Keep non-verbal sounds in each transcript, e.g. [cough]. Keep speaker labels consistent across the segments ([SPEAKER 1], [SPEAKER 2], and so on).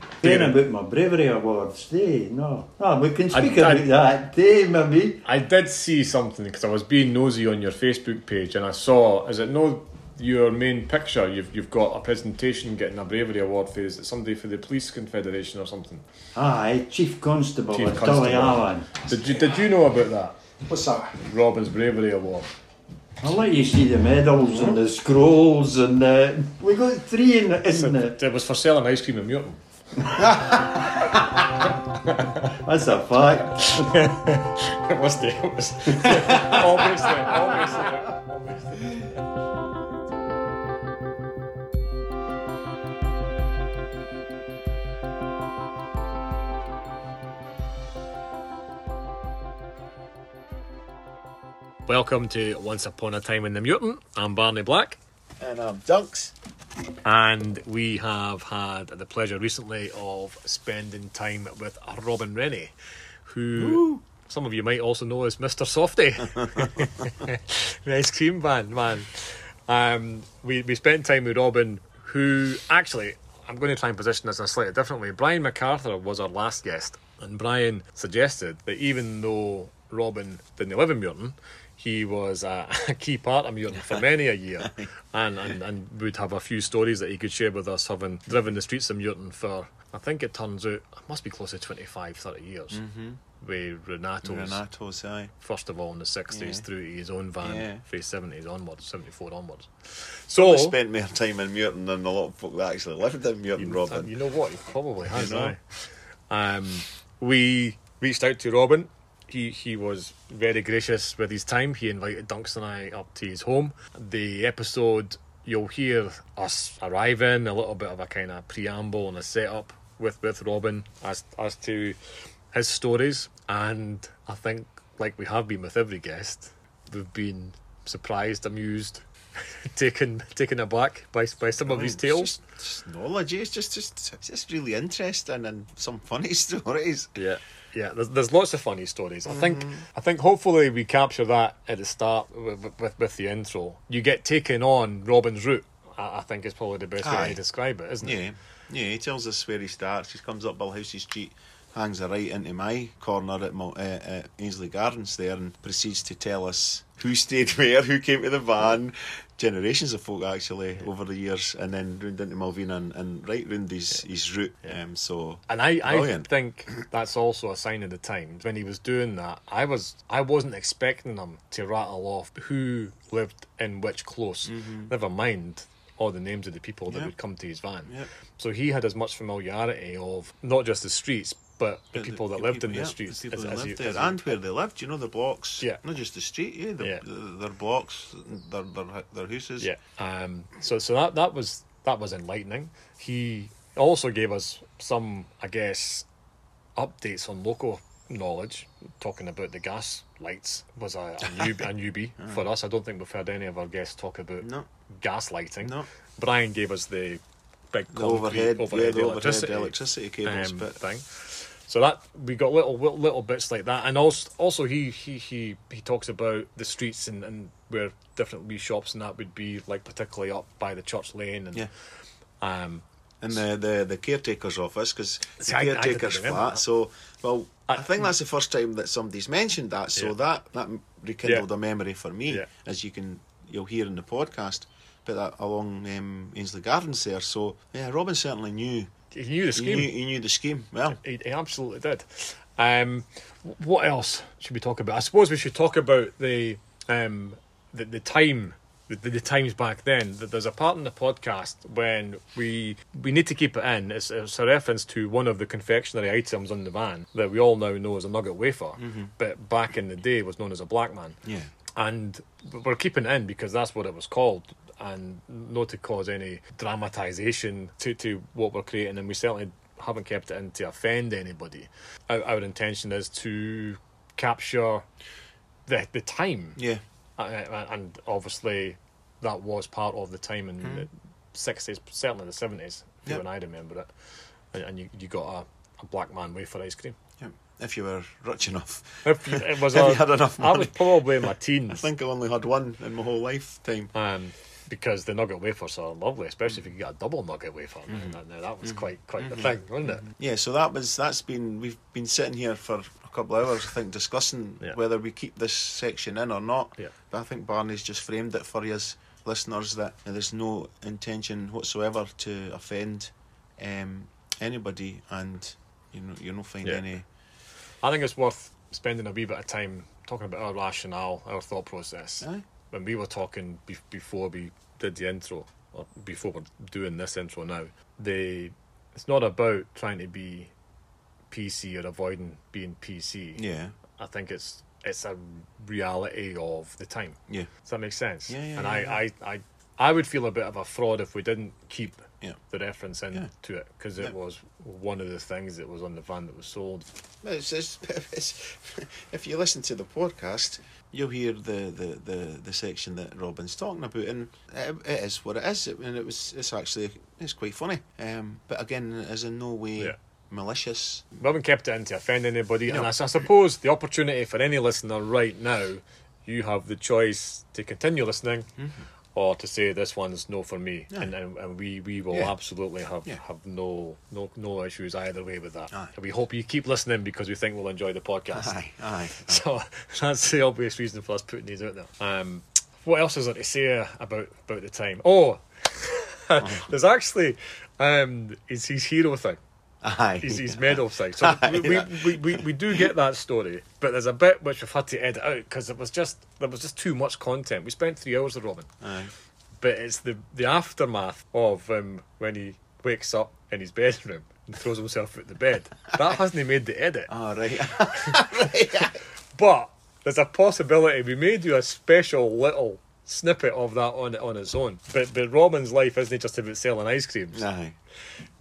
[SPEAKER 1] complain
[SPEAKER 2] did.
[SPEAKER 1] about my bravery awards. They no, no, we can
[SPEAKER 2] I-
[SPEAKER 1] speak
[SPEAKER 2] I-
[SPEAKER 1] about that. They maybe.
[SPEAKER 2] I did see something because I was being nosy on your Facebook page, and I saw is it no your main picture? You've you've got a presentation getting a bravery award for is it somebody for the police confederation or something?
[SPEAKER 1] Aye, Chief Constable
[SPEAKER 2] Chief
[SPEAKER 1] of
[SPEAKER 2] Constable.
[SPEAKER 1] Tully Allen.
[SPEAKER 2] Did you did you know about that
[SPEAKER 3] What's that?
[SPEAKER 2] Robin's bravery award?
[SPEAKER 1] I'll let you see the medals and the scrolls and the. We got three in it, isn't it?
[SPEAKER 2] It was for selling ice cream in Muirton.
[SPEAKER 1] That's a fact.
[SPEAKER 2] it was the it was [laughs] obviously obviously obviously. Welcome to Once Upon a Time in the Mutant. I'm Barney Black.
[SPEAKER 3] And um, Dunks.
[SPEAKER 2] And we have had the pleasure recently of spending time with Robin Rennie, who some of you might also know as Mr. Softy, [laughs] the ice cream van man. Um, we we spent time with Robin, who actually I'm going to try and position this in a slightly different way. Brian MacArthur was our last guest, and Brian suggested that even though Robin didn't live in Muirton, he was a, [laughs] a key part of Muirton for many a year, and, and and would have a few stories that he could share with us, having driven the streets of Muirton for I think it turns out it must be close to 25, 30 years. With Renato's
[SPEAKER 3] Renato's aye.
[SPEAKER 2] first of all in the 60s
[SPEAKER 3] Yeah.
[SPEAKER 2] through to his own van
[SPEAKER 3] Yeah.
[SPEAKER 2] from 70s onwards 74 onwards
[SPEAKER 3] I
[SPEAKER 2] so
[SPEAKER 3] spent more time in Muirton than a lot of folk that actually lived in Muirton,
[SPEAKER 2] and
[SPEAKER 3] Robin.
[SPEAKER 2] you know what he probably has
[SPEAKER 3] know.
[SPEAKER 2] aye. um, we reached out to Robin he, he was very gracious with his time he invited Dunks and I up to his home the episode you'll hear us arriving a little bit of a kind of preamble and a setup with, with Robin as, as to his stories and I think like we have been with every guest we've been surprised amused [laughs] taken taken aback by, by some of these
[SPEAKER 3] It's
[SPEAKER 2] tales
[SPEAKER 3] just- just knowledge. It's just, just, it's just really interesting and some funny [laughs] stories.
[SPEAKER 2] Yeah. Yeah, there's, there's lots of funny stories. I
[SPEAKER 3] Mm.
[SPEAKER 2] think I think hopefully we capture that at the start with, with, with the intro. You get taken on Robin's route. I, I think is probably the best way
[SPEAKER 3] Aye.
[SPEAKER 2] to describe it, isn't it?
[SPEAKER 3] Yeah, yeah. He tells us where he starts. He comes up Billhouse's Street, hangs a right into my corner at, Mo- uh, at Ainsley Gardens there, and proceeds to tell us who stayed [laughs] where, who came to the van, generations of folk actually over the years, and then round into Malvina and, and right round his his route. Um, so
[SPEAKER 2] And I, I
[SPEAKER 3] Brilliant.
[SPEAKER 2] think that's also a sign of the times. When he was doing that, I was I wasn't expecting him to rattle off who lived in which close.
[SPEAKER 3] Mm-hmm.
[SPEAKER 2] Never mind all the names of the people that
[SPEAKER 3] Yeah.
[SPEAKER 2] would come to his van.
[SPEAKER 3] Yeah.
[SPEAKER 2] So he had as much familiarity of not just the streets, but the people that lived in the
[SPEAKER 3] yeah,
[SPEAKER 2] streets.
[SPEAKER 3] the people
[SPEAKER 2] as-
[SPEAKER 3] that
[SPEAKER 2] as you-
[SPEAKER 3] lived
[SPEAKER 2] as
[SPEAKER 3] there,
[SPEAKER 2] you-
[SPEAKER 3] and where they lived. You know the blocks.
[SPEAKER 2] Yeah.
[SPEAKER 3] not just the street. Yeah, the,
[SPEAKER 2] Yeah.
[SPEAKER 3] the- their blocks, their their their houses.
[SPEAKER 2] Yeah. Um. So so that that was that was enlightening. He also gave us some, I guess, updates on local knowledge. Talking about the gas lights was a, a, new,
[SPEAKER 3] [laughs]
[SPEAKER 2] a newbie for us. I don't think we've heard any of our guests talk about
[SPEAKER 3] No.
[SPEAKER 2] gas lighting.
[SPEAKER 3] No.
[SPEAKER 2] Brian gave us the big
[SPEAKER 3] The
[SPEAKER 2] concrete
[SPEAKER 3] overhead, yeah, the
[SPEAKER 2] electricity
[SPEAKER 3] overhead electricity cables,
[SPEAKER 2] um,
[SPEAKER 3] but
[SPEAKER 2] thing. So that we got little little little bits like that, and also also he he he, he talks about the streets and, and where different wee shops and that would be like particularly up by the church lane and
[SPEAKER 3] Yeah.
[SPEAKER 2] um
[SPEAKER 3] in the, the, the caretaker's office because the
[SPEAKER 2] See, I- I didn't
[SPEAKER 3] caretaker's
[SPEAKER 2] remember
[SPEAKER 3] flat.
[SPEAKER 2] that.
[SPEAKER 3] So, well, I,
[SPEAKER 2] I-
[SPEAKER 3] think that's the first time that somebody's mentioned that. So
[SPEAKER 2] Yeah.
[SPEAKER 3] that that rekindled
[SPEAKER 2] Yeah.
[SPEAKER 3] a memory for me,
[SPEAKER 2] Yeah.
[SPEAKER 3] as you can you'll hear in the podcast. But that along um, Ainsley Gardens there. So yeah, Robin certainly knew.
[SPEAKER 2] he knew the
[SPEAKER 3] He
[SPEAKER 2] scheme.
[SPEAKER 3] knew, he knew the scheme well.
[SPEAKER 2] He, he absolutely did. Um, wh- what else should we talk about? I suppose we should talk about the um, the, the time. The, the times back then that there's a part in the podcast when we we need to keep it in it's, it's a reference to one of the confectionery items on the van that we all now know as a nugget wafer but back in the day was known as a black man
[SPEAKER 3] Yeah.
[SPEAKER 2] and we're keeping it in because that's what it was called and not to cause any dramatization to, to what we're creating and we certainly haven't kept it in to offend anybody our, our intention is to capture the, the time
[SPEAKER 3] Yeah.
[SPEAKER 2] Uh, uh, and obviously that was part of the time in
[SPEAKER 3] Hmm.
[SPEAKER 2] the 60s certainly the 70s if you
[SPEAKER 3] Yeah.
[SPEAKER 2] and i remember it and, and you, you got a, a black man wafer ice
[SPEAKER 3] [laughs]
[SPEAKER 2] cream
[SPEAKER 3] yeah. If you were rich enough,
[SPEAKER 2] if you- it was
[SPEAKER 3] Have
[SPEAKER 2] a-
[SPEAKER 3] you had enough
[SPEAKER 2] i was
[SPEAKER 3] money?
[SPEAKER 2] probably in my teens
[SPEAKER 3] I think I only had one in my whole lifetime.
[SPEAKER 2] Um, because the nugget wafers are lovely, especially if you can get a double nugget wafer.
[SPEAKER 3] Mm-hmm.
[SPEAKER 2] Now, now that was quite quite the thing, wasn't it?
[SPEAKER 3] Yeah, so that was that's been we've been sitting here for a couple of hours, I think, discussing
[SPEAKER 2] Yeah.
[SPEAKER 3] whether we keep this section in or not.
[SPEAKER 2] Yeah.
[SPEAKER 3] But I think Barney's just framed it for us listeners that there's no intention whatsoever to offend um, anybody, and you know you don't find
[SPEAKER 2] Yeah.
[SPEAKER 3] any.
[SPEAKER 2] I think it's worth spending a wee bit of time talking about our rationale, our thought process.
[SPEAKER 3] Aye.
[SPEAKER 2] When we were talking be- before we did the intro, or before we're doing this intro now, the it's not about trying to be PC or avoiding being PC.
[SPEAKER 3] Yeah,
[SPEAKER 2] I think it's it's a reality of the time.
[SPEAKER 3] yeah,
[SPEAKER 2] Does that make sense?
[SPEAKER 3] Yeah, yeah,
[SPEAKER 2] and
[SPEAKER 3] yeah,
[SPEAKER 2] I,
[SPEAKER 3] yeah.
[SPEAKER 2] I, I, I would feel a bit of a fraud if we didn't keep
[SPEAKER 3] Yeah.
[SPEAKER 2] the reference in
[SPEAKER 3] Yeah.
[SPEAKER 2] to it because
[SPEAKER 3] Yeah.
[SPEAKER 2] it was one of the things that was on the van that was sold.
[SPEAKER 3] It's, it's, [laughs] it's, if you listen to the podcast, you'll hear the, the, the, the section that Robin's talking about, and it, it is what it is. It, and it was it's actually it's quite funny. Um, but again, it is in no way
[SPEAKER 2] Yeah.
[SPEAKER 3] malicious.
[SPEAKER 2] We haven't kept it in to offend anybody,
[SPEAKER 3] No.
[SPEAKER 2] and I, s- I suppose the opportunity for any listener right now, you have the choice to continue listening. Or to say this one's no for me,
[SPEAKER 3] Mm-hmm. Yeah.
[SPEAKER 2] and, and and we, we will
[SPEAKER 3] Yeah.
[SPEAKER 2] absolutely have,
[SPEAKER 3] Yeah.
[SPEAKER 2] have no no no issues either way with that.
[SPEAKER 3] Aye.
[SPEAKER 2] And we hope you keep listening because we think we'll enjoy the podcast.
[SPEAKER 3] [laughs] Aye, aye. aye.
[SPEAKER 2] [laughs] So that's the obvious reason for us putting these out there. Um, what else is there to say about about the time? Oh, [laughs] there's actually um, it's his hero thing,
[SPEAKER 3] aye.
[SPEAKER 2] his, his medal thing. So we, we,
[SPEAKER 3] Yeah.
[SPEAKER 2] we, we, we do get that story, but there's a bit which we've had to edit out because it was just there was just too much content. We spent three hours with Robin,
[SPEAKER 3] Aye.
[SPEAKER 2] but it's the the aftermath of um, when he wakes up in his bedroom and throws himself out the bed. That hasn't made the edit.
[SPEAKER 3] [laughs] All right. [laughs]
[SPEAKER 2] But there's a possibility we may do a special little snippet of that on on its own. But but Robin's life isn't just about selling ice creams,
[SPEAKER 3] aye.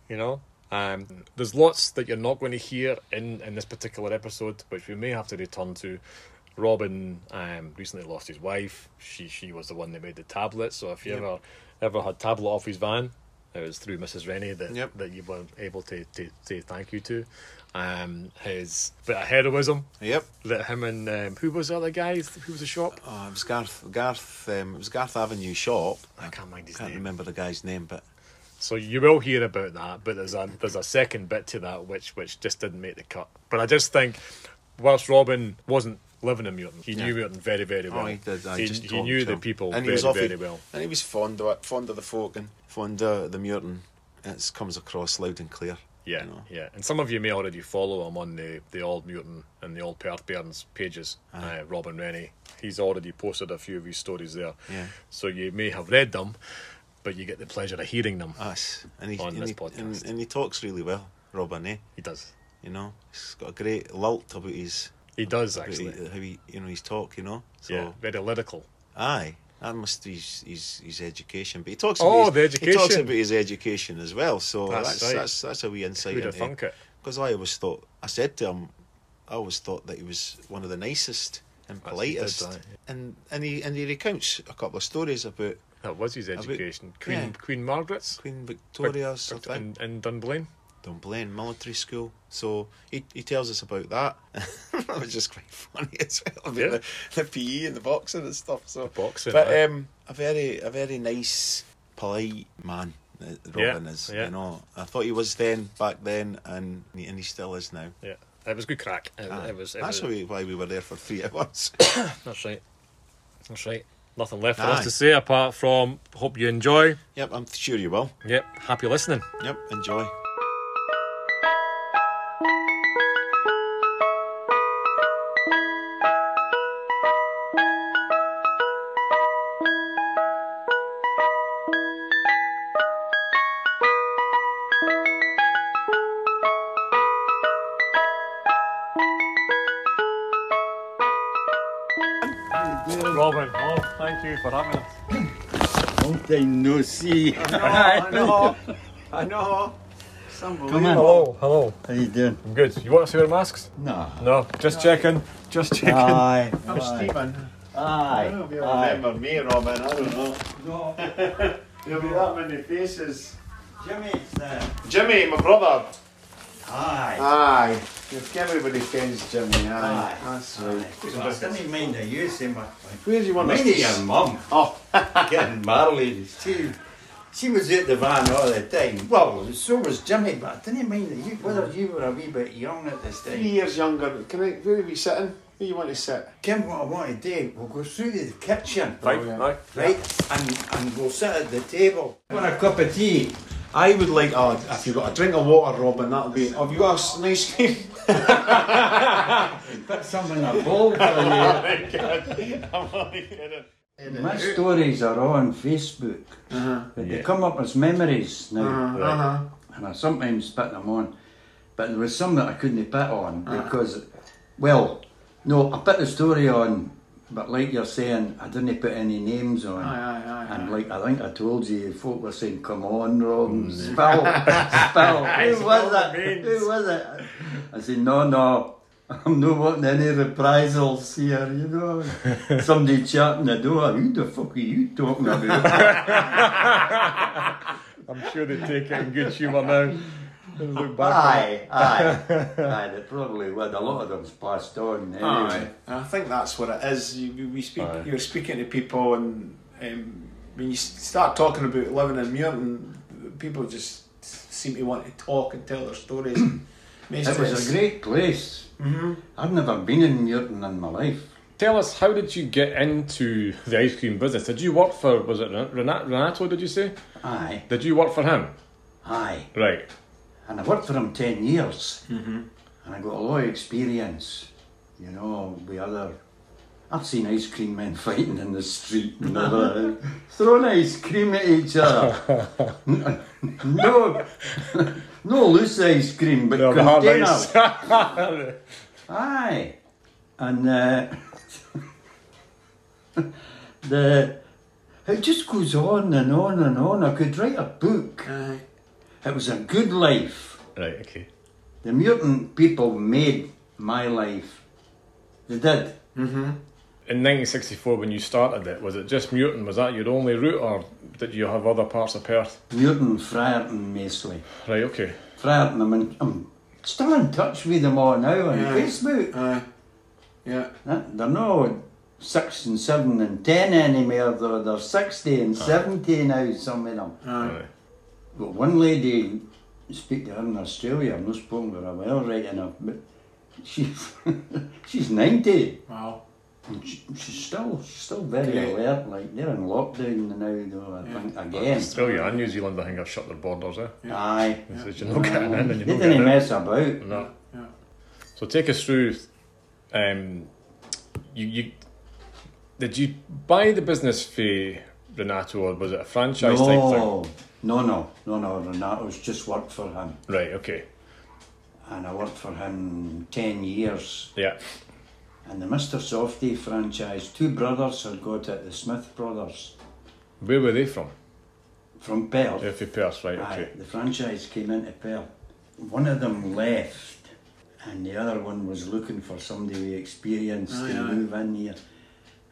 [SPEAKER 2] you know. Um, there's lots that you're not going to hear in in this particular episode, which we may have to return to. Robin um, recently lost his wife. She she was the one that made the tablet. So if you ever ever had tablet off his van, it was through Mrs. Rennie that
[SPEAKER 3] Yep.
[SPEAKER 2] that you were able to, to say thank you to. Um, his bit of heroism
[SPEAKER 3] Yep.
[SPEAKER 2] that him and um, who was the other guy? Who was the shop?
[SPEAKER 3] Oh, it was Garth. Garth. Um, it was Garth Avenue shop.
[SPEAKER 2] I can't mind his
[SPEAKER 3] Can't
[SPEAKER 2] name.
[SPEAKER 3] remember the guy's name, but
[SPEAKER 2] So you will hear about that, but there's a there's a second bit to that which which just didn't make the cut. But I just think, whilst Robin wasn't living in Muirton, he
[SPEAKER 3] Yeah.
[SPEAKER 2] knew Muirton very very well.
[SPEAKER 3] Oh, he did. I
[SPEAKER 2] he,
[SPEAKER 3] just
[SPEAKER 2] he
[SPEAKER 3] talked
[SPEAKER 2] knew
[SPEAKER 3] to
[SPEAKER 2] the
[SPEAKER 3] him.
[SPEAKER 2] people
[SPEAKER 3] and
[SPEAKER 2] very
[SPEAKER 3] he was off-
[SPEAKER 2] very well.
[SPEAKER 3] And he was fond of it, fond of the folk and fond of the Muirton. It comes across loud and clear.
[SPEAKER 2] Yeah,
[SPEAKER 3] you know.
[SPEAKER 2] yeah. And some of you may already follow him on the, the old Muirton and the old Perth Bairns pages. Uh, Robin Rennie, he's already posted a few of his stories there.
[SPEAKER 3] Yeah.
[SPEAKER 2] So you may have read them, but you get the pleasure of hearing them.
[SPEAKER 3] Us and he
[SPEAKER 2] On
[SPEAKER 3] and
[SPEAKER 2] this
[SPEAKER 3] he, and,
[SPEAKER 2] podcast.
[SPEAKER 3] and he talks really well, Robin. Eh?
[SPEAKER 2] He does.
[SPEAKER 3] You know, he's got a great lilt about his
[SPEAKER 2] He does
[SPEAKER 3] about
[SPEAKER 2] actually.
[SPEAKER 3] he- how he you know his talk. You know, so
[SPEAKER 2] yeah, very lyrical.
[SPEAKER 3] aye. That must be his, his, his education, but he talks.
[SPEAKER 2] Oh,
[SPEAKER 3] about
[SPEAKER 2] the
[SPEAKER 3] his, He talks
[SPEAKER 2] education.
[SPEAKER 3] about his education as well, so
[SPEAKER 2] That's
[SPEAKER 3] that's
[SPEAKER 2] right.
[SPEAKER 3] that's, that's a wee insight.
[SPEAKER 2] Who'd have
[SPEAKER 3] into-
[SPEAKER 2] thunk it?
[SPEAKER 3] Because I always thought, I said to him, I always thought that he was one of the nicest and
[SPEAKER 2] That's what he did,
[SPEAKER 3] politest.
[SPEAKER 2] aye.
[SPEAKER 3] and and he and he recounts a couple of stories about
[SPEAKER 2] That was his
[SPEAKER 3] bit-
[SPEAKER 2] education. Queen
[SPEAKER 3] yeah.
[SPEAKER 2] Queen Margaret's
[SPEAKER 3] Queen Victoria's something.
[SPEAKER 2] and, and Dunblane.
[SPEAKER 3] Dunblane military school. So he, he tells us about that. [laughs] that was just quite funny as well. About
[SPEAKER 2] Yeah.
[SPEAKER 3] the, the PE and the boxing and stuff. So
[SPEAKER 2] boxing,
[SPEAKER 3] but
[SPEAKER 2] aye.
[SPEAKER 3] um, a very a very nice, polite man. uh, Robin
[SPEAKER 2] Yeah,
[SPEAKER 3] is,
[SPEAKER 2] yeah.
[SPEAKER 3] you know. I thought he was then back then, and he, and he still is now.
[SPEAKER 2] Yeah, it was good crack. It,
[SPEAKER 3] Aye.
[SPEAKER 2] it was. It
[SPEAKER 3] That's
[SPEAKER 2] was,
[SPEAKER 3] why we- why we were there for three [laughs] hours.
[SPEAKER 2] That's right. That's right. Nothing left for
[SPEAKER 3] Aye.
[SPEAKER 2] us to say apart from hope you enjoy.
[SPEAKER 3] yep, I'm sure you will.
[SPEAKER 2] Yep, happy listening.
[SPEAKER 3] Yep, enjoy.
[SPEAKER 2] Robin, oh, thank you for having us.
[SPEAKER 1] Long time no see.
[SPEAKER 4] I
[SPEAKER 1] [laughs]
[SPEAKER 4] know. I know. It's unbelievable.
[SPEAKER 1] on.
[SPEAKER 2] Hello, hello.
[SPEAKER 1] How you doing?
[SPEAKER 2] I'm good. You want us to wear masks?
[SPEAKER 1] No.
[SPEAKER 2] No, just checking. Just checking.
[SPEAKER 1] Aye.
[SPEAKER 3] I'm Stephen.
[SPEAKER 1] Aye. Aye.
[SPEAKER 3] me, Robin. I don't know. There'll be that many faces.
[SPEAKER 1] Jimmy's there.
[SPEAKER 3] Jimmy, my brother.
[SPEAKER 1] Aye.
[SPEAKER 3] Aye. If everybody kens Jimmy, aye.
[SPEAKER 1] Aye.
[SPEAKER 3] That's right.
[SPEAKER 1] I didn't mind the use in my.
[SPEAKER 3] Where do you want us
[SPEAKER 1] Mind
[SPEAKER 3] to...
[SPEAKER 1] of your
[SPEAKER 3] s-
[SPEAKER 1] mum
[SPEAKER 3] Oh,
[SPEAKER 1] [laughs] getting married. She, she was at the van all the time. Well, so was Jimmy, but I didn't mind that you, whether you were a wee bit young at this
[SPEAKER 3] three
[SPEAKER 1] time.
[SPEAKER 3] years younger. Can I... Where are we sitting? Where you want to sit?
[SPEAKER 1] Kim, what I want to do, we'll go through to the kitchen.
[SPEAKER 3] Right, Oh, yeah. right.
[SPEAKER 1] Right, and, and we'll sit at the table. Want a cup of tea?
[SPEAKER 3] I would like... Oh, if you've got a drink of water, Robin, that'll be... Have you got a s- nice cream?
[SPEAKER 1] Put some in a bowl for you. My stories are on Facebook. But They come up as memories now. And I sometimes put them on. But there was some that I couldn't put on
[SPEAKER 3] Ah.
[SPEAKER 1] because, well, no, I put the story on, but like you're saying, I didn't put any names on.
[SPEAKER 3] aye, aye,
[SPEAKER 1] and like I think I told you, folk were saying, come on,
[SPEAKER 3] Mm.
[SPEAKER 1] Robin, spell,
[SPEAKER 3] [laughs]
[SPEAKER 1] spell. Who was it? Who was it? I said, no, no. I'm not wanting any reprisals here, you
[SPEAKER 3] [laughs]
[SPEAKER 1] know. Somebody chatting the door, who the fuck are you talking
[SPEAKER 3] [laughs]
[SPEAKER 1] about?
[SPEAKER 5] [laughs] I'm sure they take it in good humour now. And look
[SPEAKER 2] Ah.
[SPEAKER 5] back on it.
[SPEAKER 1] aye, aye. Aye, they probably would. A lot of them's passed on anyway.
[SPEAKER 3] Aye. And I think that's what it is. You, we- we speak.
[SPEAKER 5] Aye.
[SPEAKER 3] You're speaking to people, and um, when you s- start talking about living in Muirton, people just seem to want to talk and tell their stories.
[SPEAKER 1] It was a great place. I've never been in Muirton in my life.
[SPEAKER 2] Tell us, how did you get into the ice cream business? Did you work for, was it Ren- Renat- Renato, did you say?
[SPEAKER 1] Aye,
[SPEAKER 2] Did you work for him?
[SPEAKER 1] aye.
[SPEAKER 2] Right.
[SPEAKER 1] And I worked for him 10 years. And I got a lot of experience, you know, with other. I've seen ice cream men [laughs] fighting in the street and all that. throwing ice cream at each other. no, [laughs] no loose ice cream, but
[SPEAKER 2] No, the hard
[SPEAKER 1] container.
[SPEAKER 2] ice.
[SPEAKER 1] Aye. And uh, [laughs] the it just goes on and on and on. I could write a book. It was a good life.
[SPEAKER 2] [laughs] Right, okay.
[SPEAKER 1] The mutant people made my life. They did.
[SPEAKER 2] In 1964, when you started it, was it just Muirton? Was that your only route, or did you have other parts of Perth?
[SPEAKER 1] Mutant, Friarton, Masley.
[SPEAKER 2] Right, okay.
[SPEAKER 1] Friarton, I'm, in, I'm still in touch with them all now on
[SPEAKER 3] Aye.
[SPEAKER 1] Facebook.
[SPEAKER 3] Aye. Yeah.
[SPEAKER 1] Uh, They're no six and seven and ten anymore. They're, they're 60 and 70 now, some of them.
[SPEAKER 2] Aye.
[SPEAKER 1] But one lady, speak to her in Australia, I'm not spoken to her well right enough, but she, [laughs] she's 90
[SPEAKER 3] Wow.
[SPEAKER 1] and she, she's still she's still very
[SPEAKER 3] Yeah.
[SPEAKER 1] alert. Like they're in lockdown now, though, I think, again.
[SPEAKER 2] Australia and New Zealand, Oh, I think, have shut their borders, eh?
[SPEAKER 1] Aye.
[SPEAKER 2] They said you're not getting in and
[SPEAKER 1] They
[SPEAKER 2] you're not getting
[SPEAKER 1] didn't
[SPEAKER 2] out.
[SPEAKER 1] mess about.
[SPEAKER 2] No.
[SPEAKER 3] Yeah.
[SPEAKER 2] So take us through. Um, you, you did you buy the business fee, Renato, or was it a franchise type thing?
[SPEAKER 1] No, no, no, no, no. Renato's just worked for him,
[SPEAKER 2] Right. Okay.
[SPEAKER 1] and I worked for him ten years.
[SPEAKER 2] Yeah.
[SPEAKER 1] And the Mister Softy franchise, two brothers had got it, the Smith brothers
[SPEAKER 2] Where were they from?
[SPEAKER 1] from Perth.
[SPEAKER 2] They're from Perth, right?
[SPEAKER 1] Aye,
[SPEAKER 2] Okay.
[SPEAKER 1] the franchise came into Perth. One of them left, and the other one was looking for somebody with experience to move in here.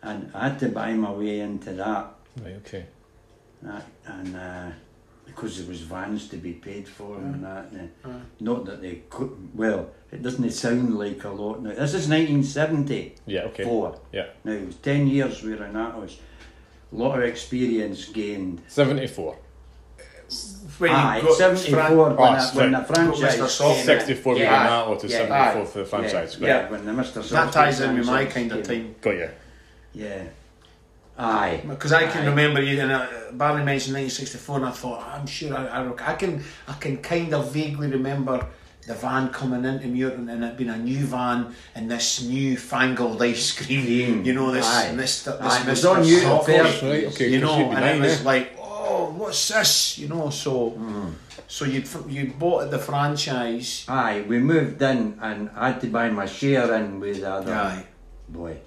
[SPEAKER 1] And I had to buy my way into that,
[SPEAKER 2] Right. Okay.
[SPEAKER 1] that and uh, because there was vans to be paid for and that. And, uh, Not that they could. Well, it doesn't sound like a lot now. This is 1974.
[SPEAKER 2] Yeah. Okay. Yeah.
[SPEAKER 1] Now it was ten years we were in that was. A lot of experience gained.
[SPEAKER 2] Seventy-four.
[SPEAKER 1] Aye, 74 when,
[SPEAKER 2] Oh,
[SPEAKER 1] I, when the franchise
[SPEAKER 3] Ah, Mr. Soft
[SPEAKER 1] came in.
[SPEAKER 2] Sixty-four
[SPEAKER 1] Yeah.
[SPEAKER 2] yeah. Renato to
[SPEAKER 1] Yeah.
[SPEAKER 2] seventy-four for the franchise.
[SPEAKER 1] Yeah,
[SPEAKER 2] Right.
[SPEAKER 1] yeah, when the Mr. Soft
[SPEAKER 3] Oh, That ties in with my
[SPEAKER 1] franchise
[SPEAKER 3] kind of
[SPEAKER 1] came in.
[SPEAKER 3] time.
[SPEAKER 2] Got you.
[SPEAKER 1] Yeah. Aye.
[SPEAKER 3] Because I can remember you, and uh, Barney mentioned 1964, and I thought, I'm sure I, I, rec- I can, I can kind of vaguely remember the van coming into Muirton and it being a new van and this new fangled ice cream, you know, this
[SPEAKER 1] Hmm. Aye.
[SPEAKER 3] Mr.
[SPEAKER 1] Aye, it
[SPEAKER 3] This
[SPEAKER 1] was on you at
[SPEAKER 3] Soft,
[SPEAKER 1] first,
[SPEAKER 2] right, okay,
[SPEAKER 3] you
[SPEAKER 2] 'cause
[SPEAKER 3] know,
[SPEAKER 2] you'd be
[SPEAKER 3] and
[SPEAKER 2] nine,
[SPEAKER 3] it was
[SPEAKER 2] eh?
[SPEAKER 3] like, oh, what's this, you know? So,
[SPEAKER 1] Hmm.
[SPEAKER 3] so you you bought the franchise,
[SPEAKER 1] Aye, we moved in and I had to buy my share in with the other
[SPEAKER 3] Aye.
[SPEAKER 1] boy.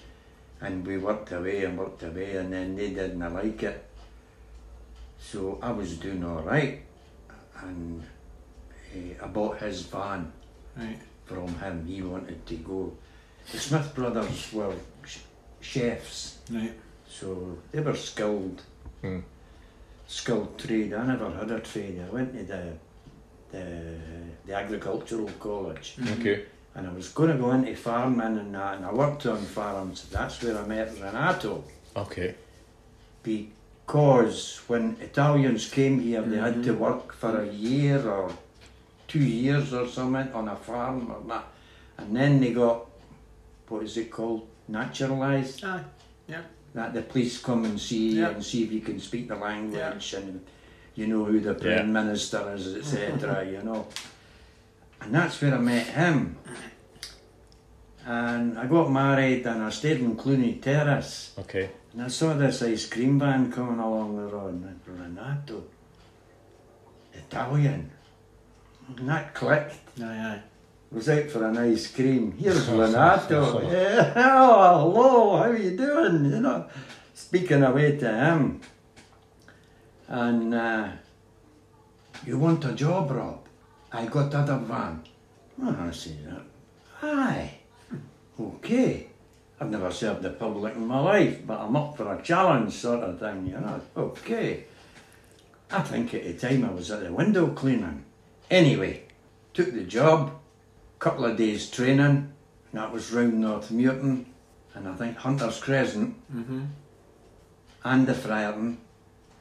[SPEAKER 1] And we worked away and worked away and then they didn't like it. So I was doing all right. And eh, I bought his van
[SPEAKER 3] right?
[SPEAKER 1] from him. He wanted to go. The Smith brothers were sh- chefs.
[SPEAKER 3] Right.
[SPEAKER 1] So they were skilled, skilled trade. I never had a trade. I went to the the, the agricultural college.
[SPEAKER 2] Okay.
[SPEAKER 1] And I was going to go into farming and that, and I worked on farms. That's where I met Renato.
[SPEAKER 2] Okay.
[SPEAKER 1] because when Italians came here, they had to work for a year or two years or something on a farm or that, and then they got what is it called naturalized.
[SPEAKER 6] Aye. Yeah.
[SPEAKER 1] That the police come and see you
[SPEAKER 6] Yeah.
[SPEAKER 1] and see if you can speak the language and you know who the prime minister is, etc. you know, and that's where I met him. And I got married and I stayed in Cluny Terrace.
[SPEAKER 2] Okay.
[SPEAKER 1] And I saw this ice cream van coming along the road, and I thought, Renato, Italian. And that clicked.
[SPEAKER 6] Aye,
[SPEAKER 1] Was out for an ice cream. Here's Renato. Yeah, [laughs] oh, hello, how are you doing? You know, speaking away to him. And uh, you want a job, Rob? I got other van. And I said, aye, okay. I've never served the public in my life, but I'm up for a challenge sort of thing, you know. Okay. I think at the time I was at the window cleaning. Anyway, took the job, couple of days training, and that was round North Muirton, and I think Hunter's Crescent,
[SPEAKER 2] Mm-hmm.
[SPEAKER 1] and the Friarton.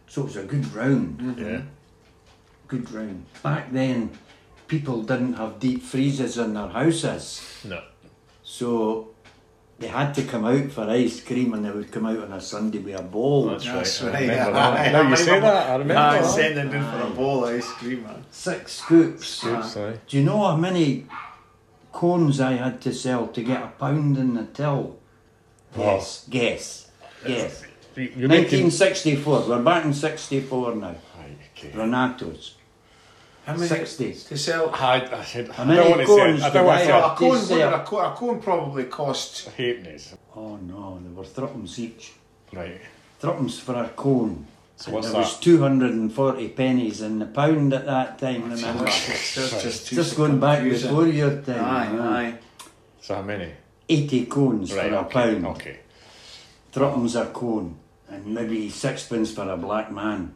[SPEAKER 1] So it was a good round,
[SPEAKER 2] Yeah.
[SPEAKER 1] good round. Back then, people didn't have deep freezers in their houses.
[SPEAKER 2] No.
[SPEAKER 1] So they had to come out for ice cream and they would come out on a Sunday with a bowl.
[SPEAKER 2] That's,
[SPEAKER 7] That's
[SPEAKER 2] right.
[SPEAKER 7] right.
[SPEAKER 2] I remember that. Now you say that, I remember
[SPEAKER 7] Aye,
[SPEAKER 2] that.
[SPEAKER 7] sending in for a bowl of ice cream, man.
[SPEAKER 1] Six scoops.
[SPEAKER 2] Scoops, aye.
[SPEAKER 1] Do you know how many cones I had to sell to get a pound in the till?
[SPEAKER 2] Wow.
[SPEAKER 1] Yes, guess. Yes.
[SPEAKER 2] You- You're making.
[SPEAKER 1] 1964. We're back in 64 now.
[SPEAKER 2] Aye, okay.
[SPEAKER 1] Renato's.
[SPEAKER 7] How
[SPEAKER 1] 60s.
[SPEAKER 7] to sell?
[SPEAKER 2] I, I said, I
[SPEAKER 1] many
[SPEAKER 2] don't want to say it.
[SPEAKER 1] cones
[SPEAKER 2] I
[SPEAKER 1] did
[SPEAKER 2] don't want to
[SPEAKER 1] I
[SPEAKER 2] say
[SPEAKER 1] have?
[SPEAKER 2] it.
[SPEAKER 7] A cone,
[SPEAKER 1] This,
[SPEAKER 7] would-
[SPEAKER 1] uh,
[SPEAKER 7] a cone, a cone probably cost.
[SPEAKER 2] Halfpennies.
[SPEAKER 1] Oh no, they were threepence each.
[SPEAKER 2] Right.
[SPEAKER 1] Threepence for a cone.
[SPEAKER 2] So what's
[SPEAKER 1] there was
[SPEAKER 2] that?
[SPEAKER 1] 240 pennies in the pound at that time, remember?
[SPEAKER 7] That's just too
[SPEAKER 1] Just going back
[SPEAKER 7] confusing.
[SPEAKER 1] before your time.
[SPEAKER 7] Aye, aye.
[SPEAKER 2] So how many?
[SPEAKER 1] 80 cones
[SPEAKER 2] Right.
[SPEAKER 1] for a
[SPEAKER 2] Okay.
[SPEAKER 1] pound.
[SPEAKER 2] okay.
[SPEAKER 1] Threepence a cone. And maybe sixpence for a black man.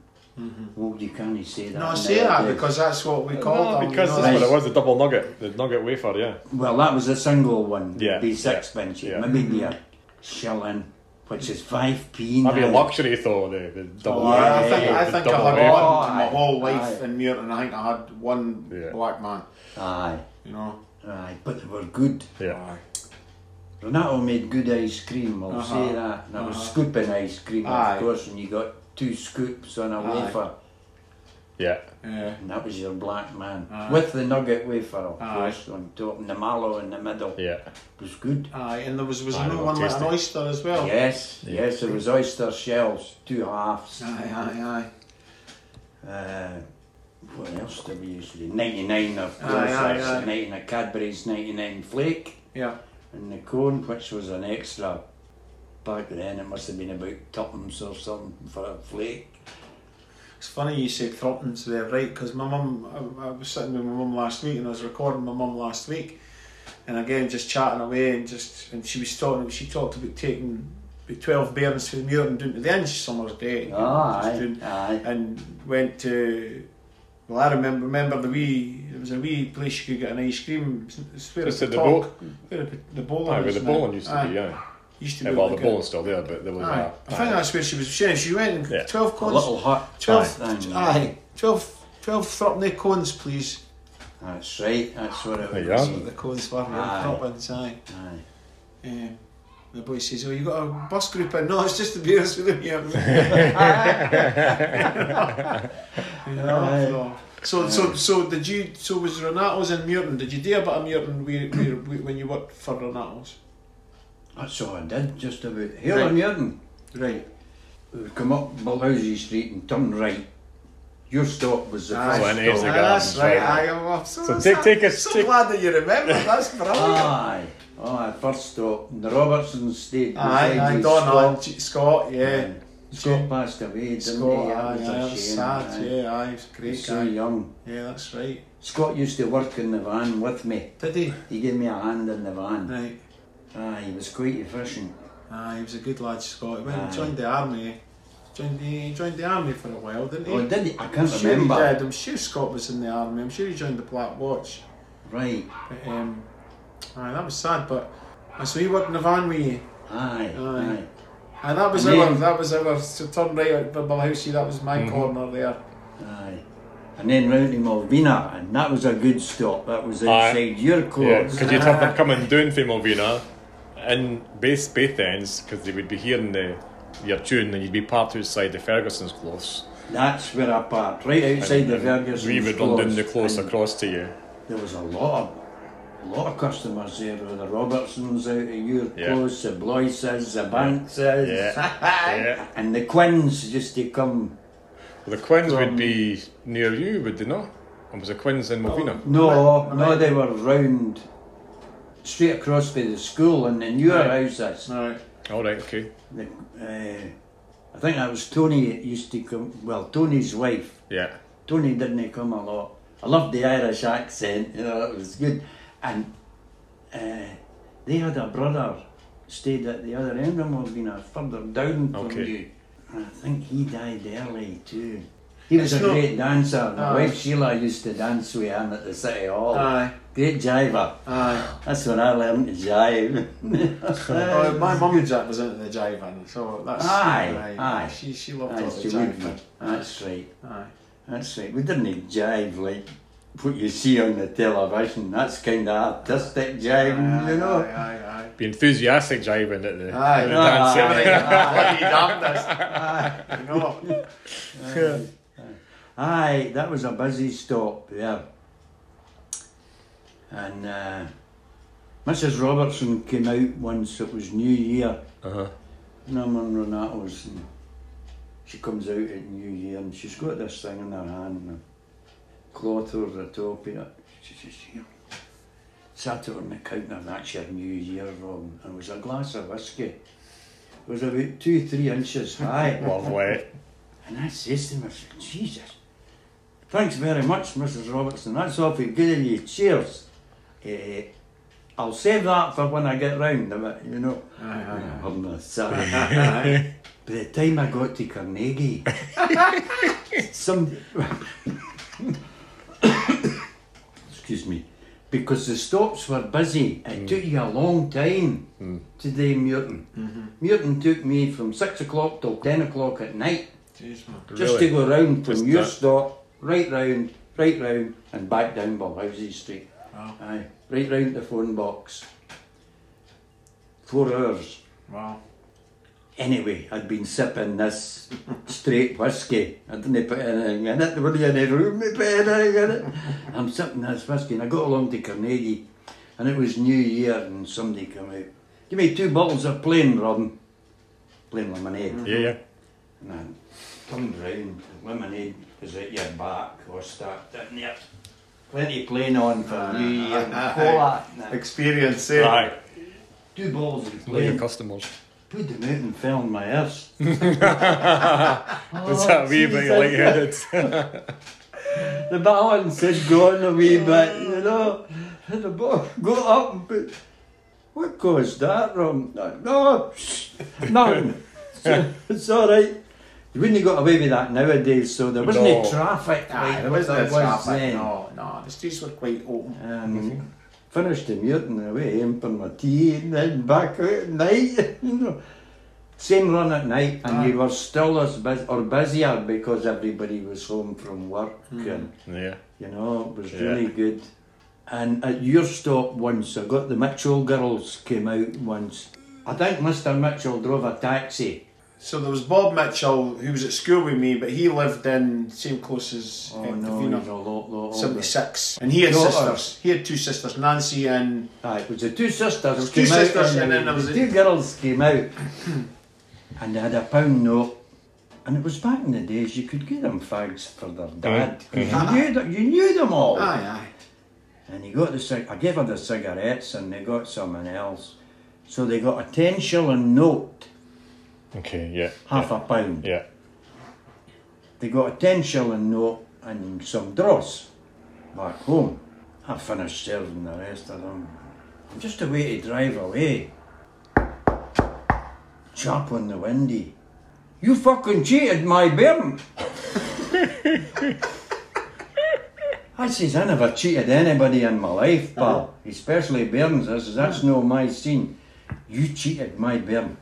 [SPEAKER 1] Oh, you can't say that.
[SPEAKER 7] Mm-hmm. No,
[SPEAKER 1] now,
[SPEAKER 7] say that
[SPEAKER 1] do you?
[SPEAKER 7] because that's what we call
[SPEAKER 2] Oh,
[SPEAKER 7] them.
[SPEAKER 2] because
[SPEAKER 7] you
[SPEAKER 2] that's what
[SPEAKER 7] know.
[SPEAKER 2] it was—the double nugget, the nugget wafer. Yeah.
[SPEAKER 1] Well, that was a single one.
[SPEAKER 2] Yeah,
[SPEAKER 1] Be
[SPEAKER 2] yeah,
[SPEAKER 1] sixpence.
[SPEAKER 2] yeah.
[SPEAKER 1] Maybe be
[SPEAKER 7] Mm-hmm.
[SPEAKER 1] a shilling, which is 5p.
[SPEAKER 2] That'd be
[SPEAKER 1] now.
[SPEAKER 2] a luxury though. The, the double.
[SPEAKER 1] Oh,
[SPEAKER 7] Yeah, I
[SPEAKER 2] the
[SPEAKER 7] think, I,
[SPEAKER 2] double
[SPEAKER 7] think I had
[SPEAKER 2] wafer.
[SPEAKER 1] Oh,
[SPEAKER 7] one my
[SPEAKER 1] aye,
[SPEAKER 7] whole life
[SPEAKER 1] aye.
[SPEAKER 7] in Muir, and I think I had one
[SPEAKER 2] Yeah.
[SPEAKER 7] black man.
[SPEAKER 1] Aye,
[SPEAKER 7] You know.
[SPEAKER 1] aye. But they were good.
[SPEAKER 2] Yeah.
[SPEAKER 1] Renato made good ice cream, I'll say that. And I was scooping ice cream,
[SPEAKER 7] Uh-huh. Aye.
[SPEAKER 1] of course, and you got two scoops on a
[SPEAKER 7] Aye.
[SPEAKER 1] wafer.
[SPEAKER 2] Yeah.
[SPEAKER 7] Yeah.
[SPEAKER 1] And that was your black man. With the nugget wafer, of
[SPEAKER 7] Aye.
[SPEAKER 1] course, on top, and the mallow in the middle.
[SPEAKER 2] Yeah.
[SPEAKER 1] It was good.
[SPEAKER 7] Aye, and there was was
[SPEAKER 2] Aye,
[SPEAKER 7] another
[SPEAKER 2] well,
[SPEAKER 7] one with an
[SPEAKER 2] tasty.
[SPEAKER 7] oyster as well.
[SPEAKER 1] Yes, yes, it was oyster shells, two halves.
[SPEAKER 7] Aye, aye, aye.
[SPEAKER 1] Uh, what else did we used to do? 99, of course,
[SPEAKER 7] Aye, aye,
[SPEAKER 1] that's
[SPEAKER 7] aye.
[SPEAKER 1] the 99 Cadbury's 99 flake,
[SPEAKER 7] Yeah.
[SPEAKER 1] and the cone, which was an extra. Back then, it must have been about tuppence or something for a flake.
[SPEAKER 7] It's funny you say throttings there, right? Because my mum, I, I was sitting with my mum last week and I was recording my mum last week, and again just chatting away and just and she was talking. She talked about taking the twelve bairns from Muir and doing to the inch summer's day. you know,
[SPEAKER 1] Ah,
[SPEAKER 7] just
[SPEAKER 1] aye,
[SPEAKER 7] doing-
[SPEAKER 1] aye.
[SPEAKER 7] and went to. Well, I remember remember the wee. There was a wee place you could get an ice cream. It's- It's where
[SPEAKER 2] Just
[SPEAKER 7] the
[SPEAKER 2] at the bowl-
[SPEAKER 7] talk- Where the, the bowling.
[SPEAKER 2] Aye, where
[SPEAKER 7] is
[SPEAKER 2] the
[SPEAKER 7] now.
[SPEAKER 2] bowling used to
[SPEAKER 7] Aye,
[SPEAKER 2] be. Yeah.
[SPEAKER 7] Used to
[SPEAKER 2] Yeah,
[SPEAKER 7] be
[SPEAKER 2] well, the
[SPEAKER 7] like a-
[SPEAKER 2] bowling's still there, but there was
[SPEAKER 7] Aye. I
[SPEAKER 2] a.
[SPEAKER 7] think that's where she was saying. She went and
[SPEAKER 2] Yeah.
[SPEAKER 7] twelve
[SPEAKER 1] A
[SPEAKER 7] cones.
[SPEAKER 1] little hot
[SPEAKER 7] 12,
[SPEAKER 1] hot thing.
[SPEAKER 7] aye, 12, 12 Thropney cones, please.
[SPEAKER 1] That's right, that's what it
[SPEAKER 2] There
[SPEAKER 1] was.
[SPEAKER 2] you are.
[SPEAKER 7] That's what the cones were,
[SPEAKER 1] Aye.
[SPEAKER 7] Thropneys, aye.
[SPEAKER 1] Aye.
[SPEAKER 7] Um, the boy says, oh, you got a bus group in? No, it's just the beers with them here. [laughs] You know, so, so, so did you, so was Renato's in Muirton? Did you do a bit of Muirton where, where, where, when you worked for Renato's?
[SPEAKER 1] That's all I did, just about. Here
[SPEAKER 7] Right.
[SPEAKER 1] on Newton.
[SPEAKER 7] Right.
[SPEAKER 1] We would come up Balhousie Street and turn right. Your stop was the
[SPEAKER 7] Aye.
[SPEAKER 2] So
[SPEAKER 1] first
[SPEAKER 2] Oh, it is
[SPEAKER 1] stop.
[SPEAKER 2] the
[SPEAKER 7] that's
[SPEAKER 2] gardens,
[SPEAKER 7] right,
[SPEAKER 2] right.
[SPEAKER 7] aye. I'm off. So,
[SPEAKER 2] So take- take us-
[SPEAKER 7] So
[SPEAKER 2] take- Ah.
[SPEAKER 7] glad that you
[SPEAKER 2] [laughs]
[SPEAKER 7] remember, that's brilliant.
[SPEAKER 1] Aye. Aye, first stop. And the Robertson stayed
[SPEAKER 7] Aye,
[SPEAKER 1] beside
[SPEAKER 7] aye,
[SPEAKER 1] me,
[SPEAKER 7] Donna,
[SPEAKER 1] Scott.
[SPEAKER 7] Scott, yeah.
[SPEAKER 1] Scott passed away, didn't
[SPEAKER 7] Scott,
[SPEAKER 1] he?
[SPEAKER 7] aye,
[SPEAKER 1] That was
[SPEAKER 7] aye,
[SPEAKER 1] a
[SPEAKER 7] that's
[SPEAKER 1] shame.
[SPEAKER 7] sad,
[SPEAKER 1] aye.
[SPEAKER 7] yeah, aye,
[SPEAKER 1] He
[SPEAKER 7] he was a
[SPEAKER 1] was
[SPEAKER 7] great
[SPEAKER 1] So
[SPEAKER 7] guy.
[SPEAKER 1] young.
[SPEAKER 7] Yeah, that's right.
[SPEAKER 1] Scott used to work in the van with me.
[SPEAKER 7] Did he?
[SPEAKER 1] He gave me a hand in the van.
[SPEAKER 7] Right.
[SPEAKER 1] Aye, he was quite efficient.
[SPEAKER 7] Aye, he was a good lad, Scott. He went and
[SPEAKER 1] Aye.
[SPEAKER 7] joined the army. eh? Joined the joined the army for a while, didn't he?
[SPEAKER 1] Oh, did he? I can't
[SPEAKER 7] I'm sure
[SPEAKER 1] remember.
[SPEAKER 7] he did. I'm sure Scott was in the army. I'm sure he joined the Black Watch.
[SPEAKER 1] Right.
[SPEAKER 7] But, um, aye, that was sad. But I saw you worked in the van with you.
[SPEAKER 1] Aye.
[SPEAKER 7] Aye.
[SPEAKER 1] Aye.
[SPEAKER 7] Aye, that was
[SPEAKER 1] And
[SPEAKER 7] our
[SPEAKER 1] then- Mm-hmm.
[SPEAKER 7] that was our so turn right at Bibblehousie. That was my corner there.
[SPEAKER 1] Aye. And then round to Malvina, and that was a good stop. That was
[SPEAKER 2] Aye.
[SPEAKER 1] outside your
[SPEAKER 2] Yeah,
[SPEAKER 1] clothes.
[SPEAKER 2] because you'd have
[SPEAKER 7] [laughs]
[SPEAKER 2] them coming down from Malvina in base both ends because they would be hearing the your tune and you'd be parked outside the Ferguson's close.
[SPEAKER 1] That's where I parked, right outside the Ferguson's
[SPEAKER 2] We would run down the
[SPEAKER 1] clothes.
[SPEAKER 2] close
[SPEAKER 1] And
[SPEAKER 2] across to you.
[SPEAKER 1] There was a lot of a lot of customers there. There were the Robertsons out of your
[SPEAKER 2] Yeah.
[SPEAKER 1] close, the Bloises, the Bankses, [laughs]
[SPEAKER 2] Yeah.
[SPEAKER 1] and the Quins just to come.
[SPEAKER 2] Well, the Quins would be near you, would they not? And was the Quins in Malvina?
[SPEAKER 1] No,
[SPEAKER 7] Right,
[SPEAKER 1] no,
[SPEAKER 7] right.
[SPEAKER 1] they were round straight across by the school and then your
[SPEAKER 7] Right.
[SPEAKER 1] houses.
[SPEAKER 7] Right.
[SPEAKER 1] Oh.
[SPEAKER 2] All right, okay.
[SPEAKER 1] The, uh, I think that was Tony that used to come. Well, Tony's wife.
[SPEAKER 2] Yeah.
[SPEAKER 1] Tony didn't come a lot. I loved the Irish accent. You know, it was good. And uh, they had a brother stayed at the other end of Malvina, further down from
[SPEAKER 2] Okay.
[SPEAKER 1] you. And I think he died early too. He was
[SPEAKER 7] It's
[SPEAKER 1] a
[SPEAKER 7] not-
[SPEAKER 1] great dancer. My
[SPEAKER 7] Aye.
[SPEAKER 1] wife Sheila used to dance with him at the City Hall.
[SPEAKER 7] Aye.
[SPEAKER 1] Great jiver.
[SPEAKER 7] Aye.
[SPEAKER 1] That's when I learned to jive. [laughs]
[SPEAKER 7] Well, Oh, my mum and Jack was into the jiving, so that's
[SPEAKER 1] Aye, aye.
[SPEAKER 7] She she loved all
[SPEAKER 1] Aye,
[SPEAKER 7] the
[SPEAKER 1] she would be.
[SPEAKER 7] jiving.
[SPEAKER 1] That's right.
[SPEAKER 7] Aye.
[SPEAKER 1] That's right. We didn't jive like what you see on the television. That's kind of artistic jiving,
[SPEAKER 7] Ah,
[SPEAKER 1] you know.
[SPEAKER 7] Aye, aye, aye.
[SPEAKER 2] Be enthusiastic jiving at the,
[SPEAKER 7] Aye.
[SPEAKER 2] at the
[SPEAKER 1] Aye.
[SPEAKER 2] dancing.
[SPEAKER 1] Aye.
[SPEAKER 7] Bloody darkness. You know.
[SPEAKER 1] Aye, that was a busy stop there. And uh, Mrs. Robertson came out once, it was New Year,
[SPEAKER 2] Uh-huh.
[SPEAKER 1] and I'm on Renato's. And um, she comes out at New Year and she's got this thing in her hand, and a cloth over the top of it. She says, Here. Sat her on the counter, and that's your New Year, Rob. And it was a glass of whisky. It was about two, three inches high.
[SPEAKER 2] Lovely.
[SPEAKER 1] And I says to him, I said, Jesus, thanks very much, Mrs. Robertson. That's awfully good of you. Cheers. Eh, I'll save that for when I get round of it, you know.
[SPEAKER 7] Aye, aye.
[SPEAKER 1] I'm not
[SPEAKER 7] [laughs]
[SPEAKER 1] sorry. By the time I got to
[SPEAKER 7] [laughs]
[SPEAKER 1] Carnegie, some. excuse me. Because the stops were busy,
[SPEAKER 7] Mm.
[SPEAKER 1] it took you a long time to do Muirton.
[SPEAKER 7] Mm-hmm.
[SPEAKER 1] Muirton took me from six o'clock till ten o'clock at night
[SPEAKER 7] Jeez, man.
[SPEAKER 1] just
[SPEAKER 2] Really?
[SPEAKER 1] to go round from
[SPEAKER 2] Just
[SPEAKER 1] your
[SPEAKER 2] that-
[SPEAKER 1] stop, right round, right round, and back down Balhousie Street.
[SPEAKER 7] Wow.
[SPEAKER 1] Aye, right round the phone box. Four hours.
[SPEAKER 7] Wow.
[SPEAKER 1] Anyway, I'd been sipping this straight whisky. I didn't put anything in it. There wasn't any room to put anything in it. I'm sipping this whisky, and I got along to Carnegie, and it was New Year, and somebody come out. Give me two bottles of plain rum, plain lemonade.
[SPEAKER 2] Yeah, yeah.
[SPEAKER 1] And then turned round, the lemonade was at your back, or start didn't it? Plenty plain on for New
[SPEAKER 7] [laughs]
[SPEAKER 1] Year and cola. Now,
[SPEAKER 7] Experience, eh?
[SPEAKER 2] Aye.
[SPEAKER 1] Two balls of
[SPEAKER 2] Love your
[SPEAKER 1] plain,
[SPEAKER 2] customers.
[SPEAKER 1] put them out and fell on my ass.
[SPEAKER 2] Is that a wee bit
[SPEAKER 1] Jesus.
[SPEAKER 2] light-headed?
[SPEAKER 1] The balance had gone a wee bit, you know. And the ball got up and put, what caused that, Ron? No, no, nothing. So- it's all right. You wouldn't have got away with that nowadays, so there wasn't
[SPEAKER 2] No.
[SPEAKER 1] any traffic.
[SPEAKER 7] Aye,
[SPEAKER 1] like
[SPEAKER 7] there
[SPEAKER 1] what
[SPEAKER 7] wasn't
[SPEAKER 1] there
[SPEAKER 7] a
[SPEAKER 1] was
[SPEAKER 7] traffic.
[SPEAKER 1] then.
[SPEAKER 7] No, no, the streets were quite open.
[SPEAKER 1] Um, finished the muting away, him for my tea, and then back out at night. You know. Same run at night, and we were still as busy or busier because everybody was home from work, and
[SPEAKER 2] yeah.
[SPEAKER 1] you know, it was
[SPEAKER 2] Yeah.
[SPEAKER 1] really good. And at your stop once, I got the Mitchell girls came out once. I think Mr. Mitchell drove a taxi.
[SPEAKER 7] So there was Bob Mitchell, who was at school with me, but he lived in same close as
[SPEAKER 1] Oh
[SPEAKER 7] eh,
[SPEAKER 1] no,
[SPEAKER 7] Davina,
[SPEAKER 1] he's a lot, lot older.
[SPEAKER 7] seventy six, and he had
[SPEAKER 1] Daughters.
[SPEAKER 7] sisters. He had two sisters, Nancy and
[SPEAKER 1] Aye, it was the two sisters
[SPEAKER 7] was
[SPEAKER 1] came
[SPEAKER 7] two
[SPEAKER 1] out
[SPEAKER 7] sisters and
[SPEAKER 1] the-
[SPEAKER 7] then there was
[SPEAKER 1] the
[SPEAKER 7] a-
[SPEAKER 1] two girls came out [coughs] and they had a pound note and it was back in the days you could get them fags for their dad 'cause you, knew them, you knew them all
[SPEAKER 7] aye,
[SPEAKER 1] and he got the cig- I gave her the cigarettes and they got something else so they got a 10 shilling note
[SPEAKER 2] Okay, yeah.
[SPEAKER 1] half a pound
[SPEAKER 2] Yeah.
[SPEAKER 1] They got a 10 shilling note and some dross back home. I finished serving the rest of them. I'm just away to drive away. Chap on the windy. You fucking cheated my [laughs] bairn. I says, I never cheated anybody in my life, pal, especially bairns. I says, that's no my scene. You cheated my bairn.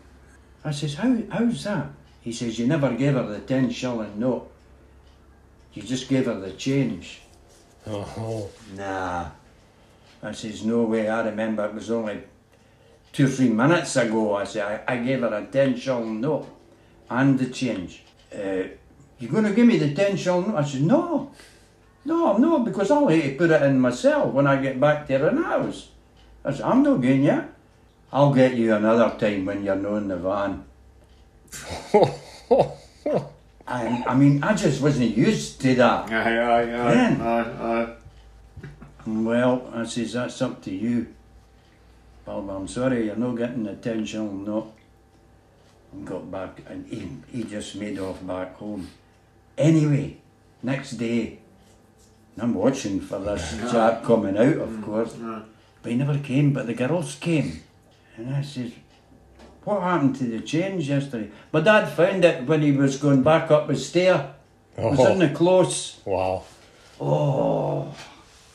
[SPEAKER 1] I says, how, how's that? He says, you never gave her the 10 shilling note. You just gave her the change.
[SPEAKER 2] Oh,
[SPEAKER 1] Nah. I says, no way, I remember it was only two or three minutes ago. I said, I, I gave her a 10 shilling note and the change. Uh, you going to give me the 10 shilling note? I said, no. No, no, because I'll hate to put it in myself when I get back to the house. I said, I'm not getting you. I'll get you another time when you're not in the van. I, I mean, I just wasn't used to that.
[SPEAKER 7] Aye, aye, aye.
[SPEAKER 1] Then.
[SPEAKER 7] Aye, aye.
[SPEAKER 1] Well, I says, that's up to you. Well, I'm sorry, you're not getting the attention, no. And got back, and he, he just made off back home. Anyway, next day, and I'm watching for this chap coming out, of course. But he never came, but the girls came. And I says, what happened to the change yesterday? My dad found it when he was going back up the stair. It was
[SPEAKER 2] Oh.
[SPEAKER 1] in the close.
[SPEAKER 2] wow.
[SPEAKER 1] Oh,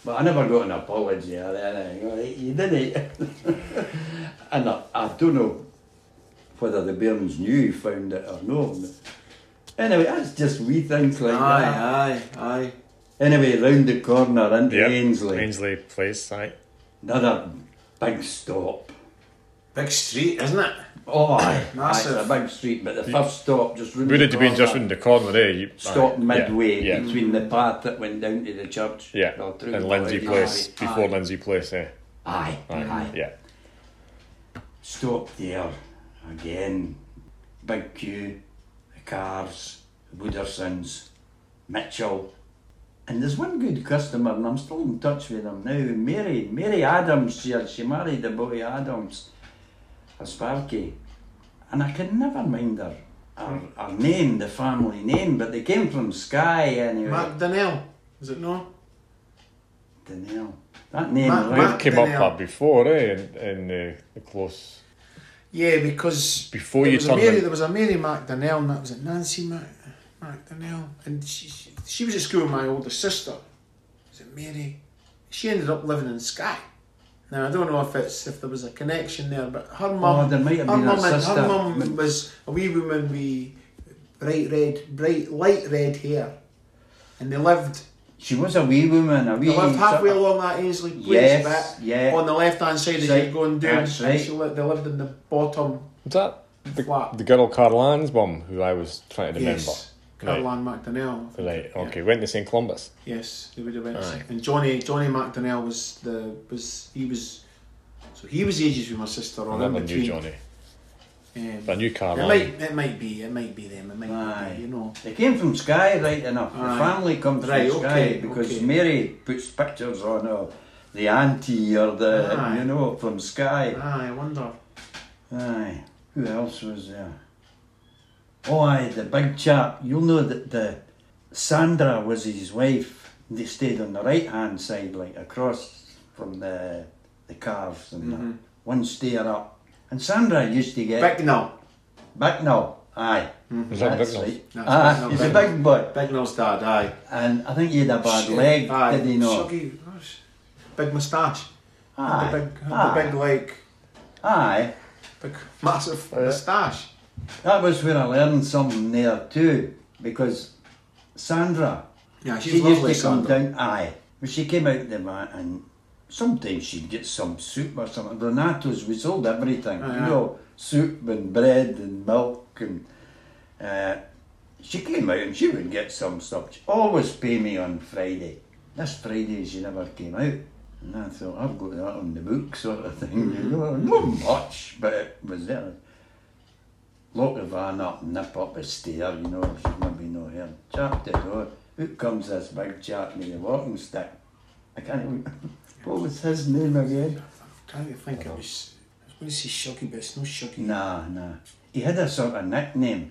[SPEAKER 1] but I never got an apology or anything. You didn't. [laughs] and I, I don't know whether the bairns knew he found it or not. Anyway, that's just wee things like that.
[SPEAKER 7] Aye, aye, aye.
[SPEAKER 1] Anyway, round the corner into
[SPEAKER 2] Yep.
[SPEAKER 1] Ainsley.
[SPEAKER 2] Ainsley Place, right?
[SPEAKER 1] Another big stop.
[SPEAKER 7] Big street, isn't it?
[SPEAKER 1] Oh, aye.
[SPEAKER 7] Massive.
[SPEAKER 1] Aye, It's a big street, but the first stop just round
[SPEAKER 2] Would
[SPEAKER 1] the
[SPEAKER 2] it have been just
[SPEAKER 1] corner.
[SPEAKER 2] in the corner there? You,
[SPEAKER 1] Stop
[SPEAKER 2] aye,
[SPEAKER 1] midway
[SPEAKER 2] Yeah, yeah.
[SPEAKER 1] between the path that went down to the church.
[SPEAKER 2] yeah.
[SPEAKER 1] or through
[SPEAKER 2] And
[SPEAKER 1] the
[SPEAKER 2] Lindsay
[SPEAKER 1] village.
[SPEAKER 2] Place,
[SPEAKER 1] Aye,
[SPEAKER 2] before Lindsay Place, eh?
[SPEAKER 1] Aye, aye. aye.
[SPEAKER 2] Yeah.
[SPEAKER 1] Stop there again. Big Q, the Cars, the Woodersons, Mitchell. And there's one good customer, and I'm still in touch with him now, Mary, Mary Adams, she, she married the boy Adams, a Sparky. And I can never mind her, her, her name, the family name, but they came from Skye anyway.
[SPEAKER 7] Mark Donnell, is it no?
[SPEAKER 1] Donnell. That name,
[SPEAKER 7] Matt-
[SPEAKER 1] right?
[SPEAKER 2] We've came up
[SPEAKER 7] Danielle.
[SPEAKER 2] that before, eh? In, in the, the close.
[SPEAKER 7] Yeah, because
[SPEAKER 2] Before
[SPEAKER 7] there
[SPEAKER 2] you
[SPEAKER 7] was a
[SPEAKER 2] turned
[SPEAKER 7] Mary,
[SPEAKER 2] in-
[SPEAKER 7] there was a Mary McDonnell, and that was it Nancy Mac, McDonnell, and she, she she was at school with my older sister. Was it Mary? She ended up living in Skye. Now I don't know if it's if there was a connection there, but her mum,
[SPEAKER 1] there might have
[SPEAKER 7] her
[SPEAKER 1] been a
[SPEAKER 7] mum, and-
[SPEAKER 1] sister.
[SPEAKER 7] her mum was a wee woman with bright red, bright light red hair, and they lived
[SPEAKER 1] She was a wee woman, a wee...
[SPEAKER 7] they lived halfway
[SPEAKER 1] sort of-
[SPEAKER 7] along that Ainsley Place
[SPEAKER 1] Yes,
[SPEAKER 7] bit,
[SPEAKER 1] yeah.
[SPEAKER 7] on the left hand side as
[SPEAKER 1] Side,
[SPEAKER 7] you're going down.
[SPEAKER 1] that's right.
[SPEAKER 7] She li- they lived in the bottom
[SPEAKER 2] Was that the,
[SPEAKER 7] Flat.
[SPEAKER 2] the girl Carlan's mum who I was trying to remember?
[SPEAKER 7] Yes. Caroline McDonnell. I think.
[SPEAKER 2] Right, okay, went to St. Columbus.
[SPEAKER 7] Yes, they would have went.
[SPEAKER 2] Aye.
[SPEAKER 7] And Johnny Johnny McDonnell was the was he was so he was ages with my sister
[SPEAKER 2] I
[SPEAKER 7] or in
[SPEAKER 2] never
[SPEAKER 7] between.
[SPEAKER 2] knew Johnny,
[SPEAKER 7] Um,
[SPEAKER 2] but I knew
[SPEAKER 7] it
[SPEAKER 2] Carlan.
[SPEAKER 7] might it might be it might be them it might
[SPEAKER 1] Aye.
[SPEAKER 7] be you know.
[SPEAKER 1] They came from Sky, right enough.
[SPEAKER 7] Aye.
[SPEAKER 1] The family comes
[SPEAKER 7] Right,
[SPEAKER 1] from Sky
[SPEAKER 7] okay,
[SPEAKER 1] because
[SPEAKER 7] okay.
[SPEAKER 1] Mary puts pictures on of the auntie or the,
[SPEAKER 7] Aye.
[SPEAKER 1] you know, from Sky.
[SPEAKER 7] Aye, I wonder.
[SPEAKER 1] Aye. Who else was there? Oh, aye, the big chap. You'll know that the Sandra was his wife. They stayed on the right hand side, like across from the the calves and
[SPEAKER 7] Mm-hmm.
[SPEAKER 1] that. one stair up. And Sandra used to get
[SPEAKER 7] Bicknell.
[SPEAKER 1] Bicknell. Aye.
[SPEAKER 2] Is that
[SPEAKER 1] That's
[SPEAKER 2] Bicknell's?
[SPEAKER 1] right.
[SPEAKER 7] Mm-hmm. That's
[SPEAKER 1] Aye,
[SPEAKER 7] Bicknell,
[SPEAKER 1] he's a
[SPEAKER 7] Bicknell.
[SPEAKER 1] big boy.
[SPEAKER 7] Bicknell's dad, aye.
[SPEAKER 1] And I think he had a bad
[SPEAKER 7] Shit,
[SPEAKER 1] leg,
[SPEAKER 7] aye.
[SPEAKER 1] did he not?
[SPEAKER 7] Shuggy, gosh. Big moustache.
[SPEAKER 1] Aye.
[SPEAKER 7] The big
[SPEAKER 1] aye.
[SPEAKER 7] the big like
[SPEAKER 1] aye.
[SPEAKER 7] big Oh, massive moustache.
[SPEAKER 1] That was where I learned something there too, because Sandra,
[SPEAKER 7] Yeah, she's
[SPEAKER 1] she used
[SPEAKER 7] lovely.
[SPEAKER 1] to come
[SPEAKER 7] Sandra.
[SPEAKER 1] down, aye. When she came out the van, and sometimes she'd get some soup or something. Donato's, we sold everything,
[SPEAKER 7] Aye,
[SPEAKER 1] you
[SPEAKER 7] aye.
[SPEAKER 1] know, soup and bread and milk and. Uh, she came out and she would get some stuff. She always pay me on Friday. This Friday she never came out. And I thought, I've got that on the book sort of thing,
[SPEAKER 7] Mm-hmm.
[SPEAKER 1] you know. Not much, but it was there. Lock the van up, nip up a stair, you know, she's maybe not here. Chap the door, out comes this big chap with a walking stick. I can't even... What was his name again?
[SPEAKER 7] Trying to think, it was. I was going to say Shuggy, but it's no Shuggy.
[SPEAKER 1] Nah, nah. He had a sort of nickname.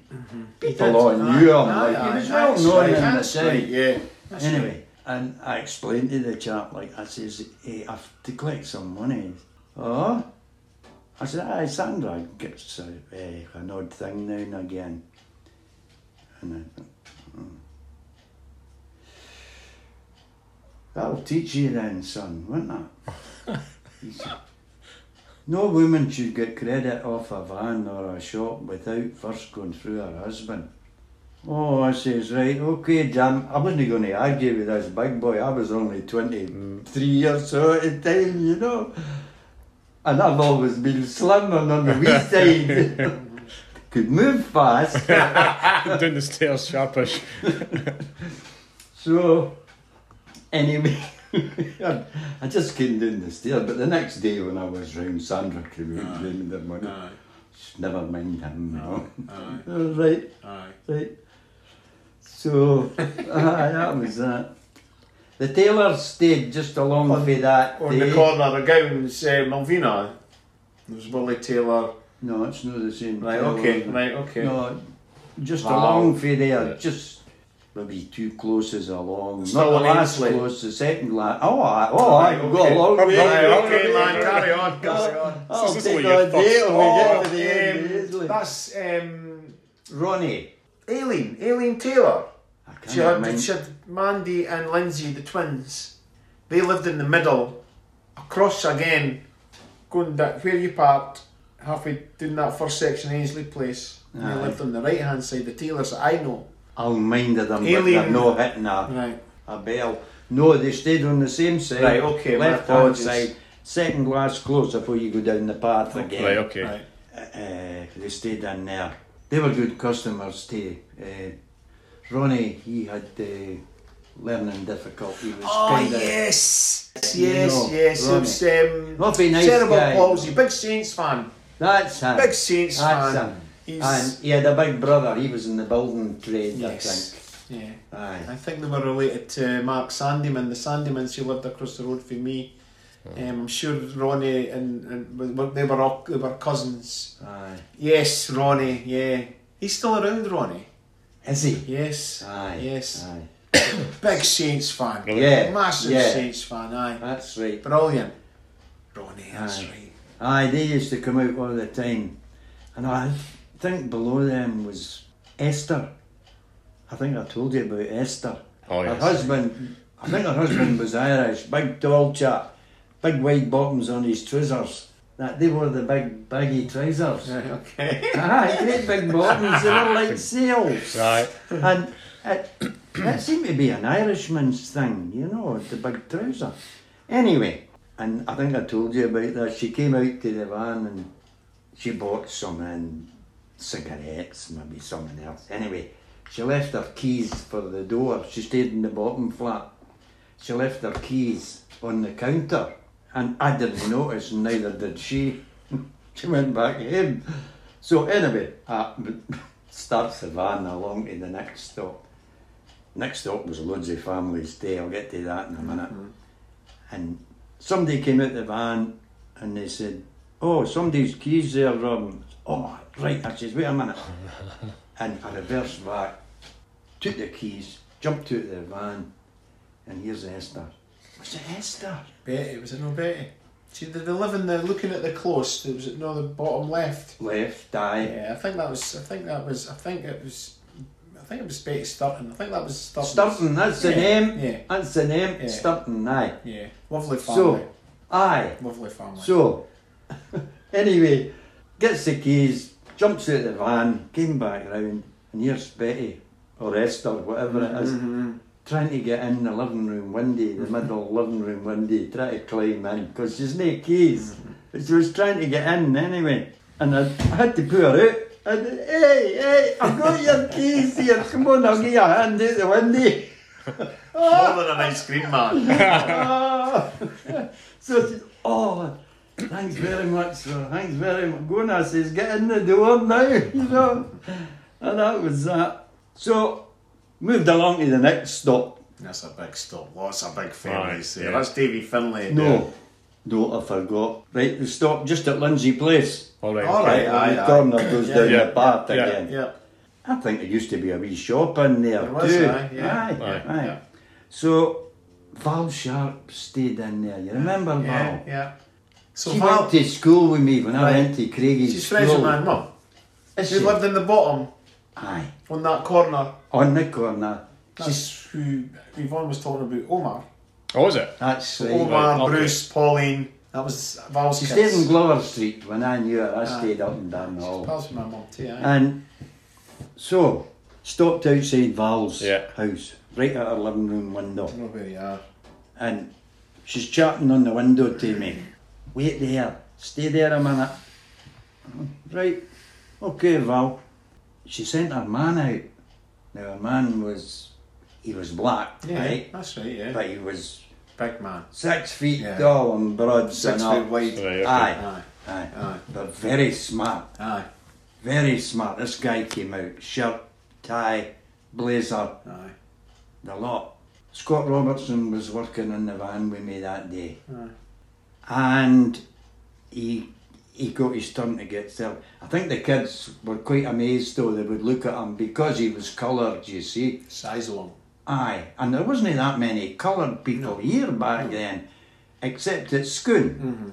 [SPEAKER 7] did.
[SPEAKER 1] People all
[SPEAKER 7] Aye,
[SPEAKER 1] knew him.
[SPEAKER 7] aye,
[SPEAKER 1] like,
[SPEAKER 7] aye,
[SPEAKER 1] he was
[SPEAKER 7] aye,
[SPEAKER 1] well
[SPEAKER 7] that's
[SPEAKER 1] known
[SPEAKER 7] right,
[SPEAKER 1] in the
[SPEAKER 7] that's
[SPEAKER 1] city.
[SPEAKER 7] right, Yeah. That's right.
[SPEAKER 1] Anyway, and I explained to the chap, like, I says, hey, I've to collect some money. Oh? I said, aye, Sandra gets a, eh, an odd thing now and again. And I thought, "Hmm." That'll teach you then, son, won't it?
[SPEAKER 7] [laughs]
[SPEAKER 1] He said, no woman should get credit off a van or a shop without first going through her husband. Oh, I says, right, okay, damn. I wasn't going to argue with this big boy. I was only 23 or so at the time, you know. And I've always been slim and on the wee side. Could move fast.
[SPEAKER 2] [laughs] Down the stairs, sharpish.
[SPEAKER 1] So, anyway, [laughs] I, I just came down the stair, but the next day when I was round, Sandra came out
[SPEAKER 7] Aye.
[SPEAKER 1] in the morning.
[SPEAKER 7] Aye,
[SPEAKER 1] Just Never mind him, no. [laughs]
[SPEAKER 7] aye,
[SPEAKER 1] right,
[SPEAKER 7] aye.
[SPEAKER 1] right. So, [laughs] aye, that was that. The tailor stayed just along with that.
[SPEAKER 7] On the
[SPEAKER 1] day.
[SPEAKER 7] corner of Gowns, uh, Malvina. There was Willie Taylor.
[SPEAKER 1] No, it's not the same.
[SPEAKER 7] Right,
[SPEAKER 1] tailor.
[SPEAKER 7] okay, right, okay.
[SPEAKER 1] No, just
[SPEAKER 7] Wow.
[SPEAKER 1] along for there,
[SPEAKER 2] Yeah.
[SPEAKER 1] just maybe two closes along.
[SPEAKER 7] Still
[SPEAKER 1] Not
[SPEAKER 7] on
[SPEAKER 1] the last
[SPEAKER 7] Ainsley.
[SPEAKER 1] close, the second last. Oh, I, oh, I
[SPEAKER 7] Right,
[SPEAKER 1] have got
[SPEAKER 7] okay.
[SPEAKER 1] a long
[SPEAKER 2] Up
[SPEAKER 1] way.
[SPEAKER 2] the
[SPEAKER 7] Right,
[SPEAKER 2] Yeah,
[SPEAKER 7] okay,
[SPEAKER 2] yeah,
[SPEAKER 7] man,
[SPEAKER 2] yeah.
[SPEAKER 7] carry on, carry
[SPEAKER 1] I'll,
[SPEAKER 7] on.
[SPEAKER 1] I'll
[SPEAKER 2] This is
[SPEAKER 1] take
[SPEAKER 2] all your
[SPEAKER 1] a day
[SPEAKER 2] thoughts.
[SPEAKER 1] when we get to the end. of
[SPEAKER 7] Um,
[SPEAKER 1] Ainsley.
[SPEAKER 7] that's um,
[SPEAKER 1] Ronnie.
[SPEAKER 7] Aileen, Aileen Taylor.
[SPEAKER 1] I can't
[SPEAKER 7] She had,
[SPEAKER 1] remember.
[SPEAKER 7] she had Mandy and Lindsay, the twins. They lived in the middle, across again, going that where you parked, halfway down that first section, Ainsley Place. And they
[SPEAKER 1] Aye.
[SPEAKER 7] lived on the right hand side, the Taylors that I know.
[SPEAKER 1] I'll mind of them, but they're
[SPEAKER 7] Alien.
[SPEAKER 1] no hitting a,
[SPEAKER 7] Right.
[SPEAKER 1] a bell. No, they stayed on the same side.
[SPEAKER 7] Right, okay, my
[SPEAKER 1] Left hand
[SPEAKER 7] apologies. Oh,
[SPEAKER 1] side. Second last close before you go down the path again.
[SPEAKER 2] Right, okay.
[SPEAKER 7] Right.
[SPEAKER 1] uh, they stayed in there. They were good customers too. Uh, Ronnie, he had uh, learning difficulty. Was
[SPEAKER 7] Oh
[SPEAKER 1] kinda,
[SPEAKER 7] yes, yes,
[SPEAKER 1] You know,
[SPEAKER 7] yes. It
[SPEAKER 1] Ronnie.
[SPEAKER 7] was um,
[SPEAKER 1] Must be a nice
[SPEAKER 7] cerebral
[SPEAKER 1] guy.
[SPEAKER 7] palsy. Big Saints fan.
[SPEAKER 1] That's him.
[SPEAKER 7] Big Saints
[SPEAKER 1] That's
[SPEAKER 7] fan.
[SPEAKER 1] him.
[SPEAKER 7] He's
[SPEAKER 1] And he had a big brother. He was in the building trade,
[SPEAKER 7] yes. Yeah.
[SPEAKER 1] I think. Aye.
[SPEAKER 7] I think they were related to Mark Sandyman, the Sandymans who lived across the road from me.
[SPEAKER 1] Hmm.
[SPEAKER 7] Um, I'm sure Ronnie and, and was- were- they were all they were cousins.
[SPEAKER 1] Aye.
[SPEAKER 7] Yes, Ronnie. Yeah, he's still around, Ronnie.
[SPEAKER 1] Is he?
[SPEAKER 7] Yes.
[SPEAKER 1] Aye.
[SPEAKER 7] Yes.
[SPEAKER 1] Aye.
[SPEAKER 7] Big Saints fan.
[SPEAKER 2] Really?
[SPEAKER 1] Yeah.
[SPEAKER 7] Massive
[SPEAKER 1] yeah.
[SPEAKER 7] Saints fan. Aye.
[SPEAKER 1] That's right.
[SPEAKER 7] Brilliant. Ronnie. That's
[SPEAKER 1] Aye.
[SPEAKER 7] right.
[SPEAKER 1] Aye, they used to come out all the time. And I think below them was Esther. I think I told you about Esther.
[SPEAKER 2] Oh,
[SPEAKER 1] her
[SPEAKER 2] yes.
[SPEAKER 1] husband, I think her husband was Irish, big tall chap, big wide bottoms on his trousers. That they wore the big baggy trousers.
[SPEAKER 7] Right, [laughs] Okay.
[SPEAKER 1] Aye, great big bottoms, they were like sails.
[SPEAKER 2] Right.
[SPEAKER 1] [coughs] And it, that seemed to be an Irishman's thing, you know, the big trouser. Anyway, and I think I told you about that. She came out to the van and she bought some and cigarettes, maybe something else. Anyway, she left her keys for the door. She stayed in the bottom flat. She left her keys on the counter, and I didn't notice, and neither did she. [laughs] she went back to him. So anyway, I [laughs] starts the van along to the next stop. Next stop was loads of families day. I'll get to that in a minute. And somebody came out the van, and they said, "Oh, somebody's keys there." Um, oh, right. I says, "Wait a minute," and I reversed back, took the keys, jumped out of the van. And here's Esther. Was it Esther?
[SPEAKER 7] Betty was it no Betty? See, they, they live in the looking at the close. It was at no the bottom left.
[SPEAKER 1] Left, die.
[SPEAKER 7] Yeah, I think that was. I think that was. I think it was. I think it was Betty Sturton. I think that was Sturton.
[SPEAKER 1] Sturton, that's the
[SPEAKER 7] Yeah,
[SPEAKER 1] name.
[SPEAKER 7] yeah.
[SPEAKER 1] That's the name.
[SPEAKER 7] Yeah.
[SPEAKER 1] Sturton, aye.
[SPEAKER 7] Yeah, lovely family.
[SPEAKER 1] So, aye.
[SPEAKER 7] lovely family.
[SPEAKER 1] So, [laughs] anyway, gets the keys, jumps out the van, came back round, and here's Betty, or Esther, whatever it is, trying to get in the living room window, the middle living room window, try to climb in, because she's no keys. But she was trying to get in anyway, and I, I had to pull her out. I said, hey, hey, I've got your keys here, come on, I'll give you a hand out the [laughs] window.
[SPEAKER 7] More than an ice cream man.
[SPEAKER 1] Ah. [laughs] so she, oh, thanks very much, sir. Thanks very much. Go now, says, get in the door now, [laughs] you know. And that was that. So, moved along to the next stop.
[SPEAKER 7] That's a big stop. Lots of big
[SPEAKER 2] families there.
[SPEAKER 7] That's Davy Finlay.
[SPEAKER 1] No, no, I forgot. Right, the stop just at Lindsay Place.
[SPEAKER 2] All right.
[SPEAKER 7] All
[SPEAKER 2] okay.
[SPEAKER 7] right.
[SPEAKER 1] Right, on the
[SPEAKER 7] aye,
[SPEAKER 1] corner goes
[SPEAKER 7] Yeah,
[SPEAKER 1] down
[SPEAKER 2] yeah,
[SPEAKER 1] the path
[SPEAKER 2] yeah,
[SPEAKER 1] again.
[SPEAKER 7] Yeah.
[SPEAKER 1] I think there used to be a wee shop in there,
[SPEAKER 7] There was,
[SPEAKER 1] too.
[SPEAKER 7] aye, yeah.
[SPEAKER 1] aye,
[SPEAKER 2] Aye.
[SPEAKER 1] aye.
[SPEAKER 7] Yeah.
[SPEAKER 1] So, Val Sharp stayed in there. You remember Val?
[SPEAKER 7] Yeah. Yeah. So
[SPEAKER 1] Oh, She
[SPEAKER 7] Val,
[SPEAKER 1] went to school with me when I
[SPEAKER 7] Right.
[SPEAKER 1] went to Craigie's
[SPEAKER 7] she's friends with
[SPEAKER 1] school.
[SPEAKER 7] my mum.
[SPEAKER 1] Is
[SPEAKER 7] She lived in the bottom.
[SPEAKER 1] Aye.
[SPEAKER 7] on that corner.
[SPEAKER 1] On the corner.
[SPEAKER 7] That's who Yvonne was talking about. Omar.
[SPEAKER 2] Oh, is it?
[SPEAKER 1] That's the.
[SPEAKER 7] Omar,
[SPEAKER 2] okay.
[SPEAKER 7] Bruce, Pauline. That was Val's
[SPEAKER 1] She
[SPEAKER 7] kids.
[SPEAKER 1] stayed in Glover Street when I knew it. I stayed up and down the hall.
[SPEAKER 7] Pals with my mum too. aye.
[SPEAKER 1] And so, stopped outside Val's
[SPEAKER 2] Yeah.
[SPEAKER 1] house, right at her living room window.
[SPEAKER 7] I don't know where you are.
[SPEAKER 1] and she's chatting on the window to me. Wait there, stay there a minute. Right, okay, Val. She sent her man out. Now her man was, he was black,
[SPEAKER 7] Yeah,
[SPEAKER 1] right?
[SPEAKER 7] that's right. Yeah,
[SPEAKER 1] But he was
[SPEAKER 7] big man.
[SPEAKER 1] six feet
[SPEAKER 7] Yeah.
[SPEAKER 1] tall and broad. and
[SPEAKER 7] Six foot
[SPEAKER 1] up.
[SPEAKER 7] wide.
[SPEAKER 2] Right, okay.
[SPEAKER 1] Aye,
[SPEAKER 7] Aye,
[SPEAKER 1] aye,
[SPEAKER 7] Aye.
[SPEAKER 1] But very smart,
[SPEAKER 7] aye,
[SPEAKER 1] very smart. This guy came out, shirt, tie, blazer,
[SPEAKER 7] aye.
[SPEAKER 1] the lot. Scott Robertson was working in the van with me that day,
[SPEAKER 7] Aye.
[SPEAKER 1] and he he got his turn to get served. I think the kids were quite amazed though. They would look at him because he was coloured. You see,
[SPEAKER 7] Size along.
[SPEAKER 1] aye, and there wasn't that many coloured people here back then, except at Schoon.
[SPEAKER 7] Mm-hmm.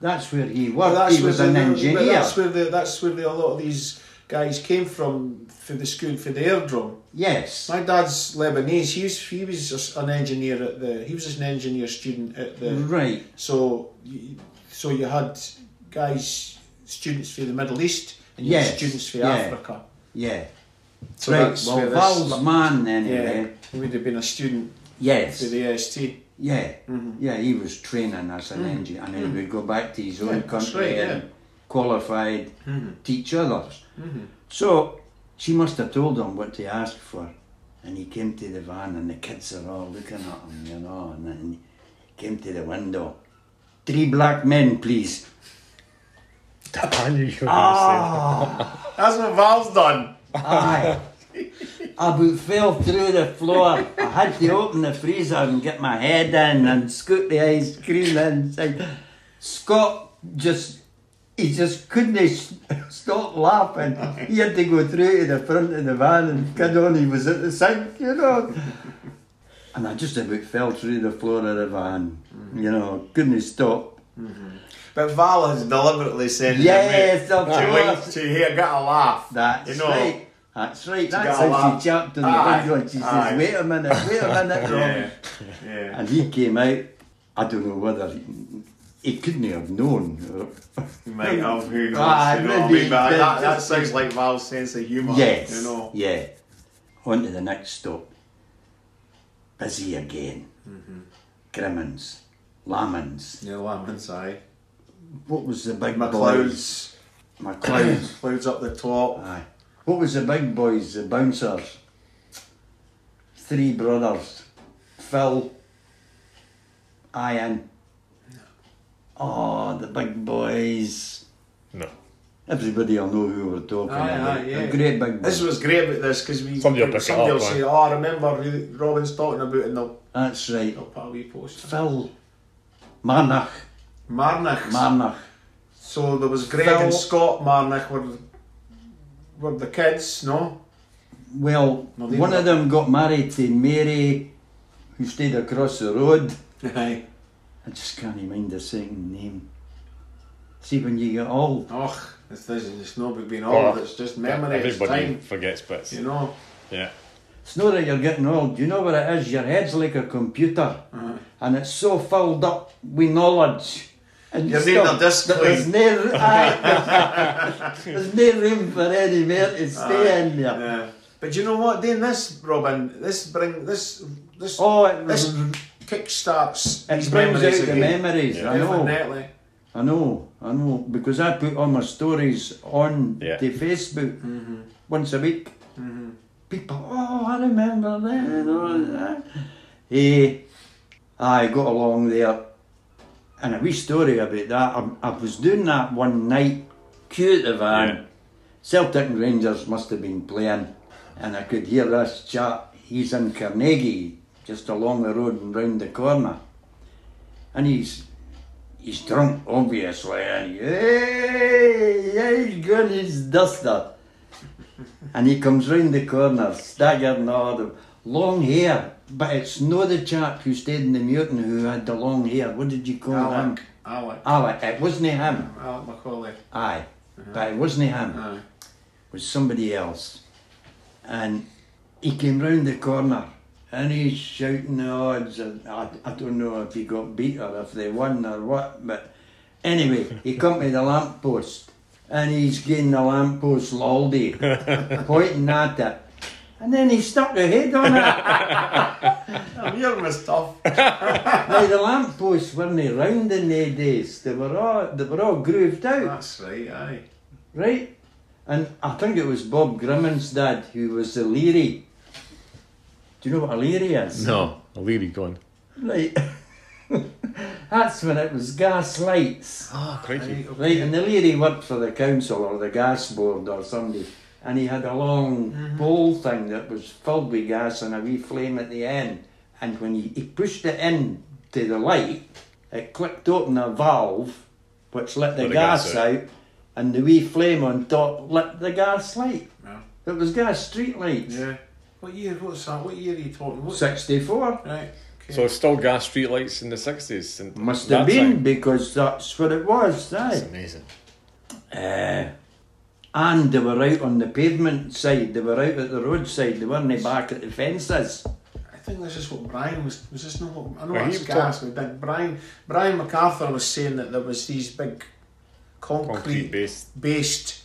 [SPEAKER 1] That's where he worked. he was an engineer.
[SPEAKER 7] That's where the, that's where the, a lot of these guys came from for the school for the airdrum.
[SPEAKER 1] yes,
[SPEAKER 7] My dad's Lebanese. He was he was just an engineer at the. He was just an engineer student at the.
[SPEAKER 1] right.
[SPEAKER 7] So you, so you had guys students for the Middle East and you
[SPEAKER 1] Yes,
[SPEAKER 7] had students for
[SPEAKER 1] yeah.
[SPEAKER 7] Africa.
[SPEAKER 1] Yeah.
[SPEAKER 7] So
[SPEAKER 1] right.
[SPEAKER 7] that's
[SPEAKER 1] Well,
[SPEAKER 7] where
[SPEAKER 1] Val's eh?
[SPEAKER 7] this,
[SPEAKER 1] man
[SPEAKER 7] yeah,
[SPEAKER 1] anyway.
[SPEAKER 7] he would have been a student
[SPEAKER 1] Yes.
[SPEAKER 7] for the AST.
[SPEAKER 1] Yeah,
[SPEAKER 7] Mm-hmm.
[SPEAKER 1] yeah, he was training as an engineer, and he would go back to his own
[SPEAKER 7] Mm. Yeah, that's
[SPEAKER 1] country and
[SPEAKER 7] right, yeah. Mm-hmm.
[SPEAKER 1] qualified teach others. So she must have told him what to ask for, and he came to the van, and the kids are all looking at him, you know, and then he came to the window. Three black men, please.
[SPEAKER 2] I knew you were
[SPEAKER 1] Ah.
[SPEAKER 7] Ah. That's what Val's done.
[SPEAKER 1] Aye. I about fell through the floor. I had to open the freezer and get my head in and scoop the ice cream inside. Scott just, he just couldn't s- stop laughing. He had to go through to the front of the van and kid on, he was at the sink, you know. And I just about fell through the floor of the van. You know, couldn't stop.
[SPEAKER 7] But Val has deliberately said
[SPEAKER 1] Yes, of
[SPEAKER 7] to
[SPEAKER 1] course.
[SPEAKER 7] wait to hear get a laugh.
[SPEAKER 1] That's
[SPEAKER 7] you know,
[SPEAKER 1] right. That's right. That's
[SPEAKER 7] got a
[SPEAKER 1] how
[SPEAKER 7] laugh.
[SPEAKER 1] she jumped on the
[SPEAKER 7] Aye.
[SPEAKER 1] window and she says,
[SPEAKER 7] Aye.
[SPEAKER 1] wait a minute,
[SPEAKER 7] [laughs]
[SPEAKER 1] wait a minute, Robin.
[SPEAKER 7] Yeah, yeah.
[SPEAKER 1] And he came out, I don't know whether he, he couldn't have known.
[SPEAKER 7] You might have who knows,
[SPEAKER 1] Ah,
[SPEAKER 7] you know what I
[SPEAKER 1] maybe,
[SPEAKER 7] mean? But
[SPEAKER 1] but
[SPEAKER 7] that, that
[SPEAKER 1] just-
[SPEAKER 7] sounds like Val's sense of humour.
[SPEAKER 1] yes.
[SPEAKER 7] You know.
[SPEAKER 1] Yeah. On to the next stop. Busy again.
[SPEAKER 7] Mm-hmm.
[SPEAKER 1] Grimmins. Lamins.
[SPEAKER 7] Yeah, well, I'm inside.
[SPEAKER 1] What was the big boys?
[SPEAKER 7] McLeod's
[SPEAKER 1] McLeod.
[SPEAKER 7] clouds up the top.
[SPEAKER 1] Aye. What was the big boys, the bouncers? Three brothers. Phil. Ian. Oh, the big boys.
[SPEAKER 2] No.
[SPEAKER 1] Everybody will know who we're talking
[SPEAKER 7] Aye,
[SPEAKER 1] about.
[SPEAKER 7] aye, yeah.
[SPEAKER 1] The great big
[SPEAKER 7] This
[SPEAKER 1] boys.
[SPEAKER 7] was great about this because we
[SPEAKER 2] Somebody will pick it
[SPEAKER 7] somebody
[SPEAKER 2] up,
[SPEAKER 7] will say,
[SPEAKER 2] aye.
[SPEAKER 7] "Oh, I remember who Robin's talking about," and they'll,
[SPEAKER 1] That's right.
[SPEAKER 7] they'll put a wee post.
[SPEAKER 1] Phil. Marnach.
[SPEAKER 7] Marnach.
[SPEAKER 1] Marnach.
[SPEAKER 7] so there was Greg
[SPEAKER 1] Phil.
[SPEAKER 7] and Scott Marnach were were the kids, no?
[SPEAKER 1] Well,
[SPEAKER 7] No, they
[SPEAKER 1] one
[SPEAKER 7] were-
[SPEAKER 1] of them got married to Mary, who stayed across the road.
[SPEAKER 7] Aye.
[SPEAKER 1] I just can't mind the second name. See, when you get old,
[SPEAKER 7] Och, it's, this is- it's not about being old. It's just memory. It's
[SPEAKER 2] Everybody
[SPEAKER 7] time.
[SPEAKER 2] forgets bits.
[SPEAKER 7] You know.
[SPEAKER 2] Yeah.
[SPEAKER 1] It's not that you're getting old. You know what it is? Your head's like a computer,
[SPEAKER 7] Uh-huh.
[SPEAKER 1] and it's so filled up with knowledge. And
[SPEAKER 7] You're
[SPEAKER 1] stuff
[SPEAKER 7] needing a display.
[SPEAKER 1] that There's no,
[SPEAKER 7] [laughs]
[SPEAKER 1] aye. [laughs] there's no room for anywhere to stay in there.
[SPEAKER 7] Yeah. But you know what? Doing this, Robin, this bring this this
[SPEAKER 1] Oh, it,
[SPEAKER 7] this kickstarts
[SPEAKER 1] it
[SPEAKER 7] these
[SPEAKER 1] brings out
[SPEAKER 7] memories
[SPEAKER 1] the Oh.
[SPEAKER 7] again.
[SPEAKER 1] memories. I know,
[SPEAKER 7] Definitely.
[SPEAKER 1] I know, I know. Because I put all my stories on
[SPEAKER 2] Yeah.
[SPEAKER 1] the Facebook once a week. People, oh, I remember that. oh, that." Hey, I got along there. And a wee story about that. I, I was doing that one night, queue at the van.
[SPEAKER 2] Yeah.
[SPEAKER 1] Celtic and Rangers must have been playing. And I could hear this chap, he's in Carnegie, just along the road and round the corner. And he's he's drunk, obviously. And he, hey, hey, he's got his duster. and he comes round the corner, staggering over them. Long hair, but it's not the chap who stayed in the mutant who had the long hair. What did you call him?
[SPEAKER 7] Alec. Alec.
[SPEAKER 1] Alec. It wasn't him.
[SPEAKER 7] Alec Macaulay.
[SPEAKER 1] Aye. But it wasn't him.
[SPEAKER 7] Aye.
[SPEAKER 1] was somebody else. And he came round the corner and he's shouting the odds. And I, I don't know if he got beat or if they won or what, but anyway, he come to the lamppost and he's getting the lamppost all day, pointing at it. And then he stuck a head on it. [laughs]
[SPEAKER 7] I'm hearing this stuff.
[SPEAKER 1] now the lampposts weren't round in they days. They were all they were all grooved out.
[SPEAKER 7] That's right, aye.
[SPEAKER 1] right? And I think it was Bob Grimmon's dad who was the Leary. Do you know what a Leary is?
[SPEAKER 2] No, I'll leave you going.
[SPEAKER 1] Right. [laughs] That's when it was gas lights.
[SPEAKER 2] Oh, crikey.
[SPEAKER 1] Ah, Right, and the Leary worked for the council or the gas board or somebody, and he had a long pole thing that was filled with gas and a wee flame at the end. And when he, he pushed it in to the light, it clicked open a valve which let the,
[SPEAKER 2] the
[SPEAKER 1] gas,
[SPEAKER 2] gas
[SPEAKER 1] out.
[SPEAKER 2] out.
[SPEAKER 1] and the wee flame on top lit the gas light.
[SPEAKER 7] Yeah.
[SPEAKER 1] It was gas street lights.
[SPEAKER 7] Yeah. What year? What's that? What year are you talking? What?
[SPEAKER 1] 64.
[SPEAKER 7] Right. Okay.
[SPEAKER 2] So it's still gas streetlights in the 60s. And
[SPEAKER 1] Must have
[SPEAKER 2] that
[SPEAKER 1] been
[SPEAKER 2] time.
[SPEAKER 1] because that's what it was. Aye.
[SPEAKER 2] That's amazing.
[SPEAKER 1] Uh, and they were out on the pavement side, they were out at the roadside, they weren't back at the fences.
[SPEAKER 7] I think this is what Brian was. Was this not what? I know
[SPEAKER 2] Well,
[SPEAKER 7] that's
[SPEAKER 2] he
[SPEAKER 7] gas. But then Brian Brian MacArthur was saying that there was these big concrete,
[SPEAKER 2] Concrete based.
[SPEAKER 7] based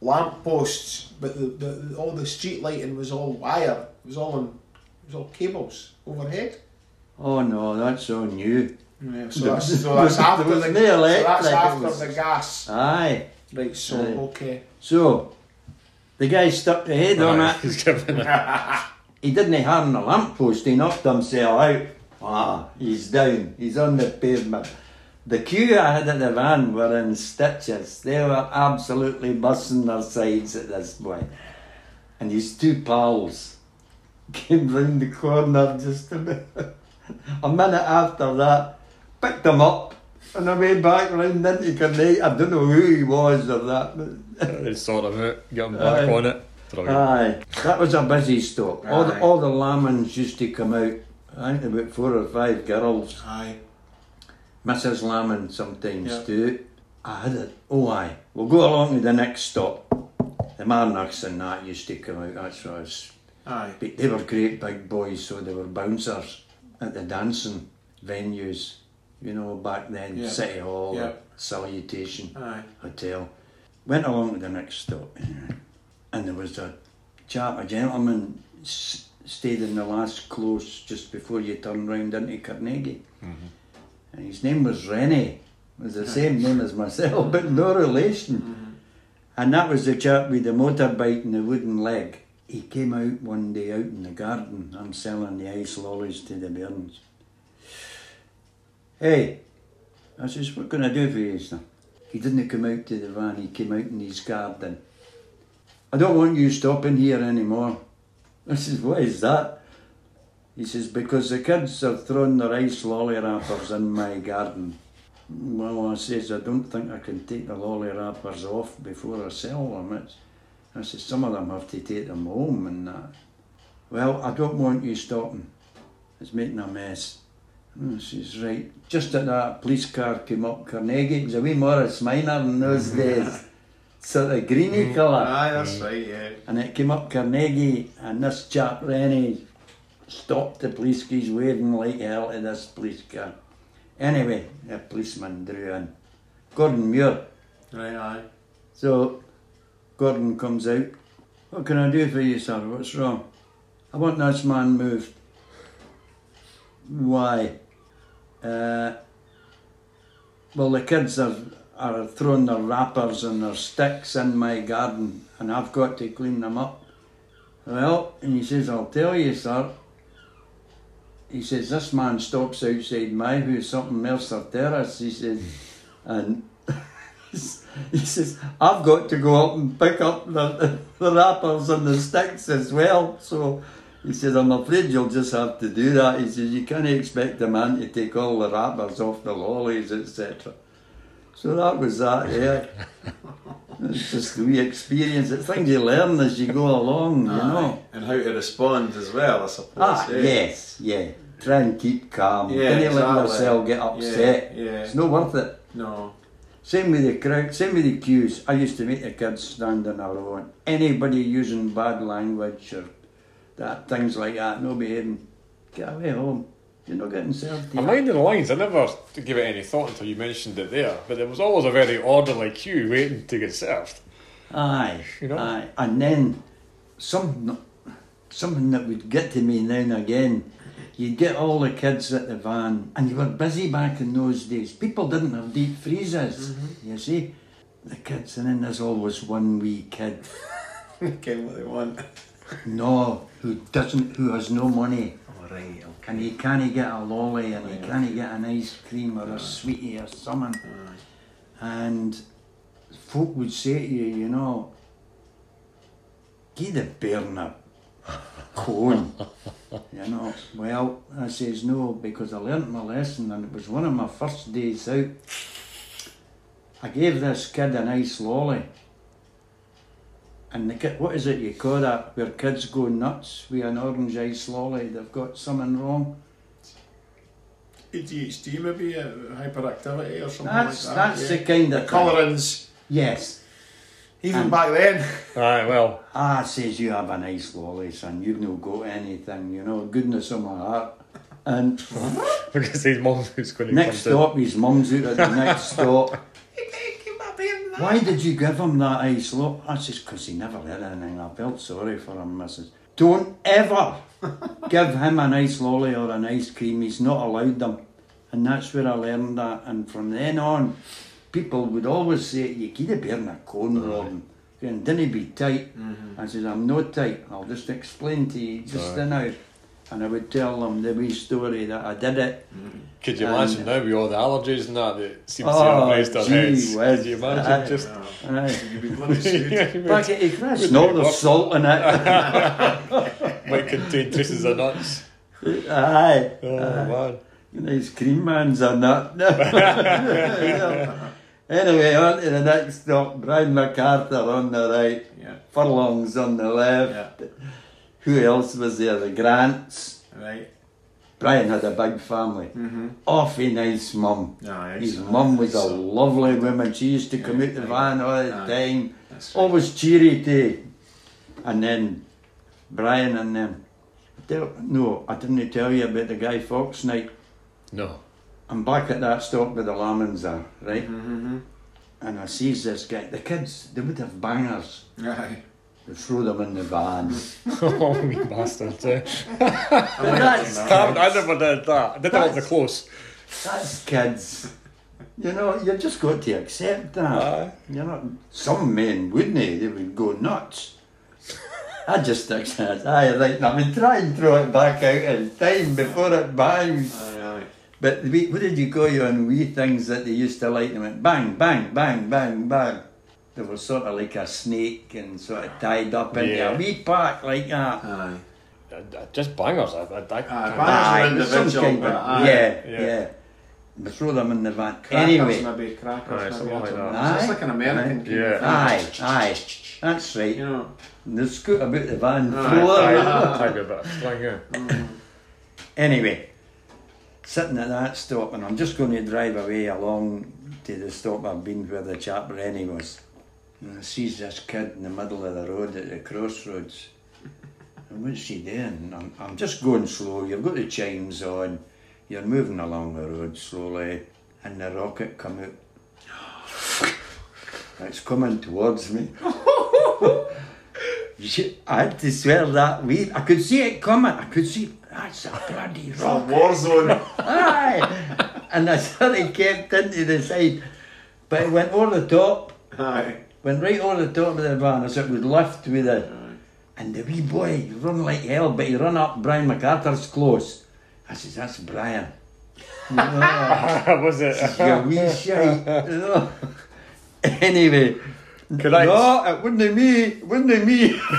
[SPEAKER 7] lamp posts, but the, the all the street lighting was all wire. It was all on. It was all cables overhead.
[SPEAKER 1] Oh no, that's so new.
[SPEAKER 7] Yeah,
[SPEAKER 1] [laughs]
[SPEAKER 7] so that's, so that's after
[SPEAKER 1] There
[SPEAKER 7] the
[SPEAKER 1] was
[SPEAKER 7] so
[SPEAKER 1] no
[SPEAKER 7] that's
[SPEAKER 1] electric,
[SPEAKER 7] after
[SPEAKER 1] it was-
[SPEAKER 7] the gas.
[SPEAKER 1] Aye.
[SPEAKER 7] Right. So
[SPEAKER 1] Aye.
[SPEAKER 7] okay.
[SPEAKER 1] So, the guy stuck the head on it.
[SPEAKER 2] [laughs] He's giving it.
[SPEAKER 1] [laughs] He didn't harm the lamppost, he knocked himself out. Ah, he's down, he's on the pavement. The queue I had at the van were in stitches. They were absolutely busting their sides at this point. And his two pals [laughs] came round the corner just a bit. [laughs] A minute after that, picked him up on the way back round into Carnate. I don't know who he was or that, but
[SPEAKER 2] They sort of it, get him back
[SPEAKER 1] Aye. Ah.
[SPEAKER 2] on it. Brilliant.
[SPEAKER 1] Aye, that was a busy stop. All the,
[SPEAKER 7] Aye.
[SPEAKER 1] all the lamins used to come out. I think about four or five girls.
[SPEAKER 7] Aye.
[SPEAKER 1] Mrs. Lamin sometimes
[SPEAKER 7] Yeah.
[SPEAKER 1] too. I had it. Oh, aye. We'll go along to the next stop. The Marnocks and that used to come out. That's what I was.
[SPEAKER 7] Aye.
[SPEAKER 1] But they were great big boys, so they were bouncers at the dancing venues. You know, back then,
[SPEAKER 7] Yeah.
[SPEAKER 1] City Hall,
[SPEAKER 7] Yeah.
[SPEAKER 1] Salutation
[SPEAKER 7] Aye.
[SPEAKER 1] hotel. Went along to the next stop, and there was a chap, a gentleman, s- stayed in the last close just before you turn round into Carnegie. And his name was Rennie, was the same name as myself, [laughs] but no relation. And that was the chap with the motorbike and the wooden leg. He came out one day out in the garden. I'm selling the ice lollies to the bairns. Hey, I says, what can I do for you, sir? He didn't come out to the van, he came out in his garden. I don't want you stopping here anymore. I says, what is that? He says, because the kids have thrown their ice lolly wrappers in my garden. Well, I says, I don't think I can take the lolly wrappers off before I sell them. It's, I says, some of them have to take them home and that. Well, I don't want you stopping. It's making a mess. And I says, right. Just at that, a police car came up Carnegie. It was a wee Morris Minor in those days. Sort of greeny colour.
[SPEAKER 7] Aye. That's right. Yeah.
[SPEAKER 1] And it came up Carnegie, and this chap Rennie stopped the police cars waving like hell at this police car. Anyway, a policeman drew in. Gordon Muir.
[SPEAKER 7] Right. Aye.
[SPEAKER 1] So Gordon comes out. What can I do for you, sir? What's wrong? I want this man moved. Why? Uh, well, the kids are, are throwing their wrappers and their sticks in my garden, and I've got to clean them up. Well, and he says, I'll tell you, sir. He says, this man stops outside my house, something Mercer Terrace. He says, and [laughs] he says, I've got to go up and pick up the, the wrappers and the sticks as well. So he says, I'm afraid you'll just have to do that. He says, You can't expect a man to take all the wrappers off the lollies, etc. So that was that,
[SPEAKER 8] [laughs]
[SPEAKER 1] yeah. it's just the wee experience. It's things you learn as you go along, you know.
[SPEAKER 8] And how to respond as well, I suppose.
[SPEAKER 1] Ah,
[SPEAKER 8] eh?
[SPEAKER 1] yes, yeah. Try and keep calm.
[SPEAKER 8] Yeah,
[SPEAKER 1] Don't let
[SPEAKER 8] exactly.
[SPEAKER 1] yourself get upset.
[SPEAKER 8] yeah.
[SPEAKER 1] It's not worth it.
[SPEAKER 8] No.
[SPEAKER 1] Same with the crowd, same with the queues. I used to make the kids stand in a row and anybody using bad language or that things like that, no behaving, get away home. You're not getting served.
[SPEAKER 2] I'm
[SPEAKER 1] here.
[SPEAKER 2] minding the lines. I never gave it any thought until you mentioned it there. But there was always a very orderly queue waiting to get served.
[SPEAKER 1] Aye,
[SPEAKER 2] You know?
[SPEAKER 1] aye. And then something, something that would get to me now and again, you'd get all the kids at the van, and you were busy back in those days. People didn't have deep freezers,
[SPEAKER 2] Mm-hmm.
[SPEAKER 1] you see. The kids, and then there's always one wee kid,
[SPEAKER 7] [laughs] Get what they want.
[SPEAKER 1] no, who doesn't, who has no money,
[SPEAKER 8] Oh, right, okay.
[SPEAKER 1] and he can't get a lolly, and he can't get an ice cream or a sweetie or something. And folk would say to you, you know, give the bairn a cone. you know, well, I says no, because I learnt my lesson and it was one of my first days out. I gave this kid a nice lolly. And the kid, what is it you call that, where kids go nuts with an orange ice lolly, they've got something wrong?
[SPEAKER 7] ADHD maybe, uh, hyperactivity or something
[SPEAKER 1] That's
[SPEAKER 7] like that.
[SPEAKER 1] that's
[SPEAKER 7] yeah.
[SPEAKER 1] the kind of thing.
[SPEAKER 7] Colourings,
[SPEAKER 1] Yes.
[SPEAKER 7] even
[SPEAKER 1] And-
[SPEAKER 7] back then.
[SPEAKER 1] [laughs]
[SPEAKER 2] Aye, well, [laughs]
[SPEAKER 1] Ah, says you have a nice lolly, son. You've no got anything, you know. Goodness of my heart. And
[SPEAKER 2] because his mum was going to
[SPEAKER 1] next
[SPEAKER 2] come
[SPEAKER 1] stop, his mum's out at the next stop. Why did you give him that ice lolly? I says, 'Cause he never had anything. I felt sorry for him, missus. Don't ever give him an ice lolly or an ice cream. He's not allowed them. And that's where I learned that. And from then on, people would always say, you keep the bear in a cone, Robin. And didn't be tight. I says, I'm not tight. I'll just explain to you just now. And I would tell them the wee story that I did it.
[SPEAKER 2] to. Could you imagine
[SPEAKER 1] And-
[SPEAKER 2] now with all the allergies and that that seems to
[SPEAKER 1] Oh,
[SPEAKER 2] have raised our
[SPEAKER 1] gee
[SPEAKER 2] heads?
[SPEAKER 1] whiz.
[SPEAKER 2] Could you imagine
[SPEAKER 1] Aye.
[SPEAKER 2] just.
[SPEAKER 1] Aye.
[SPEAKER 8] You'd be bloody sued.
[SPEAKER 1] Packet of crisps. No, there's salt in it.
[SPEAKER 2] might contain traces of nuts.
[SPEAKER 1] [laughs] Aye.
[SPEAKER 2] Oh man.
[SPEAKER 1] Nice cream man's a nut. [laughs] anyway, on to the next stop. Brian MacArthur on the right,
[SPEAKER 7] Yeah,
[SPEAKER 1] Furlong's on the left. Who else was there? The Grants.
[SPEAKER 7] right.
[SPEAKER 1] Brian had a big family. Awfully Mm-hmm. nice mum.
[SPEAKER 7] No,
[SPEAKER 1] His mum was a lovely woman. She used to come out the van all the time. Always cheery too. And E then Brian and them. Tell, no, I didn't tell you about the Guy Fawkes night.
[SPEAKER 2] No.
[SPEAKER 1] I'm back at that stop where the lamins are, right? Mm-hmm. And I sees this guy. The kids, they would have bangers.
[SPEAKER 7] Aye.
[SPEAKER 1] They throw them in the van. [laughs]
[SPEAKER 2] oh, you bastards. Eh?
[SPEAKER 1] that's,
[SPEAKER 2] Damn, I never did that. I did that with the close.
[SPEAKER 1] that's kids. You know, you just got to accept that. You know, some men wouldn't eh? they? They would go nuts. I just accept. I like. I mean, try and throw it back out in time before it bangs.
[SPEAKER 8] Aye,
[SPEAKER 1] But we, what did you call you on wee things that they used to like? They went bang, bang, bang, bang, bang. They were sort of like a snake and sort of tied up into
[SPEAKER 2] Yeah.
[SPEAKER 1] a wee pack like
[SPEAKER 8] aye,
[SPEAKER 1] that.
[SPEAKER 8] aye.
[SPEAKER 2] I- I- Just bangers. I, I, I,
[SPEAKER 7] Aye,
[SPEAKER 8] bangers are
[SPEAKER 1] Aye, some
[SPEAKER 8] individual,
[SPEAKER 1] kind
[SPEAKER 8] but
[SPEAKER 1] of-
[SPEAKER 8] aye,
[SPEAKER 1] yeah,
[SPEAKER 2] yeah.
[SPEAKER 1] yeah. They throw them in the van.
[SPEAKER 7] Crackers
[SPEAKER 1] anyway,
[SPEAKER 7] maybe, crackers
[SPEAKER 2] Aye,
[SPEAKER 7] maybe.
[SPEAKER 2] something
[SPEAKER 7] I
[SPEAKER 2] like
[SPEAKER 7] don't know.
[SPEAKER 1] that.
[SPEAKER 7] It's
[SPEAKER 1] Aye.
[SPEAKER 7] like an American
[SPEAKER 1] Aye.
[SPEAKER 7] kind of
[SPEAKER 2] Yeah.
[SPEAKER 7] thing.
[SPEAKER 1] aye, aye, that's right.
[SPEAKER 7] You know,
[SPEAKER 1] The scoot about the van
[SPEAKER 7] Aye,
[SPEAKER 1] floor.
[SPEAKER 2] I, I, I, a bit of slang, yeah.
[SPEAKER 1] Anyway, sitting at that stop, and I'm just going to drive away along to the stop I've been where the chap Rennie was. And I sees this kid in the middle of the road at the crossroads. And what's he doing? I'm, I'm just going slow. You've got the chimes on. You're moving along the road slowly. And the rocket come out. It's coming towards me. Shit, I had to swear that we. I could see it coming. I could see. That's a bloody
[SPEAKER 8] A
[SPEAKER 1] rock.
[SPEAKER 8] war
[SPEAKER 3] [laughs]
[SPEAKER 8] zone.
[SPEAKER 1] Aye. And I sort of kept into the side. But it went over the top.
[SPEAKER 8] Aye.
[SPEAKER 1] Went right over the top of the van as it was left with it. And the wee boy he run like hell, but he run up Brian MacArthur's close. I says, That's Brian.
[SPEAKER 2] was it?
[SPEAKER 1] You
[SPEAKER 2] [laughs]
[SPEAKER 1] wee shite. you know. [laughs] Anyway.
[SPEAKER 2] Could I-
[SPEAKER 1] No, it wouldn't be me. It wouldn't be me. [laughs]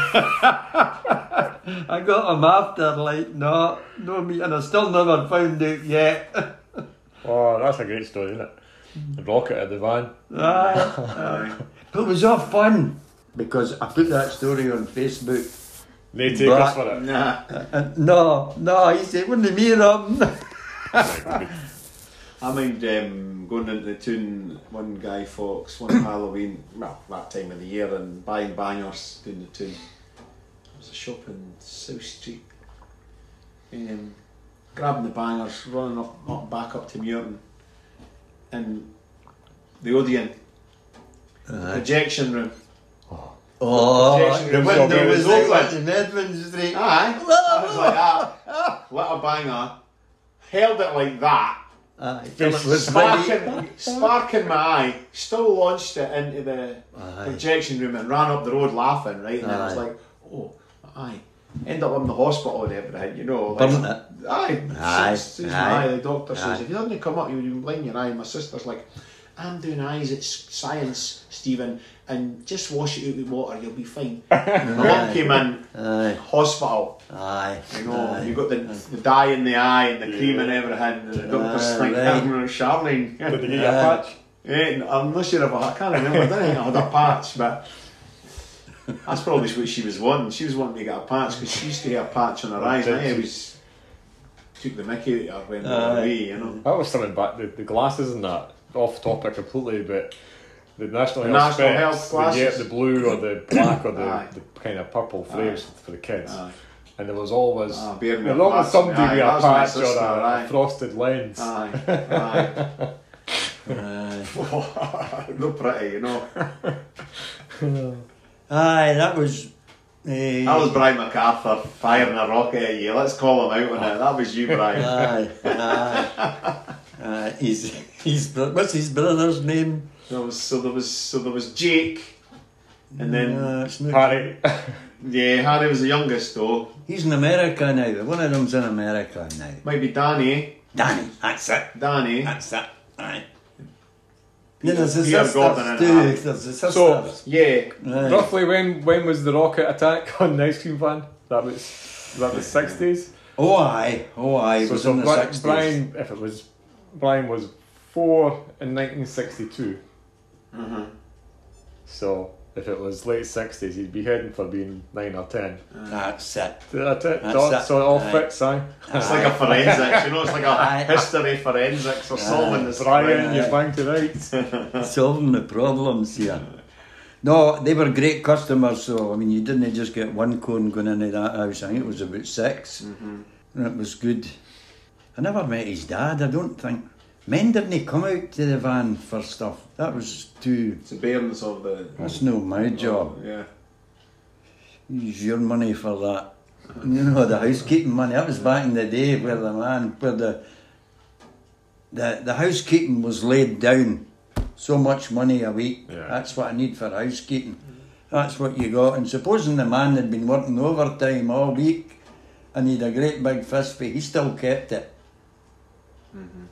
[SPEAKER 1] I got him after, like, no, no me. And I still never found out yet. [laughs]
[SPEAKER 2] Oh, that's a great story, isn't it? The rocket at the van.
[SPEAKER 1] Ah, Aye. But it was all fun because I put that story on Facebook.
[SPEAKER 2] They take
[SPEAKER 1] But-
[SPEAKER 2] us for it.
[SPEAKER 7] nah.
[SPEAKER 1] And no, no, he said, wouldn't it be me, Robin?
[SPEAKER 8] I mind um,
[SPEAKER 7] I'm going into the tune, one Guy Fox, one [coughs] Halloween, well, that time of the year, and buying bangers doing the tune. There was a shop in South Street. Um, grabbing the bangers, running up, up back up to Muirton, and the Odeon, projection room.
[SPEAKER 1] Oh,
[SPEAKER 7] Jason
[SPEAKER 1] the
[SPEAKER 7] Room
[SPEAKER 1] window
[SPEAKER 7] Strawberry
[SPEAKER 1] was
[SPEAKER 7] was open.
[SPEAKER 1] open in Edmund Street.
[SPEAKER 7] Aye. I was like that. Let a banger. Held it like that.
[SPEAKER 1] Aye, this was ready. [laughs]
[SPEAKER 7] Sparking, sparking my eye. Still launched it into the
[SPEAKER 1] Aye.
[SPEAKER 7] projection room and ran up the road laughing, right? And then I was
[SPEAKER 1] Aye.
[SPEAKER 7] like, oh, aye. End up in the hospital and everything, you know. Like,
[SPEAKER 1] Burnt it.
[SPEAKER 7] Aye.
[SPEAKER 1] Aye,
[SPEAKER 7] Says- says
[SPEAKER 1] aye.
[SPEAKER 7] my eye. The doctor says,
[SPEAKER 1] Aye.
[SPEAKER 7] if you hadn't come up, you would have been blind your eye. My sister's like, I'm doing eyes, it's science, Stephen, and just wash it out with water, you'll
[SPEAKER 1] [laughs]
[SPEAKER 7] be fine. My mum came in,
[SPEAKER 1] Aye,
[SPEAKER 7] hospital.
[SPEAKER 1] aye.
[SPEAKER 7] You know,
[SPEAKER 1] aye.
[SPEAKER 7] you've got the, the dye in the eye and the cream and everything. And the doctor's
[SPEAKER 1] Aye,
[SPEAKER 7] like,
[SPEAKER 1] right.
[SPEAKER 7] I'm going to Charlene.
[SPEAKER 2] Did they get you a
[SPEAKER 1] Yeah.
[SPEAKER 2] patch?
[SPEAKER 7] [laughs] Eh, I'm not sure if I, I can't remember. I don't think I had a patch, but that's probably what she was wanting. She was wanting to get a patch because she used to get a patch on her eyes. And I always took the mickey out of her when we were
[SPEAKER 1] Aye.
[SPEAKER 7] wee, you know.
[SPEAKER 2] I was coming back the, the glasses and that off topic completely, but the national
[SPEAKER 7] The
[SPEAKER 2] health
[SPEAKER 7] National
[SPEAKER 2] specs,
[SPEAKER 7] Health
[SPEAKER 2] the, ye-
[SPEAKER 7] glasses.
[SPEAKER 2] the blue or the black or the,
[SPEAKER 7] Aye.
[SPEAKER 2] the kind of purple frames for the kids,
[SPEAKER 7] Aye.
[SPEAKER 2] and there was always
[SPEAKER 7] Ah, beer
[SPEAKER 2] there
[SPEAKER 7] milk
[SPEAKER 2] was always
[SPEAKER 7] glasses,
[SPEAKER 2] somebody
[SPEAKER 7] aye,
[SPEAKER 2] with
[SPEAKER 7] that
[SPEAKER 2] a
[SPEAKER 7] was my
[SPEAKER 2] patch or
[SPEAKER 7] sister,
[SPEAKER 2] a, a frosted
[SPEAKER 7] aye.
[SPEAKER 2] lens.
[SPEAKER 7] Aye, aye.
[SPEAKER 2] [laughs]
[SPEAKER 1] Aye.
[SPEAKER 7] [laughs] Not pretty, you know.
[SPEAKER 1] Aye, that was. eh,
[SPEAKER 7] That was Brian MacArthur firing a rocket at you. Let's call him out on it. That was you, Brian.
[SPEAKER 1] Aye, aye. [laughs] Aye, he's, he's, bro- what's his brother's name?
[SPEAKER 7] There was, so there was so there was Jake, and then
[SPEAKER 1] Uh, it's not-
[SPEAKER 2] Harry,
[SPEAKER 7] yeah, Harry was the youngest though.
[SPEAKER 1] he's in America now. One of them's in America now.
[SPEAKER 7] Might be Danny.
[SPEAKER 1] Danny, that's it.
[SPEAKER 7] Danny.
[SPEAKER 1] That's it. Aye. Then there's the
[SPEAKER 7] Peter
[SPEAKER 1] sisters
[SPEAKER 7] Gordon and
[SPEAKER 1] too.
[SPEAKER 7] Harry.
[SPEAKER 1] There's the sisters.
[SPEAKER 2] So-
[SPEAKER 7] Yeah.
[SPEAKER 1] Aye.
[SPEAKER 2] roughly when when was the rocket attack on the ice cream van? That was was that the sixties.
[SPEAKER 1] Oh aye, oh aye. It
[SPEAKER 2] So,
[SPEAKER 1] was
[SPEAKER 2] so
[SPEAKER 1] in the
[SPEAKER 2] Bri-
[SPEAKER 1] 60s.
[SPEAKER 2] Brian, if it was Brian was four in nineteen sixty two. So if it was late sixties, he'd be heading for being nine or ten.
[SPEAKER 1] That's it.
[SPEAKER 2] That's it.
[SPEAKER 1] That's
[SPEAKER 2] so,
[SPEAKER 1] that.
[SPEAKER 2] so it all
[SPEAKER 1] Aye.
[SPEAKER 2] fits, aye.
[SPEAKER 7] It's like a forensics, you know,
[SPEAKER 1] [laughs]
[SPEAKER 7] it's like
[SPEAKER 1] Aye.
[SPEAKER 7] a history forensics or solving this
[SPEAKER 2] Brian,
[SPEAKER 7] crime.
[SPEAKER 2] you're bang to rights.
[SPEAKER 1] Solving the problems here. No, they were great customers, so I mean, you didn't just get one cone going into that house. I think it was about 6 and it was good. I never met his dad, I don't think. Men didn't come out to the van for stuff. That was too.
[SPEAKER 7] It's the bareness of the.
[SPEAKER 1] That's no my job.
[SPEAKER 7] Yeah.
[SPEAKER 1] Use your money for that. You know, the housekeeping money. That was back in the day where the man, where the the, the housekeeping was laid down. So much money a week.
[SPEAKER 2] Yeah.
[SPEAKER 1] That's what I need for housekeeping. That's what you got. And supposing the man had been working overtime all week and he'd a great big fist pay, he still kept it.
[SPEAKER 2] Mm-hmm.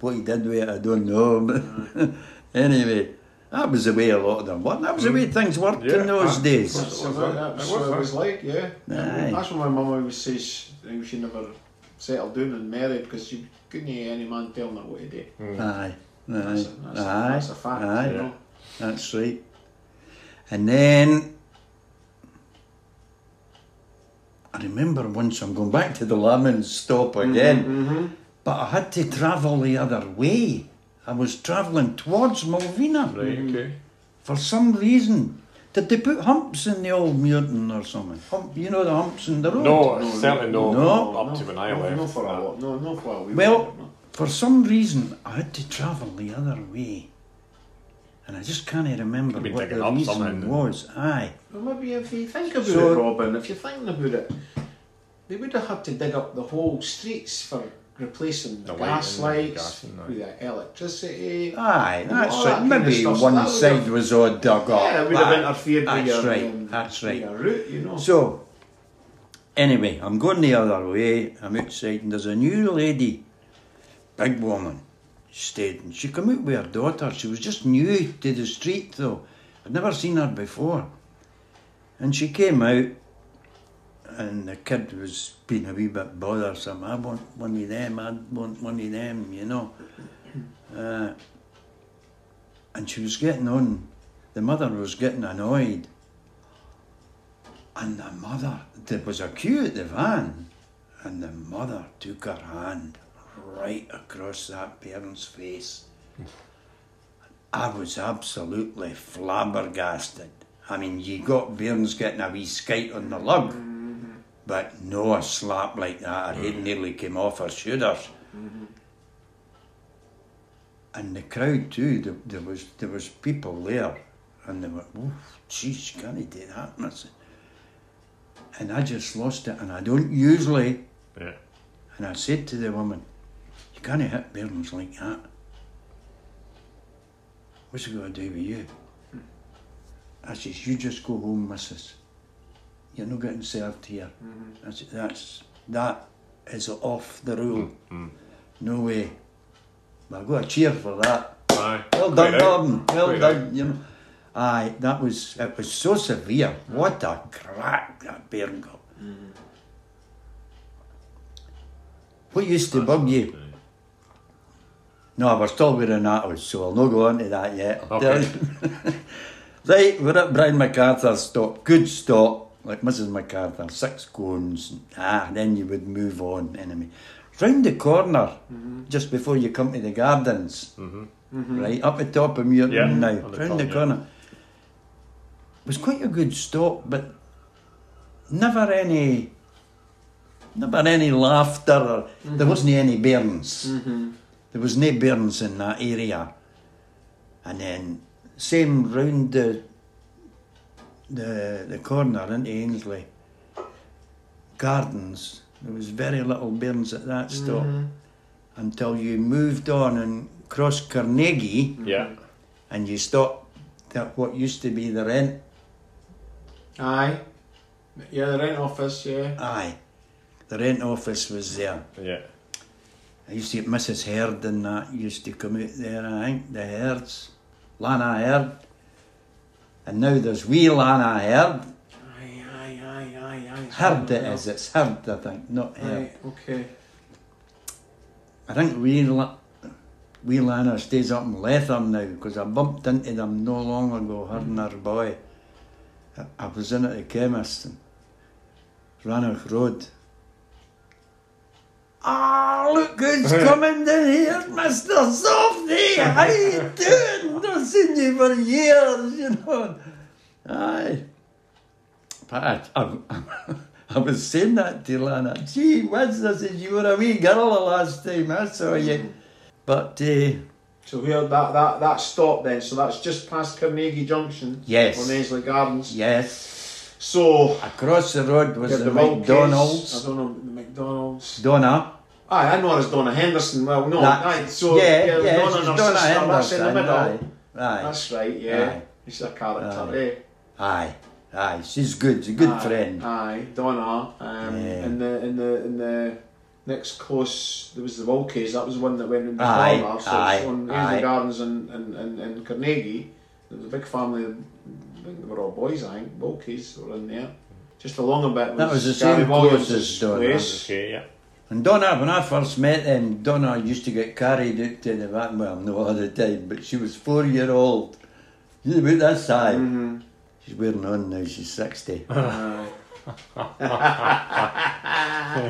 [SPEAKER 1] What he did with it, I don't know. [laughs] But anyway, that was the way a lot of them worked. That was the way things worked
[SPEAKER 2] Mm. Yeah.
[SPEAKER 1] in those
[SPEAKER 2] Ah.
[SPEAKER 1] days.
[SPEAKER 7] So that, that was what it was like, yeah.
[SPEAKER 1] Aye.
[SPEAKER 7] That's what my mum always says how she never settled down and married because you couldn't hear any man telling her what to do.
[SPEAKER 1] Aye. Aye.
[SPEAKER 7] That's, a, that's,
[SPEAKER 1] Aye.
[SPEAKER 7] a, that's a fact,
[SPEAKER 1] Aye.
[SPEAKER 7] you know.
[SPEAKER 1] That's right. And then I remember once I'm going back to the Lemon stop
[SPEAKER 7] Mm-hmm,
[SPEAKER 1] again, but I had to travel the other way. I was travelling towards Malvina
[SPEAKER 2] Right, okay.
[SPEAKER 1] for some reason. Did they put humps in the old Muirton or something? Hump, you know the humps in the road.
[SPEAKER 2] No, certainly no.
[SPEAKER 1] No.
[SPEAKER 2] Up to when I
[SPEAKER 7] no,
[SPEAKER 2] left.
[SPEAKER 7] No, for a while. No, no, for a wee
[SPEAKER 1] Well,
[SPEAKER 7] bit, no.
[SPEAKER 1] for some reason, I had to travel the other way. And I just can't remember
[SPEAKER 2] Could be
[SPEAKER 1] what
[SPEAKER 2] digging
[SPEAKER 1] the
[SPEAKER 2] up
[SPEAKER 1] reason
[SPEAKER 2] something.
[SPEAKER 1] was. Aye.
[SPEAKER 7] Well, maybe if you think about
[SPEAKER 1] So-
[SPEAKER 7] it, Robin, if you're thinking about it, they would have had to dig up the whole streets for replacing the,
[SPEAKER 2] The
[SPEAKER 7] gas
[SPEAKER 2] lighting, the
[SPEAKER 7] lights
[SPEAKER 2] gas and that.
[SPEAKER 7] with the electricity.
[SPEAKER 1] Aye, that's
[SPEAKER 7] all that
[SPEAKER 1] right.
[SPEAKER 7] kind of
[SPEAKER 1] Maybe
[SPEAKER 7] stuff. So that
[SPEAKER 1] one
[SPEAKER 7] would
[SPEAKER 1] side
[SPEAKER 7] have-
[SPEAKER 1] was all dug up.
[SPEAKER 7] yeah, it would have
[SPEAKER 1] Aye.
[SPEAKER 7] interfered
[SPEAKER 1] That's
[SPEAKER 7] with your,
[SPEAKER 1] right.
[SPEAKER 7] um,
[SPEAKER 1] that's
[SPEAKER 7] with
[SPEAKER 1] right.
[SPEAKER 7] your route, you know.
[SPEAKER 1] So, anyway, I'm going the other way. I'm outside, and there's a new lady, big woman, she stayed, and she come out with her daughter. She was just new to the street, though. I'd never seen her before. And she came out, and the kid was being a wee bit bothersome. I want one of them. I want one of them. You know. Uh, and she was getting on. The mother was getting annoyed. And the mother, there was a queue at the van, and the mother took her hand right across that parent's face I was absolutely flabbergasted. I mean, you got Burns getting a wee skite on the lug, but no a slap like that. Her head nearly came off her shoulders. And the crowd too. There, there was there was people there, and they were, oh, jeez, can he do that? And I said- And I just lost it. And I don't usually.
[SPEAKER 2] Yeah.
[SPEAKER 1] And I said to the woman, You can't hit Burns like that. What's it going to do with you? I says, You just go home, missus. You're not getting served here. I said, That's, that is off the rule. No way. But I got a cheer for that.
[SPEAKER 2] Aye.
[SPEAKER 1] Well done,
[SPEAKER 2] Quite out.
[SPEAKER 1] Gordon. Well
[SPEAKER 2] Quite
[SPEAKER 1] done. You know. Aye, that was it was so severe. What a crack that Bairn got. What used to bug you? No, we're still wearing that out, so I'll not go on to that yet.
[SPEAKER 2] Okay.
[SPEAKER 1] right, we're at Brian MacArthur's stop. Good stop. Like Mrs. MacArthur, six cones. Ah, then you would move on, enemy. Round the corner, just before you come to the gardens, right, up the top of Muir
[SPEAKER 2] Mm-hmm. Yeah,
[SPEAKER 1] now,
[SPEAKER 2] on the
[SPEAKER 1] round
[SPEAKER 2] top,
[SPEAKER 1] the
[SPEAKER 2] yeah.
[SPEAKER 1] corner. It was quite a good stop, but never any, never any laughter. Or, There wasn't any burns. There was no burns in that area. And then same round the the the corner into Ainsley Gardens. There was very little burns at that stop until you moved on and crossed Carnegie
[SPEAKER 2] Yeah.
[SPEAKER 1] and you stopped at what used to be the rent
[SPEAKER 7] Aye. Yeah, the rent office, yeah.
[SPEAKER 1] aye. The rent office was there.
[SPEAKER 2] Yeah.
[SPEAKER 1] I used to get Mrs. Herd and that used to come out there, I think, the Herds. Lana Herd. And now there's wee Lana Herd.
[SPEAKER 7] Aye, aye, aye, aye, aye. It's
[SPEAKER 1] Herd it
[SPEAKER 7] one
[SPEAKER 1] is, it's Herd, I think, not
[SPEAKER 7] of them.
[SPEAKER 1] Herd.
[SPEAKER 7] Aye, okay.
[SPEAKER 1] I think wee, La- wee Lana stays up in Lethem now because I bumped into them no long ago, her and her boy. I, I was in at the chemist and Rannoch Road. Ah, look who's coming down here, Mr. Softy! How you doing? Not seen you for years, you know. Aye. [laughs] But I, I, I was saying that to Lana. Gee, Wiz, I said, you were a wee girl the last time I saw
[SPEAKER 7] Mm.
[SPEAKER 1] you. But, uh,
[SPEAKER 7] So here, that, that, that stop then, so that's just past Carnegie Junction.
[SPEAKER 1] Yes.
[SPEAKER 7] On Ainsley Gardens.
[SPEAKER 1] yes,
[SPEAKER 7] So,
[SPEAKER 1] across the road was
[SPEAKER 7] yeah,
[SPEAKER 1] the
[SPEAKER 7] Wilkes,
[SPEAKER 1] McDonald's.
[SPEAKER 7] I don't know, the McDonald's.
[SPEAKER 1] Donna.
[SPEAKER 7] Aye, I know it's Donna Henderson. Well, no,
[SPEAKER 1] That-
[SPEAKER 7] aye, Oh, so
[SPEAKER 1] yeah, yeah,
[SPEAKER 7] Donna
[SPEAKER 1] it's
[SPEAKER 7] and her
[SPEAKER 1] Donna
[SPEAKER 7] sister, that's in the
[SPEAKER 1] Henderson,
[SPEAKER 7] middle.
[SPEAKER 1] Aye, aye,
[SPEAKER 7] That's right, yeah.
[SPEAKER 1] Aye.
[SPEAKER 7] He's a character,
[SPEAKER 1] Aye.
[SPEAKER 7] eh?
[SPEAKER 1] aye, aye. She's good, she's a good
[SPEAKER 7] aye,
[SPEAKER 1] friend.
[SPEAKER 7] Aye, Donna. Um,
[SPEAKER 1] Yeah.
[SPEAKER 7] In the in the in the next close, there was the Walkies. That was the one that went in the
[SPEAKER 1] Aye,
[SPEAKER 7] corner. So
[SPEAKER 1] aye,
[SPEAKER 7] it's on
[SPEAKER 1] aye.
[SPEAKER 7] Ainsley Gardens and and, and and Carnegie. There was a big family. I think they were all boys. I think Walkies were in there. Just along a bit. Was
[SPEAKER 1] That was the
[SPEAKER 7] Gary
[SPEAKER 1] same
[SPEAKER 7] Williams'
[SPEAKER 1] close as Donna.
[SPEAKER 7] place.
[SPEAKER 2] Okay, yeah.
[SPEAKER 1] And Donna, when I first met them, Donna used to get carried out to the van. Well, no other time, but she was four year old. She's about that size. She's wearing on now, she's 60.
[SPEAKER 7] Aye.
[SPEAKER 1] [laughs]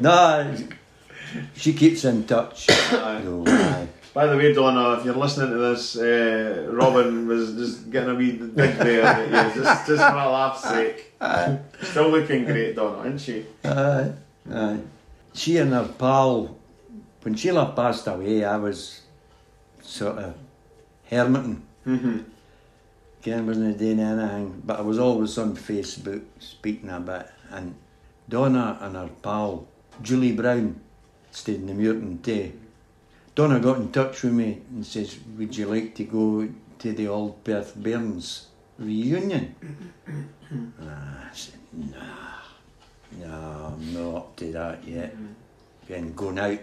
[SPEAKER 1] no, she keeps in touch. No, aye.
[SPEAKER 7] By the way, Donna, if you're listening to this, uh, Robin was just getting a wee dig
[SPEAKER 1] [laughs]
[SPEAKER 7] there. at you, just, just for a laugh's sake. Still looking great, Donna, isn't she?
[SPEAKER 1] Aye, aye. Uh, She and her pal, when Sheila passed away, I was sort of hermiting. Again, wasn't doing anything, but I was always on Facebook speaking a bit. And Donna and her pal, Julie Brown, stayed in the Muirton Tay. Donna got in touch with me and says, Would you like to go to the Old Perth Bairns reunion? and I said, no, I'm not up to that yet. And going out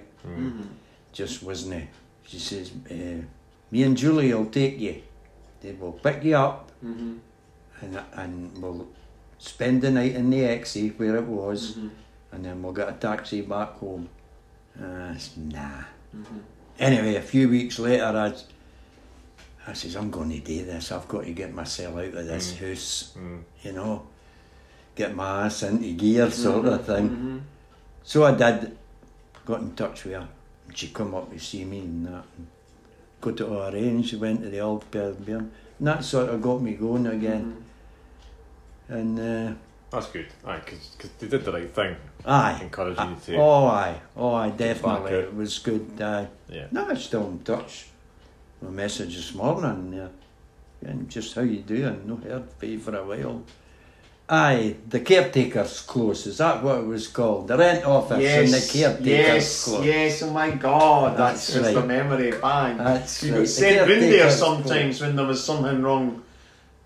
[SPEAKER 1] just wasn't it. She says, eh, "Me and Julie will take you. They will pick you up, and and we'll spend the night in the exie where it was, and then we'll get a taxi back home." Uh, I said, nah. Anyway, a few weeks later, I s- I says, "I'm going to do this. I've got to get myself out of this house, you know." get my ass into gear sort of thing. So I did. Got in touch with her. And she come up to see me and that. And go to ORA and she went to the old Birmingham. And that sort of got me going again. And uh,
[SPEAKER 2] That's good. Aye, because they did the right thing,
[SPEAKER 1] aye.
[SPEAKER 2] encouraging you to.
[SPEAKER 1] Oh, aye. Oh, aye, definitely.
[SPEAKER 2] out.
[SPEAKER 1] It was good. Aye.
[SPEAKER 2] Yeah.
[SPEAKER 1] No, I'm still in touch. My message this morning, uh, and just how you doing? No heard from you for a while. Aye, the caretaker's close. Is that what it was called? The rent office and the caretaker's
[SPEAKER 7] yes,
[SPEAKER 1] close.
[SPEAKER 7] yes. Oh my God, that's,
[SPEAKER 1] That's
[SPEAKER 7] just
[SPEAKER 1] right.
[SPEAKER 7] a memory. Bang.
[SPEAKER 1] That's
[SPEAKER 7] you
[SPEAKER 1] right.
[SPEAKER 7] got
[SPEAKER 1] The
[SPEAKER 7] sent in there
[SPEAKER 1] caretaker's
[SPEAKER 7] sometimes when there was something wrong.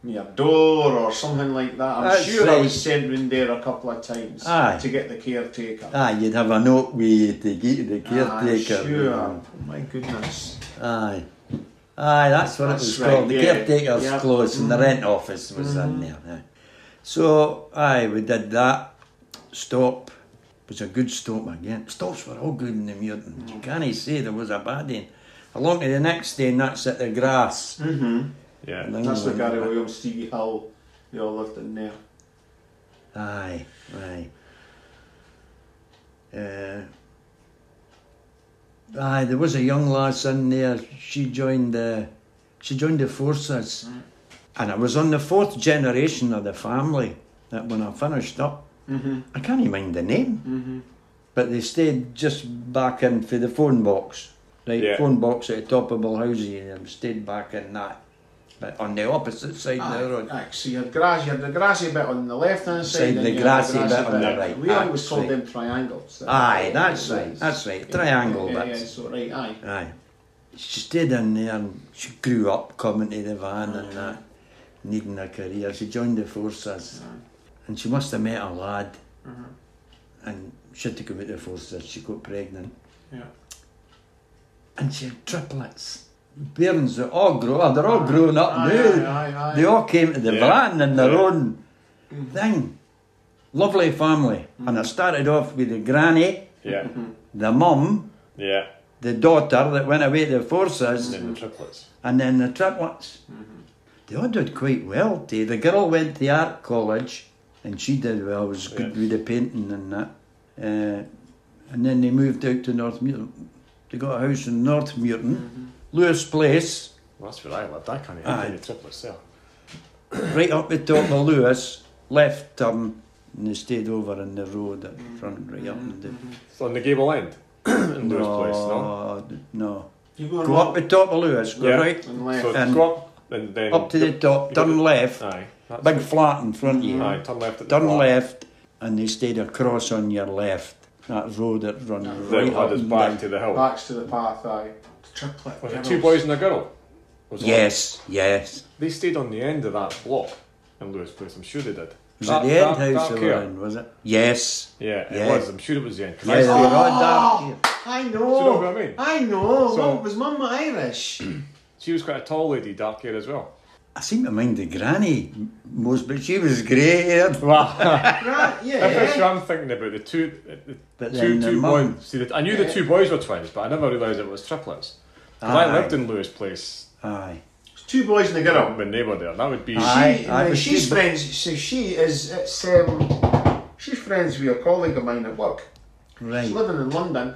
[SPEAKER 7] with Your door or something like that. I'm
[SPEAKER 1] That's
[SPEAKER 7] sure I
[SPEAKER 1] right.
[SPEAKER 7] was sent in there a couple of times
[SPEAKER 1] Aye.
[SPEAKER 7] to get the caretaker.
[SPEAKER 1] Aye, you'd have a note with you to get to the
[SPEAKER 7] Ah,
[SPEAKER 1] caretaker.
[SPEAKER 7] sure.
[SPEAKER 1] you know.
[SPEAKER 7] Oh my goodness.
[SPEAKER 1] Aye. Aye, that's what
[SPEAKER 7] That's
[SPEAKER 1] it was
[SPEAKER 7] right,
[SPEAKER 1] called. The
[SPEAKER 7] yeah.
[SPEAKER 1] caretaker's
[SPEAKER 7] Yeah. Mm-hmm.
[SPEAKER 1] close and the rent office was in there. aye. So, aye, we did that. Stop. It was a good stop again. Stops were all good in the Muirton. You can't say there was a bad one. Along to the next day, and that's at the grass.
[SPEAKER 7] Mm-hmm.
[SPEAKER 1] Mm-hmm.
[SPEAKER 2] Yeah.
[SPEAKER 1] Along
[SPEAKER 7] That's the
[SPEAKER 1] with-
[SPEAKER 7] Gary Williams, Stevie Hill. They all lived in there.
[SPEAKER 1] Aye, aye. Uh, aye, there was a young lass in there. She joined the, she joined the forces, and I was on the fourth generation of the family. That when I finished up, I can't even mind the name, but they stayed just back in for the phone box, right?
[SPEAKER 2] Yeah.
[SPEAKER 1] Phone box at the top of Balhousie, and stayed back in that, but on the opposite side of the road.
[SPEAKER 7] Aye, so you had grass, you had the grassy bit on the left hand
[SPEAKER 1] Side,
[SPEAKER 7] side, and
[SPEAKER 1] the
[SPEAKER 7] you had
[SPEAKER 1] grassy bit on the right.
[SPEAKER 7] We
[SPEAKER 1] Aye,
[SPEAKER 7] always
[SPEAKER 1] right.
[SPEAKER 7] called them triangles.
[SPEAKER 1] Aye, that's right, that's right, triangle
[SPEAKER 7] Yeah, yeah,
[SPEAKER 1] bits.
[SPEAKER 7] yeah, so right, aye.
[SPEAKER 1] Aye. She stayed in there and she grew up coming to the van and that, needing a career. She joined the forces and she must have met a lad
[SPEAKER 7] Mm-hmm.
[SPEAKER 1] and she had to go out the forces. She got pregnant
[SPEAKER 7] Yeah.
[SPEAKER 1] and she had triplets. Bairns that all grow up, they're all grown up
[SPEAKER 7] Aye,
[SPEAKER 1] now.
[SPEAKER 7] aye, aye, Mm-hmm. aye.
[SPEAKER 1] They all came to the
[SPEAKER 2] Yeah.
[SPEAKER 1] van in their
[SPEAKER 2] Yeah.
[SPEAKER 1] own thing. Lovely family.
[SPEAKER 7] Mm-hmm.
[SPEAKER 1] And I started off with the granny,
[SPEAKER 2] Yeah.
[SPEAKER 1] the mum,
[SPEAKER 2] Yeah.
[SPEAKER 1] the daughter that went away to the forces.
[SPEAKER 2] And then the triplets.
[SPEAKER 1] and then the triplets.
[SPEAKER 2] Mm-hmm.
[SPEAKER 1] They all did quite well. They, the girl went to art college, and she did well. Was good with the painting and that. Uh, and then they moved out to North Muirton. They got a house in North Muirton,
[SPEAKER 2] Mm-hmm.
[SPEAKER 1] Lewis Place,
[SPEAKER 2] Well, that's where I lived. I can't
[SPEAKER 1] Aye.
[SPEAKER 2] even the triplets there.
[SPEAKER 1] right up the top of Lewis. Left turn, and they stayed over in the road at
[SPEAKER 2] Mm-hmm.
[SPEAKER 1] front, right up in the.
[SPEAKER 2] So on the gable end. [clears throat] in Mm-hmm. Lewis Place, no?
[SPEAKER 1] no, no.
[SPEAKER 7] You go,
[SPEAKER 1] Go up the top of Lewis. Go
[SPEAKER 2] Yeah. Mm-hmm.
[SPEAKER 1] right
[SPEAKER 7] and left.
[SPEAKER 2] So
[SPEAKER 1] And-
[SPEAKER 2] go up and then.
[SPEAKER 1] up to the top.
[SPEAKER 2] You got
[SPEAKER 1] Turn
[SPEAKER 2] the-
[SPEAKER 1] left.
[SPEAKER 2] Aye. that's
[SPEAKER 1] Big
[SPEAKER 2] it.
[SPEAKER 1] flat in front of you.
[SPEAKER 2] Aye, turn left at the
[SPEAKER 1] turn
[SPEAKER 2] flat.
[SPEAKER 1] left and they stayed across on your left. That road that runs
[SPEAKER 2] Then
[SPEAKER 1] right up
[SPEAKER 2] had us
[SPEAKER 1] and
[SPEAKER 2] back
[SPEAKER 1] down.
[SPEAKER 2] to the hill.
[SPEAKER 7] Backs to the path, aye. Triplet.
[SPEAKER 2] Was it
[SPEAKER 7] girls.
[SPEAKER 2] two boys and a girl? Was it all-
[SPEAKER 1] Yes, yes.
[SPEAKER 2] They stayed on the end of that block in Lewis Place. I'm sure they did.
[SPEAKER 1] Was
[SPEAKER 2] That-
[SPEAKER 1] it the end
[SPEAKER 2] that-
[SPEAKER 1] house
[SPEAKER 2] that
[SPEAKER 1] they
[SPEAKER 2] here.
[SPEAKER 1] were in, was it? Yes.
[SPEAKER 2] Yeah, it
[SPEAKER 1] Yeah.
[SPEAKER 2] was. I'm sure it was the end. 'cause I
[SPEAKER 1] Yeah, they were
[SPEAKER 2] stayed-
[SPEAKER 1] on that here.
[SPEAKER 7] I know.
[SPEAKER 2] Do you know what I mean?
[SPEAKER 7] I know.
[SPEAKER 2] So-
[SPEAKER 7] well, was Mum
[SPEAKER 2] [coughs]
[SPEAKER 7] Irish?
[SPEAKER 2] She was quite a tall lady, dark hair as well.
[SPEAKER 1] I seem to mind the granny most, but she was grey haired. [laughs]
[SPEAKER 7] right,
[SPEAKER 2] That's
[SPEAKER 7] yeah.
[SPEAKER 2] what I'm thinking about. The two, the
[SPEAKER 1] But
[SPEAKER 2] two,
[SPEAKER 1] then the
[SPEAKER 2] two
[SPEAKER 1] mum-
[SPEAKER 2] boys. See, the, I knew the two boys were twins, but I never realised it was triplets. 'Cause I
[SPEAKER 1] Aye.
[SPEAKER 2] lived in Lewis Place
[SPEAKER 1] Aye.
[SPEAKER 7] Two boys and a girl.
[SPEAKER 2] when they were there. That would be.
[SPEAKER 1] Aye.
[SPEAKER 7] She,
[SPEAKER 1] I
[SPEAKER 7] now
[SPEAKER 1] was
[SPEAKER 7] she's
[SPEAKER 1] good, but-
[SPEAKER 7] friends. So she is. It's, um, she's friends with a colleague of mine at work. She's
[SPEAKER 1] Right.
[SPEAKER 7] living in London,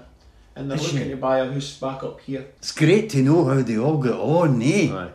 [SPEAKER 7] and they're
[SPEAKER 1] Is
[SPEAKER 7] looking
[SPEAKER 1] she?
[SPEAKER 7] to buy a house back up here.
[SPEAKER 1] It's great to know how they all got on, eh?
[SPEAKER 2] Aye.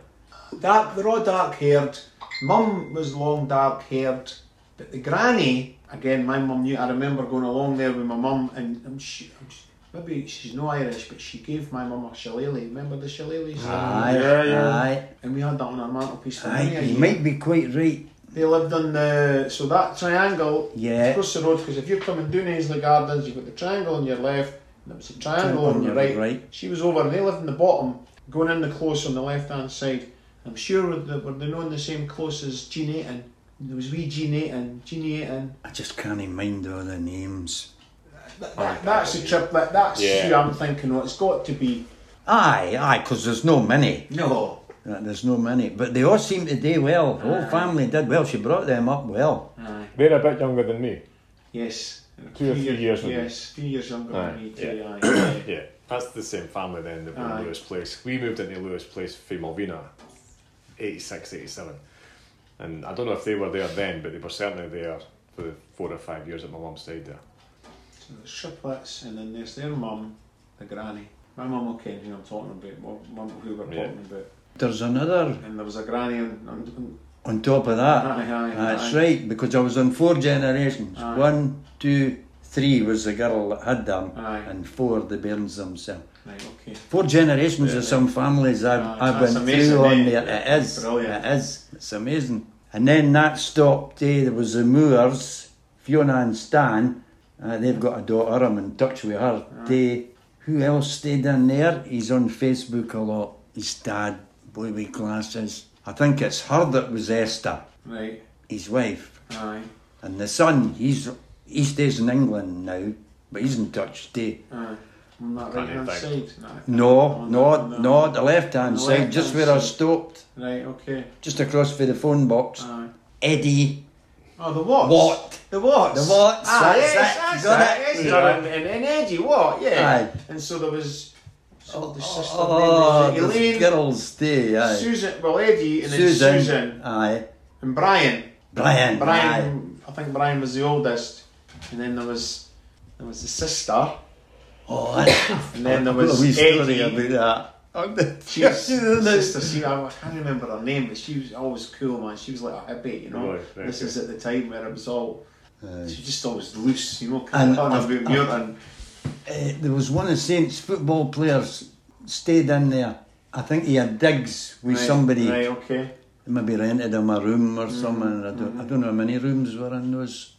[SPEAKER 7] Dark, they're all dark haired. Mum was long dark haired, but the granny again. My mum knew. I remember going along there with my mum, and, and she, I'm s- maybe she's no Irish, but she gave my mum a shillelagh. Remember the shillelagh?
[SPEAKER 1] Aye, aye.
[SPEAKER 7] And we had that on our mantelpiece for many
[SPEAKER 1] Ah. Aye,
[SPEAKER 7] a
[SPEAKER 1] you
[SPEAKER 7] year.
[SPEAKER 1] might be quite right.
[SPEAKER 7] They lived on the so that triangle
[SPEAKER 1] Yeah.
[SPEAKER 7] across the road because if you're coming down Ainsley Gardens, you've got the triangle on your left, and there was a triangle on your right. She was over, and they lived in the bottom, going in the close on the left hand side. I'm sure were they, were they known the same close as Jean Aiton? There was wee Jean Aiton, Jean Aiton.
[SPEAKER 1] I just can't mind all the names.
[SPEAKER 7] That, that, that's the triplet. That's
[SPEAKER 2] Yeah.
[SPEAKER 7] who I'm thinking of. It's got to be
[SPEAKER 1] Aye, aye, because there's no many.
[SPEAKER 7] no.
[SPEAKER 1] Uh, There's no many. But they all seem to do well. The whole family did well. She brought them up well.
[SPEAKER 7] Aye.
[SPEAKER 2] They're a bit younger than me.
[SPEAKER 7] Yes.
[SPEAKER 2] Two or three years maybe.
[SPEAKER 7] Yes, a few years younger
[SPEAKER 2] Aye.
[SPEAKER 7] than me too.
[SPEAKER 2] Yeah.
[SPEAKER 7] Aye. aye.
[SPEAKER 2] Yeah, that's the same family then that were
[SPEAKER 7] Aye.
[SPEAKER 2] in Lewis Place. We moved into Lewis Place from Malvina, 86, 87. And I don't know if they were there then, but they were certainly there for the four or five years that my mum stayed there.
[SPEAKER 7] So the triplets, and then there's their mum, the granny. My mum will ken who I'm talking about, my mum who we're
[SPEAKER 2] Yeah.
[SPEAKER 7] talking about.
[SPEAKER 1] There's another
[SPEAKER 7] And there was a granny on, on, on
[SPEAKER 1] on top of that.
[SPEAKER 7] Aye, aye,
[SPEAKER 1] That's
[SPEAKER 7] aye.
[SPEAKER 1] right, because I was on four generations.
[SPEAKER 7] Aye.
[SPEAKER 1] One, two, three was the girl that had them,
[SPEAKER 7] Aye.
[SPEAKER 1] and four the bairns themselves.
[SPEAKER 7] right, okay.
[SPEAKER 1] Four generations of some families I've,
[SPEAKER 7] Aye,
[SPEAKER 1] I've
[SPEAKER 7] that's
[SPEAKER 1] been
[SPEAKER 7] amazing,
[SPEAKER 1] through on
[SPEAKER 7] eh?
[SPEAKER 1] there. It is,
[SPEAKER 7] Brilliant.
[SPEAKER 1] it is, it's amazing. And then that stopped, eh, there was the Moors, Fiona and Stan, uh, they've got a daughter, I'm in touch with her. They, who else stayed in there? He's on Facebook a lot, his dad, boy with glasses. I think it's her that was Esther,
[SPEAKER 7] Right.
[SPEAKER 1] his wife.
[SPEAKER 7] Aye.
[SPEAKER 1] And the son, he's he stays in England now, but he's in touch eh. today.
[SPEAKER 7] Aye. On that right hand side. No.
[SPEAKER 1] No,
[SPEAKER 7] Oh,
[SPEAKER 1] no,
[SPEAKER 7] no,
[SPEAKER 1] no,
[SPEAKER 7] no.
[SPEAKER 1] the left hand
[SPEAKER 7] The
[SPEAKER 1] side,
[SPEAKER 7] left-hand
[SPEAKER 1] just where I
[SPEAKER 7] side.
[SPEAKER 1] stopped,
[SPEAKER 7] Right, okay.
[SPEAKER 1] just across for the phone box.
[SPEAKER 7] Aye.
[SPEAKER 1] Eddie
[SPEAKER 7] Oh, the what?
[SPEAKER 1] Watt.
[SPEAKER 7] The what?
[SPEAKER 1] The Watts,
[SPEAKER 7] Ah,
[SPEAKER 1] that's
[SPEAKER 7] yes,
[SPEAKER 1] it.
[SPEAKER 7] that's
[SPEAKER 1] Got
[SPEAKER 7] that,
[SPEAKER 1] it.
[SPEAKER 7] yes,
[SPEAKER 1] Yeah.
[SPEAKER 7] And, and, and Eddie Watt, yeah.
[SPEAKER 1] Aye.
[SPEAKER 7] And so there was. So Oh, the sister,
[SPEAKER 1] Oh,
[SPEAKER 7] then there's
[SPEAKER 1] the
[SPEAKER 7] Elaine,
[SPEAKER 1] girls stay, aye.
[SPEAKER 7] Susan, well, Eddie, and
[SPEAKER 1] Susan,
[SPEAKER 7] then Susan,
[SPEAKER 1] aye.
[SPEAKER 7] and Brian.
[SPEAKER 1] Brian, aye.
[SPEAKER 7] Brian, I think Brian was the oldest, and then there was there was the sister,
[SPEAKER 1] Oh, that's
[SPEAKER 7] and then there
[SPEAKER 1] a wee
[SPEAKER 7] was
[SPEAKER 1] story
[SPEAKER 7] Eddie.
[SPEAKER 1] about that. [laughs]
[SPEAKER 7] She's
[SPEAKER 1] She's in the-
[SPEAKER 7] sister. She, I can't remember her name, but she was always cool, man. She was like a hippie, you know.
[SPEAKER 2] Right, right,
[SPEAKER 7] this is at the time where it was all.
[SPEAKER 1] Aye.
[SPEAKER 7] She just always loose, you know,
[SPEAKER 1] And
[SPEAKER 7] kind of
[SPEAKER 1] I've-
[SPEAKER 7] about mutant.
[SPEAKER 1] Uh, there was one of Saints football players stayed in there. I think he had digs with
[SPEAKER 7] Right,
[SPEAKER 1] somebody.
[SPEAKER 7] Right, okay.
[SPEAKER 1] maybe rented him a room or something. I don't, I don't know how many rooms were in those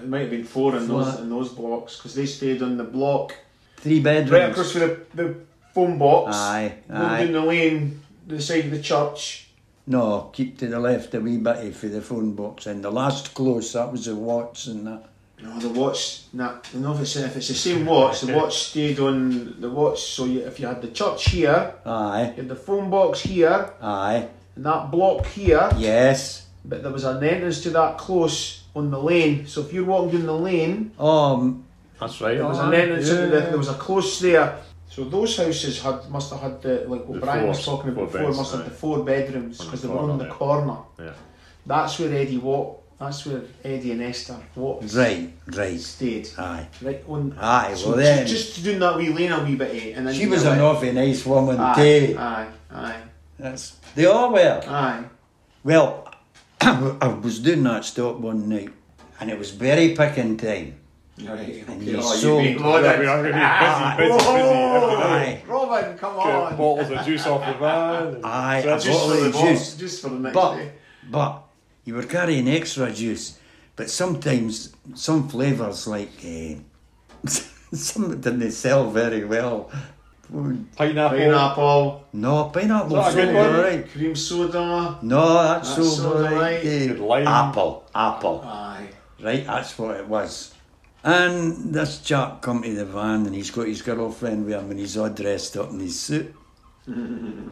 [SPEAKER 7] It might have been four in those
[SPEAKER 1] Flat.
[SPEAKER 7] in those blocks because they stayed on the block
[SPEAKER 1] three
[SPEAKER 7] right
[SPEAKER 1] bedrooms.
[SPEAKER 7] across from the, the phone box.
[SPEAKER 1] Aye,
[SPEAKER 7] going
[SPEAKER 1] aye.
[SPEAKER 7] Down the lane, the side of the church.
[SPEAKER 1] No, keep to the left a wee bit for the phone box. And the last close, that was the Watts and that.
[SPEAKER 7] No, the watch. Nah, you know if it's if it's the same
[SPEAKER 2] [laughs]
[SPEAKER 7] watch, the watch stayed on the watch. So you, if you had the church here,
[SPEAKER 1] Aye,
[SPEAKER 7] you had the phone box here,
[SPEAKER 1] aye,
[SPEAKER 7] and that block here,
[SPEAKER 1] yes.
[SPEAKER 7] but there was an entrance to that close on the lane. So if you're walking down the lane,
[SPEAKER 1] Um,
[SPEAKER 2] That's right.
[SPEAKER 7] there was an entrance. to the, there was a close there. So those houses had must have had the like what
[SPEAKER 2] The
[SPEAKER 7] Brian was
[SPEAKER 2] four-
[SPEAKER 7] talking
[SPEAKER 2] four
[SPEAKER 7] about before.
[SPEAKER 2] beds,
[SPEAKER 7] must have
[SPEAKER 2] aye.
[SPEAKER 7] had the four bedrooms because
[SPEAKER 2] the
[SPEAKER 7] they were on
[SPEAKER 2] corner,
[SPEAKER 7] the
[SPEAKER 2] yeah.
[SPEAKER 7] corner.
[SPEAKER 2] Yeah.
[SPEAKER 7] That's where Eddie Watt. That's where Eddie and Esther Watt
[SPEAKER 1] right, right,
[SPEAKER 7] stayed.
[SPEAKER 1] aye.
[SPEAKER 7] Right on.
[SPEAKER 1] Aye,
[SPEAKER 7] so
[SPEAKER 1] well then-
[SPEAKER 7] ju- just doing that wee lane a wee bit, eh, and then
[SPEAKER 1] She
[SPEAKER 7] you
[SPEAKER 1] was
[SPEAKER 7] get
[SPEAKER 1] an
[SPEAKER 7] like-
[SPEAKER 1] awfully nice woman,
[SPEAKER 7] Aye,
[SPEAKER 1] too.
[SPEAKER 7] aye, aye,
[SPEAKER 1] That's, they all were.
[SPEAKER 7] aye.
[SPEAKER 1] Well, [coughs] I was doing that stop one night and it was berry picking time.
[SPEAKER 7] Right.
[SPEAKER 1] And you
[SPEAKER 7] oh,
[SPEAKER 1] sold-
[SPEAKER 7] you loaded.
[SPEAKER 2] Yeah, we are busy, busy, busy.
[SPEAKER 1] Aye.
[SPEAKER 7] Robin, come
[SPEAKER 2] Get
[SPEAKER 7] on.
[SPEAKER 2] bottles of juice off the van.
[SPEAKER 1] Aye, a
[SPEAKER 2] that's
[SPEAKER 1] bottle
[SPEAKER 7] for
[SPEAKER 1] of
[SPEAKER 7] the box,
[SPEAKER 1] juice.
[SPEAKER 7] just for the next
[SPEAKER 1] But
[SPEAKER 7] day.
[SPEAKER 1] but you were carrying extra juice. But sometimes some flavours like eh, [laughs] some that didn't sell very well.
[SPEAKER 2] Pineapple.
[SPEAKER 7] Pineapple,
[SPEAKER 1] No, pineapple
[SPEAKER 2] Is that a
[SPEAKER 1] sold
[SPEAKER 2] good one?
[SPEAKER 1] all right.
[SPEAKER 7] cream soda.
[SPEAKER 1] No, that
[SPEAKER 7] That
[SPEAKER 1] sold
[SPEAKER 7] sold
[SPEAKER 1] all
[SPEAKER 7] all
[SPEAKER 1] right.
[SPEAKER 7] right.
[SPEAKER 1] eh.
[SPEAKER 2] Good lime.
[SPEAKER 1] Apple, apple.
[SPEAKER 7] Aye.
[SPEAKER 1] Right, that's what it was. And this chap come to the van and he's got his girlfriend with him and he's all dressed up in his
[SPEAKER 2] [laughs]
[SPEAKER 1] suit.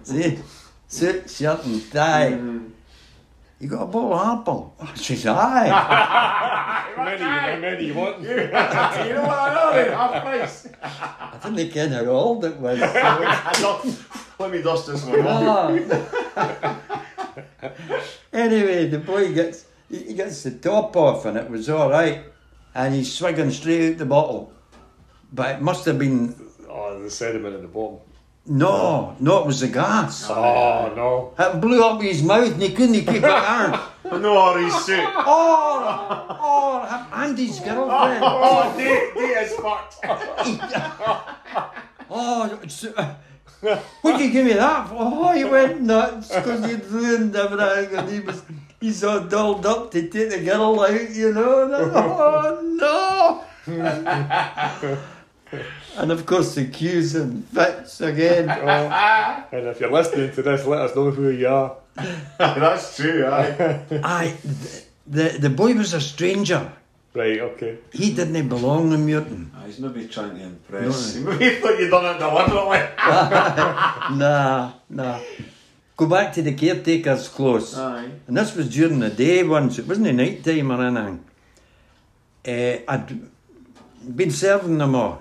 [SPEAKER 1] See? Suit, shirt and tie.
[SPEAKER 2] Mm-hmm.
[SPEAKER 1] You got a bottle of apple? [laughs] Oh, she said, aye.
[SPEAKER 2] [laughs] How many? How many you
[SPEAKER 7] [laughs]
[SPEAKER 2] want? [laughs]
[SPEAKER 7] [laughs] you know what
[SPEAKER 1] [laughs]
[SPEAKER 7] I know then? Half price. [laughs]
[SPEAKER 1] I didn't ken how old it was. so-
[SPEAKER 7] I love- Let me dust this one off.
[SPEAKER 1] Ah. [laughs] anyway, the boy gets he he gets the top off and it was all right, and he's swigging straight out the bottle. But it must have been
[SPEAKER 2] Oh, the sediment at the bottom.
[SPEAKER 7] [laughs]
[SPEAKER 1] no, no, it was the gas.
[SPEAKER 2] Oh no.
[SPEAKER 1] It blew up his mouth and he couldn't keep it in.
[SPEAKER 7] No, he's sick.
[SPEAKER 1] Oh, oh, Andy's girlfriend.
[SPEAKER 7] Oh, date, date is
[SPEAKER 2] [laughs]
[SPEAKER 7] fucked.
[SPEAKER 1] Oh, it's, uh, what did you give me that for? Oh, he went nuts because he'd ruined everything and he was, he's all dolled up to take the girl out, you know. And I- oh, no! and of course, the cues and fits again.
[SPEAKER 2] And if you're listening to this, let us know who you are.
[SPEAKER 7] [laughs] That's true, aye.
[SPEAKER 1] I, the, the boy was a stranger.
[SPEAKER 2] Right. Okay.
[SPEAKER 1] He didn't belong in Muirton.
[SPEAKER 8] Ah, he's maybe trying to
[SPEAKER 7] [laughs]
[SPEAKER 8] impress.
[SPEAKER 7] We thought you'd done
[SPEAKER 1] [laughs]
[SPEAKER 7] it deliberately.
[SPEAKER 1] Nah, nah. Go back to the caretaker's close.
[SPEAKER 7] Aye.
[SPEAKER 1] And this was during the day once, it wasn't night time or anything. Eh, I'd been serving them all.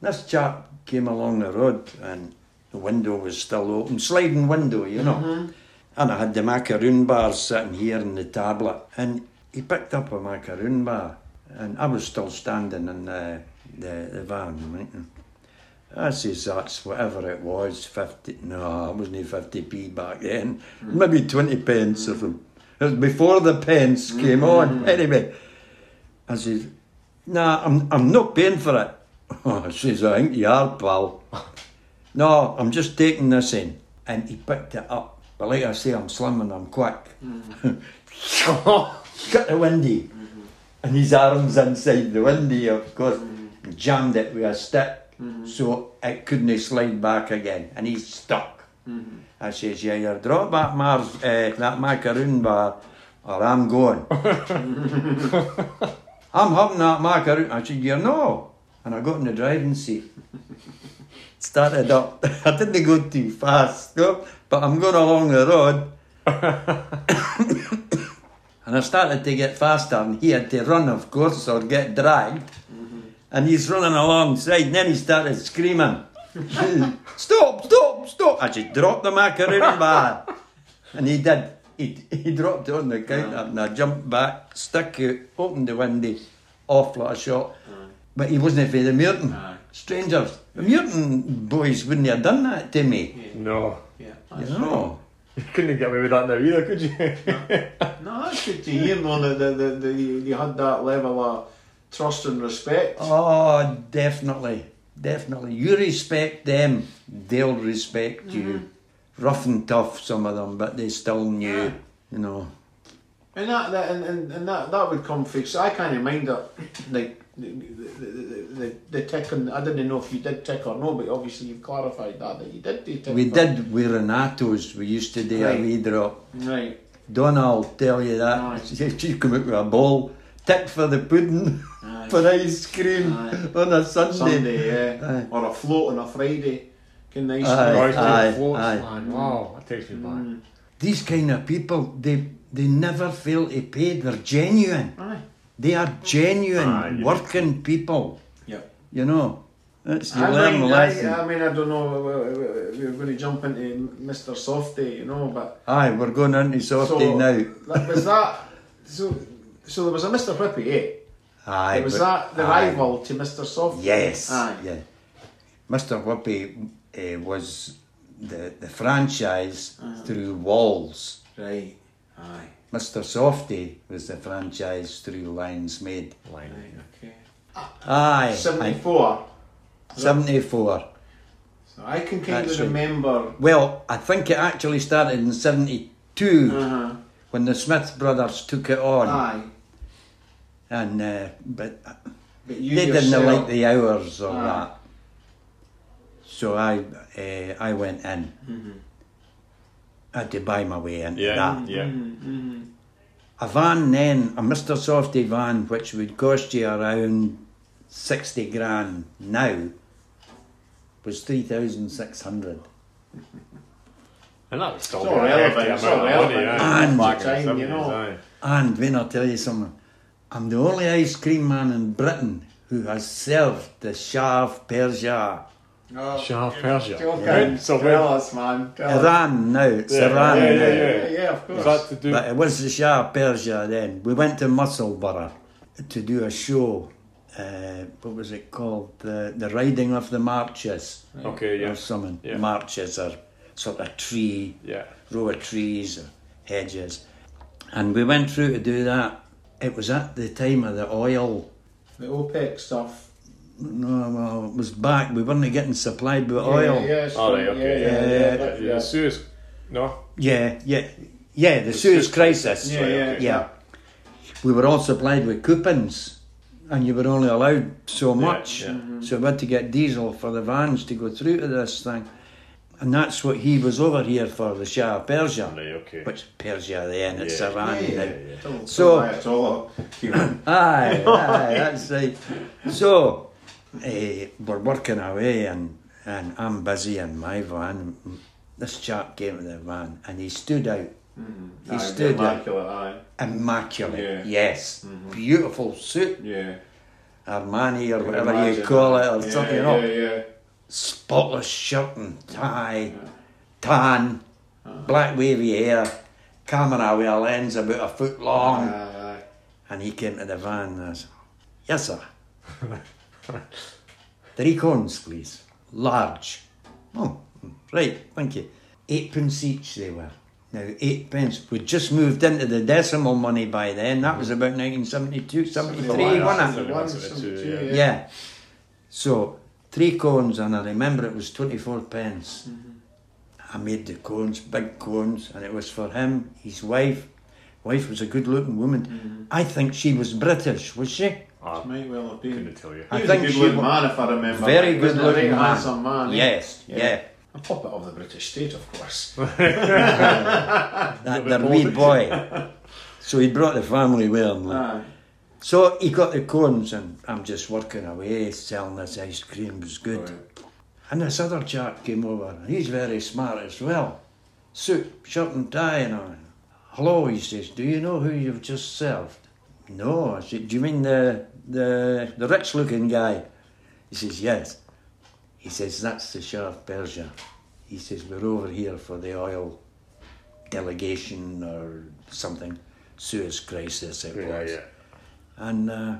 [SPEAKER 1] This chap came along the road and the window was still open, sliding window, you know. And I had the macaroon bar sitting here in the tablet. And he picked up a macaroon bar, and I was still standing in the, the, the van. Right? I say that's whatever it was, 50, no, it wasn't 50p back then, maybe 20 pence or something. It was before the pence came on. Anyway, I said, nah, I'm, I'm not paying for it. [laughs] Oh, she says, I think you are, pal. no, I'm just taking this in. And he picked it up. But like I say, I'm slim and I'm quick. [laughs] Cut the windy. And his arms inside the windy, of course. Jammed it with a stick so it couldn't slide back again. And he's stuck. I says, yeah, you drop that, Mars, uh, that macaroon bar or I'm going. I'm having that macaroon. I said, you know. And I got in the driving seat. Started up. [laughs] I didn't go too fast, no, but I'm going along the road. and I started to get faster, and he had to run, of course, or get dragged. And he's running alongside, and then he started screaming, Stop, stop, stop! I just dropped the macaroon bar. And he did. He, he dropped it on the counter and I jumped back, stuck out, opened the window, off like a shot. But he wasn't afraid of Merton. Strangers. The Merton boys wouldn't have done that to me.
[SPEAKER 2] No.
[SPEAKER 9] Yeah.
[SPEAKER 1] You know?
[SPEAKER 2] You couldn't get away with that now either, could you? [laughs]
[SPEAKER 7] No, that's good to hear, though, that, that, that, that you, you had that level of trust and respect.
[SPEAKER 1] Oh, definitely. Definitely. You respect them, they'll respect you. Rough and tough, some of them, but they still knew, you know.
[SPEAKER 7] And that, that and, and, and that, that would come fix. I kind of mind that, like the the, the, the, the tick and I didn't know if you did tick or no, but obviously you've clarified that that you did do tick.
[SPEAKER 1] We
[SPEAKER 7] but-
[SPEAKER 1] did with Renato's, we used to do
[SPEAKER 7] Right.
[SPEAKER 1] a wee drop.
[SPEAKER 7] right.
[SPEAKER 1] Donna will tell you that. [laughs]
[SPEAKER 7] Aye.
[SPEAKER 1] She, she come out with a ball, tick for the pudding,
[SPEAKER 7] Aye.
[SPEAKER 1] for ice cream
[SPEAKER 7] Aye.
[SPEAKER 1] on a Sunday.
[SPEAKER 7] Sunday, yeah,
[SPEAKER 1] Aye.
[SPEAKER 7] or a float on a Friday, can nice.
[SPEAKER 1] Aye.
[SPEAKER 2] Right,
[SPEAKER 1] aye,
[SPEAKER 2] floats,
[SPEAKER 1] aye.
[SPEAKER 2] man. Wow, that takes me
[SPEAKER 7] Mm.
[SPEAKER 2] back.
[SPEAKER 1] These kind of people, they they never fail to pay. They're genuine.
[SPEAKER 7] Aye.
[SPEAKER 1] They are genuine
[SPEAKER 2] Aye, yeah.
[SPEAKER 1] working people.
[SPEAKER 7] Yep.
[SPEAKER 1] You know, that's you
[SPEAKER 7] I,
[SPEAKER 1] learn
[SPEAKER 7] mean,
[SPEAKER 1] lesson.
[SPEAKER 7] I, uh, I mean, I don't know. we- we- we- We're going to jump into Mr. Softy, you know, but
[SPEAKER 1] Aye, we're going into softy now.
[SPEAKER 7] that- was that so? So there was a Mr. Whippy, eh?
[SPEAKER 1] Aye,
[SPEAKER 7] It was
[SPEAKER 1] but-
[SPEAKER 7] that the
[SPEAKER 1] aye.
[SPEAKER 7] rival to Mr. Softy?
[SPEAKER 1] Yes.
[SPEAKER 7] Aye.
[SPEAKER 1] Yeah. Mr. Whoopi uh, was the, the franchise
[SPEAKER 7] Uh-huh.
[SPEAKER 1] through Walls.
[SPEAKER 7] Right. Aye.
[SPEAKER 1] Mr. Softy was the franchise through Lions Made.
[SPEAKER 7] Right, okay.
[SPEAKER 1] Aye. aye,
[SPEAKER 7] 74.
[SPEAKER 1] 74.
[SPEAKER 7] So I can kind
[SPEAKER 1] That's
[SPEAKER 7] of
[SPEAKER 1] right.
[SPEAKER 7] remember.
[SPEAKER 1] Well, I think it actually started in 72
[SPEAKER 7] Uh-huh.
[SPEAKER 1] when the Smith brothers took it on.
[SPEAKER 7] Aye.
[SPEAKER 1] And uh, But
[SPEAKER 7] But you
[SPEAKER 1] they
[SPEAKER 7] yourself,
[SPEAKER 1] didn't like the hours or
[SPEAKER 7] Aye.
[SPEAKER 1] that. So I uh, I went in.
[SPEAKER 7] Mm-hmm.
[SPEAKER 1] I had to buy my way into
[SPEAKER 2] Yeah, Mm.
[SPEAKER 1] that.
[SPEAKER 2] yeah.
[SPEAKER 1] A van then, a Mr. Softy van, which would cost you around 60 grand now, was 3,600.
[SPEAKER 2] And that was still
[SPEAKER 7] It's
[SPEAKER 2] a
[SPEAKER 7] all relevant.
[SPEAKER 2] hefty
[SPEAKER 7] It's all
[SPEAKER 2] amount of money,
[SPEAKER 7] relevant.
[SPEAKER 2] aye.
[SPEAKER 1] And-
[SPEAKER 2] Back in the
[SPEAKER 7] Time, you
[SPEAKER 2] 70s,
[SPEAKER 7] know.
[SPEAKER 2] aye.
[SPEAKER 1] And when I tell you something, I'm the only ice cream man in Britain who has served the Shah of Persia.
[SPEAKER 7] No.
[SPEAKER 2] Shah of Persia.
[SPEAKER 7] Joking.
[SPEAKER 2] Right, so
[SPEAKER 7] Oh, Tell
[SPEAKER 2] where-
[SPEAKER 7] us, man. Tell us.
[SPEAKER 1] Iran now, it's
[SPEAKER 2] Yeah,
[SPEAKER 1] Iran
[SPEAKER 2] yeah,
[SPEAKER 1] now.
[SPEAKER 2] yeah, yeah.
[SPEAKER 7] Yeah, yeah, of course.
[SPEAKER 2] Is that to do?
[SPEAKER 1] But it was the Shah of Persia then. We went to Musselburgh to do a show. Uh, what was it called? The, the Riding of the Marches.
[SPEAKER 2] okay,
[SPEAKER 1] or
[SPEAKER 2] yeah,
[SPEAKER 1] something.
[SPEAKER 2] Yeah.
[SPEAKER 1] Marches or sort of tree,
[SPEAKER 2] yeah.
[SPEAKER 1] row of trees or hedges. And we went through to do that. It was at the time of the oil.
[SPEAKER 7] The OPEC stuff.
[SPEAKER 1] No, well, it was back. We weren't getting supplied with
[SPEAKER 7] Yeah,
[SPEAKER 1] oil.
[SPEAKER 7] yeah, it's
[SPEAKER 2] All Oh,
[SPEAKER 7] true.
[SPEAKER 2] right, okay,
[SPEAKER 7] Yeah,
[SPEAKER 2] yeah,
[SPEAKER 1] yeah,
[SPEAKER 2] yeah.
[SPEAKER 7] yeah.
[SPEAKER 2] yeah. Suez, no,
[SPEAKER 1] yeah, yeah. yeah, the Suez Crisis.
[SPEAKER 7] Yeah, yeah,
[SPEAKER 2] okay.
[SPEAKER 1] Yeah. We were all supplied with coupons and you were only allowed so much.
[SPEAKER 2] yeah.
[SPEAKER 7] Mm-hmm.
[SPEAKER 1] So we had to get diesel for the vans to go through to this thing. And that's what he was over here for, the Shah of Persia.
[SPEAKER 2] right, okay.
[SPEAKER 1] Which Persia then, it's
[SPEAKER 2] Yeah.
[SPEAKER 1] Iran
[SPEAKER 7] Yeah,
[SPEAKER 1] now.
[SPEAKER 7] yeah, yeah. Don't- don't
[SPEAKER 1] So-
[SPEAKER 7] buy it all up. Keep it. [laughs]
[SPEAKER 1] Aye, aye, that's right. So, eh, we're working away and, and I'm busy in my van. This chap came to the van and he stood out. He
[SPEAKER 7] Mm-hmm. Aye,
[SPEAKER 1] stood out.
[SPEAKER 7] immaculate, aye.
[SPEAKER 1] Immaculate,
[SPEAKER 7] Yeah. Mm-hmm.
[SPEAKER 1] yes. Beautiful suit,
[SPEAKER 7] Yeah.
[SPEAKER 1] Armani or
[SPEAKER 7] Can
[SPEAKER 1] whatever you
[SPEAKER 7] imagine
[SPEAKER 1] call it,
[SPEAKER 7] that.
[SPEAKER 1] or
[SPEAKER 7] yeah,
[SPEAKER 1] something, you
[SPEAKER 7] yeah,
[SPEAKER 1] know.
[SPEAKER 7] Yeah,
[SPEAKER 1] spotless shirt and tie, tan,
[SPEAKER 7] Uh-huh.
[SPEAKER 1] black wavy hair, camera with a lens about a foot
[SPEAKER 7] Aye,
[SPEAKER 1] long.
[SPEAKER 7] aye.
[SPEAKER 1] And he came to the [laughs] van and I said, Yes, sir. Three cones, please. large. Oh, right, thank you. Eightpence each they were. Now, eightpence, we just moved into the decimal money by then. That was about 1972, 73,
[SPEAKER 2] Something like
[SPEAKER 1] wasn't it?
[SPEAKER 2] that.
[SPEAKER 7] One,
[SPEAKER 2] Something
[SPEAKER 7] some
[SPEAKER 2] to-
[SPEAKER 7] two,
[SPEAKER 2] yeah.
[SPEAKER 7] yeah.
[SPEAKER 1] uh, Yeah. So three cones, and I remember it was 24 pence.
[SPEAKER 7] Mm-hmm.
[SPEAKER 1] I made the cones, big cones, and it was for him, his wife. Wife was a good looking woman.
[SPEAKER 7] Mm-hmm.
[SPEAKER 1] I think she was British, was she?
[SPEAKER 7] Might well have been.
[SPEAKER 2] Couldn't tell you.
[SPEAKER 1] I
[SPEAKER 7] He was a
[SPEAKER 1] think
[SPEAKER 7] good
[SPEAKER 1] she
[SPEAKER 7] looking
[SPEAKER 1] wa-
[SPEAKER 7] man, if I remember.
[SPEAKER 1] Very
[SPEAKER 7] He was
[SPEAKER 1] good
[SPEAKER 7] a
[SPEAKER 1] looking
[SPEAKER 7] very
[SPEAKER 1] man.
[SPEAKER 7] handsome man. eh?
[SPEAKER 1] Yes, yeah.
[SPEAKER 7] A puppet of the British state, of course.
[SPEAKER 1] [laughs]
[SPEAKER 7] Uh,
[SPEAKER 1] That
[SPEAKER 7] [laughs]
[SPEAKER 1] the wee boy. so he brought the family with him. like.
[SPEAKER 7] Aye.
[SPEAKER 1] So he got the cones, and I'm just working away, selling this ice cream, it was good. And this other chap came over, and he's very smart as well. Suit, shirt, and tie, and all. Hello, he says, do you know who you've just served? No, I said, do you mean the, the, the rich looking guy? He says, yes. He says, that's the Shah of Persia. He says, we're over here for the oil delegation or something, Suez crisis it
[SPEAKER 2] Yeah,
[SPEAKER 1] was.
[SPEAKER 2] yeah. [laughs]
[SPEAKER 1] And uh,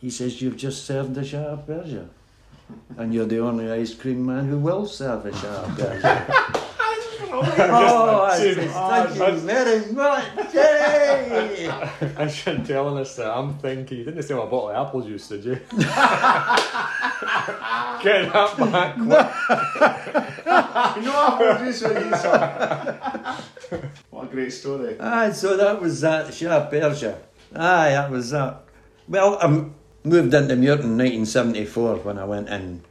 [SPEAKER 1] he says, You've just served the Shah of Persia. And you're the only ice cream man who will serve a Shah [laughs] of Persia. oh, I
[SPEAKER 2] Too
[SPEAKER 1] says,
[SPEAKER 2] hard.
[SPEAKER 1] Thank you very much. eh?" Yay!
[SPEAKER 2] I shouldn't telling us that I'm thinking. You didn't sell a bottle of apple juice, did you? Get that back.
[SPEAKER 7] You know, I'll produce what you saw. [laughs] What a great story.
[SPEAKER 1] Aye, so that was that, Shah of Persia. Aye, that was that. Well, I m- moved into Muirton in 1974 when I went in.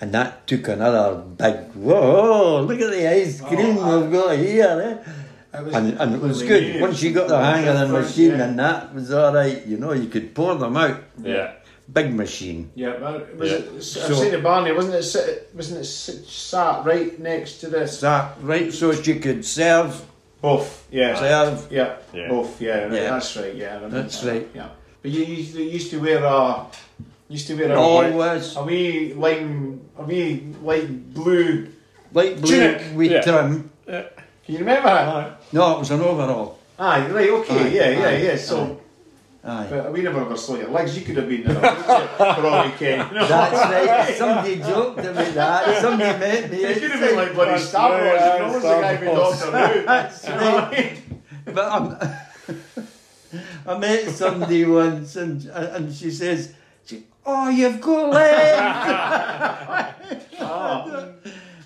[SPEAKER 1] And that took another big, whoa, look at the ice cream we've got here, eh?
[SPEAKER 7] It was,
[SPEAKER 1] And, and it was
[SPEAKER 7] completely
[SPEAKER 1] good.
[SPEAKER 7] new.
[SPEAKER 1] Once you got the hang of the
[SPEAKER 7] Different,
[SPEAKER 1] machine
[SPEAKER 7] yeah.
[SPEAKER 1] and that was all right, you know, you could pour them out.
[SPEAKER 2] Yeah.
[SPEAKER 1] Big machine.
[SPEAKER 7] Yeah, but was
[SPEAKER 2] Yeah.
[SPEAKER 7] it, I've
[SPEAKER 1] So-
[SPEAKER 7] seen it, Barney. Wasn't it? sit- Wasn't it sit- sat right next to this?
[SPEAKER 1] That right, so as you could serve,
[SPEAKER 7] Both. Yeah.
[SPEAKER 1] serve.
[SPEAKER 7] Yeah.
[SPEAKER 2] Yeah.
[SPEAKER 7] Both. Yeah, right,
[SPEAKER 1] Yeah.
[SPEAKER 7] That's right. Yeah. I remember
[SPEAKER 1] That's
[SPEAKER 7] that,
[SPEAKER 1] right.
[SPEAKER 7] Yeah. But you, you, you used to wear a. Used to wear a.
[SPEAKER 1] Always
[SPEAKER 7] A wee lime, a wee light blue.
[SPEAKER 1] light blue
[SPEAKER 7] Tunic,
[SPEAKER 1] with
[SPEAKER 2] yeah.
[SPEAKER 1] trim.
[SPEAKER 7] Can you remember that?
[SPEAKER 1] No, it was an overall.
[SPEAKER 7] Aye, right, okay,
[SPEAKER 1] Aye,
[SPEAKER 7] yeah, yeah,
[SPEAKER 1] aye,
[SPEAKER 7] yeah. So,
[SPEAKER 1] Aye.
[SPEAKER 7] but we never ever saw your legs. You could have been there for all
[SPEAKER 1] [laughs]
[SPEAKER 7] we can. You know?
[SPEAKER 1] That's right. Somebody joked about that. Somebody met me.
[SPEAKER 7] It could have been like bloody
[SPEAKER 2] That's
[SPEAKER 7] Star Wars.
[SPEAKER 2] right,
[SPEAKER 7] You
[SPEAKER 2] aye,
[SPEAKER 7] know, was the
[SPEAKER 2] Star
[SPEAKER 7] guy with
[SPEAKER 2] Wars.
[SPEAKER 7] Doctor
[SPEAKER 1] [laughs]
[SPEAKER 7] Who.
[SPEAKER 1] That's right. But I'm, [laughs] I met somebody once and, and she says, she, Oh, you've got
[SPEAKER 7] [laughs]
[SPEAKER 1] legs! [laughs]
[SPEAKER 7] Ah,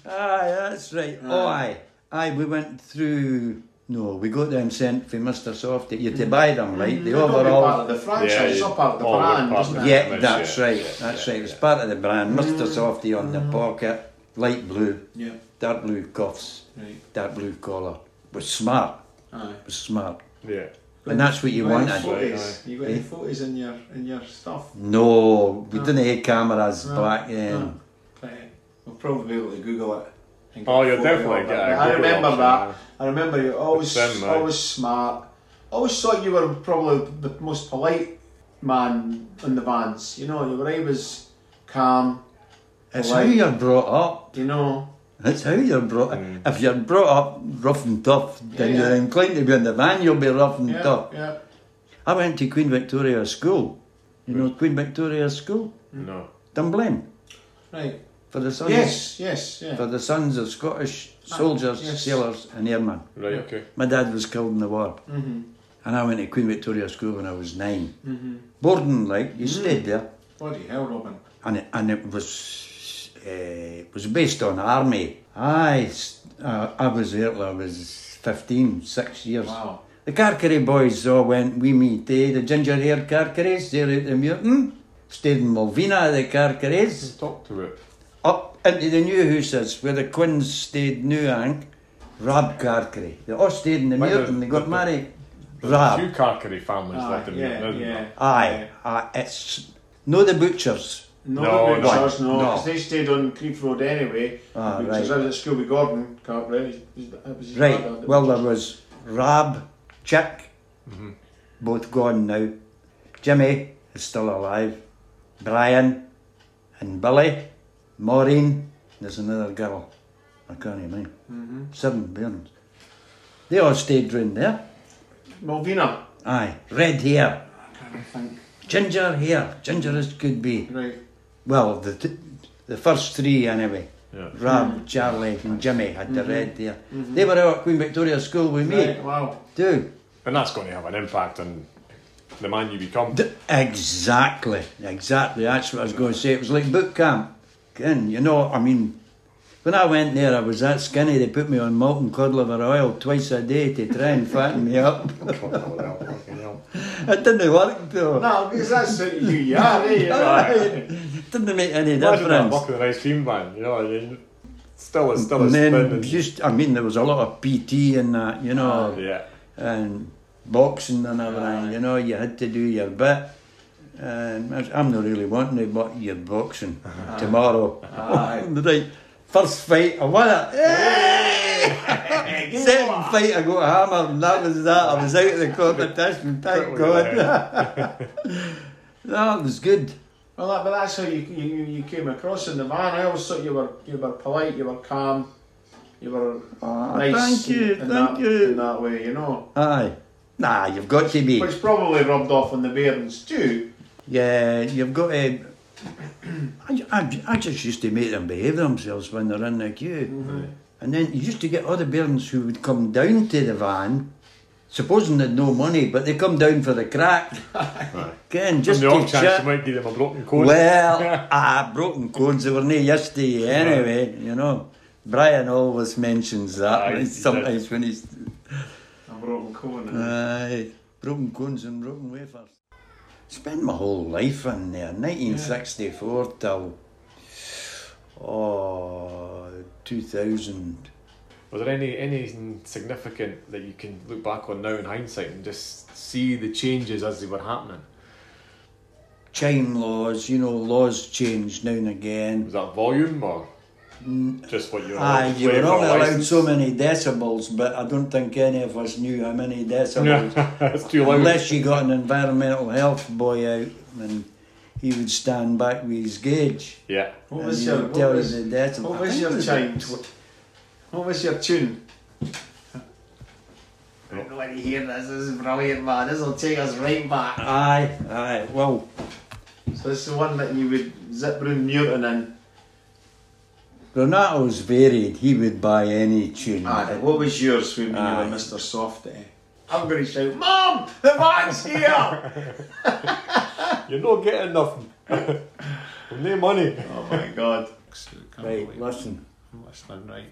[SPEAKER 1] Aye, that's right. Oh, aye. Aye, we went through. No, we got them sent for Mr. Softy. You to buy them, right? The
[SPEAKER 7] they've Mm-hmm. got to be part
[SPEAKER 1] overall.
[SPEAKER 7] of the franchise,
[SPEAKER 2] Yeah,
[SPEAKER 7] not part of the
[SPEAKER 2] all the
[SPEAKER 7] brand, Mm-hmm.
[SPEAKER 2] part
[SPEAKER 7] isn't
[SPEAKER 2] of
[SPEAKER 7] it?
[SPEAKER 2] the-
[SPEAKER 1] Yeah,
[SPEAKER 2] Yeah,
[SPEAKER 1] that's
[SPEAKER 2] yeah,
[SPEAKER 1] right.
[SPEAKER 2] yeah,
[SPEAKER 1] that's
[SPEAKER 2] yeah,
[SPEAKER 1] right. It was part of the brand. Mr. Softy on the pocket, light blue,
[SPEAKER 7] Yeah,
[SPEAKER 1] dark blue cuffs,
[SPEAKER 7] right.
[SPEAKER 1] dark blue collar. Was smart.
[SPEAKER 7] Aye.
[SPEAKER 1] Was smart.
[SPEAKER 2] Yeah.
[SPEAKER 1] And that's what you
[SPEAKER 7] got any
[SPEAKER 1] wanted.
[SPEAKER 7] photos? You got any
[SPEAKER 1] Eh?
[SPEAKER 7] photos in your in your stuff?
[SPEAKER 1] No, we didn't have cameras
[SPEAKER 7] No,
[SPEAKER 1] back then.
[SPEAKER 7] Right. We'll probably be able to Google it. and get
[SPEAKER 2] Oh,
[SPEAKER 7] a
[SPEAKER 2] you'll
[SPEAKER 7] photo
[SPEAKER 2] definitely
[SPEAKER 7] of it.
[SPEAKER 2] get a
[SPEAKER 7] But I
[SPEAKER 2] Google
[SPEAKER 7] remember
[SPEAKER 2] option,
[SPEAKER 7] that.
[SPEAKER 2] yeah.
[SPEAKER 7] I remember you always
[SPEAKER 2] It's them, aye.
[SPEAKER 7] always smart. Always thought you were probably the most polite man in the vans. You know, you were always calm.
[SPEAKER 1] It's
[SPEAKER 7] Right.
[SPEAKER 1] how you're brought up.
[SPEAKER 7] You know,
[SPEAKER 1] It's how you're brought up. If you're brought up rough and tough, then
[SPEAKER 7] Mm. Yeah, yeah.
[SPEAKER 1] you're inclined to be in the van, you'll be rough and
[SPEAKER 7] yeah,
[SPEAKER 1] tough.
[SPEAKER 7] yeah.
[SPEAKER 1] I went to Queen Victoria School. You know Queen Victoria School,
[SPEAKER 2] No.
[SPEAKER 1] Dunblane,
[SPEAKER 7] Right.
[SPEAKER 1] for the sons
[SPEAKER 7] Yes. Yes. Yeah.
[SPEAKER 1] for the sons of Scottish soldiers,
[SPEAKER 7] yes.
[SPEAKER 1] sailors, and airmen.
[SPEAKER 2] Right. Okay.
[SPEAKER 1] My dad was killed in the war,
[SPEAKER 7] Mm-hmm.
[SPEAKER 1] and I went to Queen Victoria School when I was 9 Boarding like you
[SPEAKER 7] Mm.
[SPEAKER 1] stayed there,
[SPEAKER 7] Bloody hell, Robin.
[SPEAKER 1] and it, and it was uh, it was based on army. I s- uh, I was there till I was 15, six years.
[SPEAKER 7] Wow.
[SPEAKER 1] The Carcary boys all went wi me tae, the ginger haired Carcaries, they're out the Muirton, stayed in Malvina, the Carcaries,
[SPEAKER 2] Talk to it.
[SPEAKER 1] up into the new houses where the Quins stayed Newang, Rab Carcary. They all stayed in the
[SPEAKER 2] Wait,
[SPEAKER 1] Muirton,
[SPEAKER 2] the-
[SPEAKER 1] they got
[SPEAKER 2] the-
[SPEAKER 1] married.
[SPEAKER 2] Two
[SPEAKER 1] Rab.
[SPEAKER 2] Carcary families
[SPEAKER 7] Ah,
[SPEAKER 2] lived in
[SPEAKER 7] yeah,
[SPEAKER 2] there, didn't
[SPEAKER 7] yeah.
[SPEAKER 2] they?
[SPEAKER 1] Aye, aye, it's no the butchers.
[SPEAKER 7] No,
[SPEAKER 2] No,
[SPEAKER 7] the
[SPEAKER 2] no.
[SPEAKER 7] Butchers, no,
[SPEAKER 1] No.
[SPEAKER 7] because they stayed on Creef Road anyway.
[SPEAKER 1] Ah,
[SPEAKER 7] because
[SPEAKER 1] right.
[SPEAKER 7] I was at school with Gordon Cartwright. He's- that was his brother,
[SPEAKER 1] Right,
[SPEAKER 7] the
[SPEAKER 1] well, there was
[SPEAKER 7] Butchers.
[SPEAKER 1] Rab, Chick, both gone now. Jimmy is still alive. Brian and Billy. Maureen, there's another girl. I can't remember. Seven bairns. They all stayed round there.
[SPEAKER 7] Malvina.
[SPEAKER 1] Aye, red hair,
[SPEAKER 7] I think.
[SPEAKER 1] ginger hair, ginger as could be.
[SPEAKER 7] Right.
[SPEAKER 1] Well, the t- the first three anyway.
[SPEAKER 2] Yeah.
[SPEAKER 1] Rab, Charlie, and Jimmy had the red there. They were out at Queen Victoria School with me,
[SPEAKER 7] Right, wow.
[SPEAKER 1] too.
[SPEAKER 2] And that's going to have an impact on the man you [laughs] become.
[SPEAKER 1] D- exactly, exactly. That's what I was going to say. It was like boot camp. And you know, I mean, when I went there, I was that skinny. They put me on malt and codliver oil twice a day to try and fatten me up. [laughs] it didn't work though.
[SPEAKER 7] No, because that's who
[SPEAKER 1] [laughs]
[SPEAKER 7] you are, eh? you know.
[SPEAKER 1] didn't make any
[SPEAKER 2] Imagine that
[SPEAKER 1] difference.
[SPEAKER 2] walking an ice cream van, you know, and still is still a
[SPEAKER 1] And then
[SPEAKER 2] spin.
[SPEAKER 1] just, I mean, there was a lot of PT and that, you know,
[SPEAKER 2] And, Ah, yeah.
[SPEAKER 1] and boxing and everything. You know, you had to do your bit. And I was- I'm not really wanting to, but you're boxing tomorrow. [laughs] right, first fight, I won it. Yay! [laughs] Second fight, I got hammered, and that was that. I was out of the competition. Thank
[SPEAKER 2] Quit with
[SPEAKER 1] God.
[SPEAKER 2] your
[SPEAKER 1] [laughs] no, it was good.
[SPEAKER 7] Well, that, but that's how you, you you- you came across in the van. I always thought you were you were polite, you were calm, you were nice.
[SPEAKER 1] Ah, thank you,
[SPEAKER 7] in, in
[SPEAKER 1] thank
[SPEAKER 7] that,
[SPEAKER 1] you.
[SPEAKER 7] In that way, you know,
[SPEAKER 1] Aye. Nah, you've got to be.
[SPEAKER 7] which probably rubbed off on the bairns too.
[SPEAKER 1] Yeah, you've got to. I, I, I just used to make them behave themselves when they're in the queue.
[SPEAKER 2] Mm-hmm.
[SPEAKER 1] And then you used to get other bairns who would come down to the van, supposing they'd no money, but they come down for the
[SPEAKER 2] [laughs]
[SPEAKER 1] crack. Again, just
[SPEAKER 2] And the off
[SPEAKER 1] to
[SPEAKER 2] chance
[SPEAKER 1] chat.
[SPEAKER 2] you might give them a broken cone. [laughs]
[SPEAKER 1] Well, ah, broken codes, they were near yesterday anyway, you know. Brian always mentions that
[SPEAKER 2] Aye, he does.
[SPEAKER 1] sometimes when he's.
[SPEAKER 7] A broken cone. and-
[SPEAKER 1] Aye, broken cones and broken wafers. Spent my whole life in there, 1964 till oh, 2000.
[SPEAKER 2] Was there any anything significant that you can look back on now in hindsight and just see the changes as they were happening?
[SPEAKER 1] Chime laws, you know, laws change now and again.
[SPEAKER 2] Was that volume or just what you were
[SPEAKER 1] Aye,
[SPEAKER 2] allowed to
[SPEAKER 1] you
[SPEAKER 2] play
[SPEAKER 1] were
[SPEAKER 2] for
[SPEAKER 1] only
[SPEAKER 2] a
[SPEAKER 1] allowed
[SPEAKER 2] license?
[SPEAKER 1] so
[SPEAKER 2] [laughs]
[SPEAKER 1] many decibels, but I don't think any of us knew how many decibels.
[SPEAKER 2] That's too loud.
[SPEAKER 1] Unless you got an environmental health boy out and he would stand back with his gauge.
[SPEAKER 2] Yeah.
[SPEAKER 7] What
[SPEAKER 1] and
[SPEAKER 7] was
[SPEAKER 1] he
[SPEAKER 7] your
[SPEAKER 1] would tell
[SPEAKER 7] what was,
[SPEAKER 1] you the decibel.
[SPEAKER 7] what
[SPEAKER 1] I
[SPEAKER 7] was
[SPEAKER 1] think it
[SPEAKER 7] your
[SPEAKER 1] about
[SPEAKER 7] chime?
[SPEAKER 1] tw-
[SPEAKER 7] What was your tune? I don't want to hear this. This is brilliant, man. This will take us right back.
[SPEAKER 1] Aye, aye. Well,
[SPEAKER 7] So it's the one that you would zip round Newton in.
[SPEAKER 1] Renato's varied. He would buy any tune.
[SPEAKER 8] Aye, what was yours when you were
[SPEAKER 1] Aye.
[SPEAKER 8] Mr. Softy?
[SPEAKER 7] I'm going to shout, Mom, the van's here!
[SPEAKER 2] You're not getting nothing. [laughs] no money.
[SPEAKER 7] [laughs] oh my God.
[SPEAKER 1] Right, listen.
[SPEAKER 7] I'm listening, right.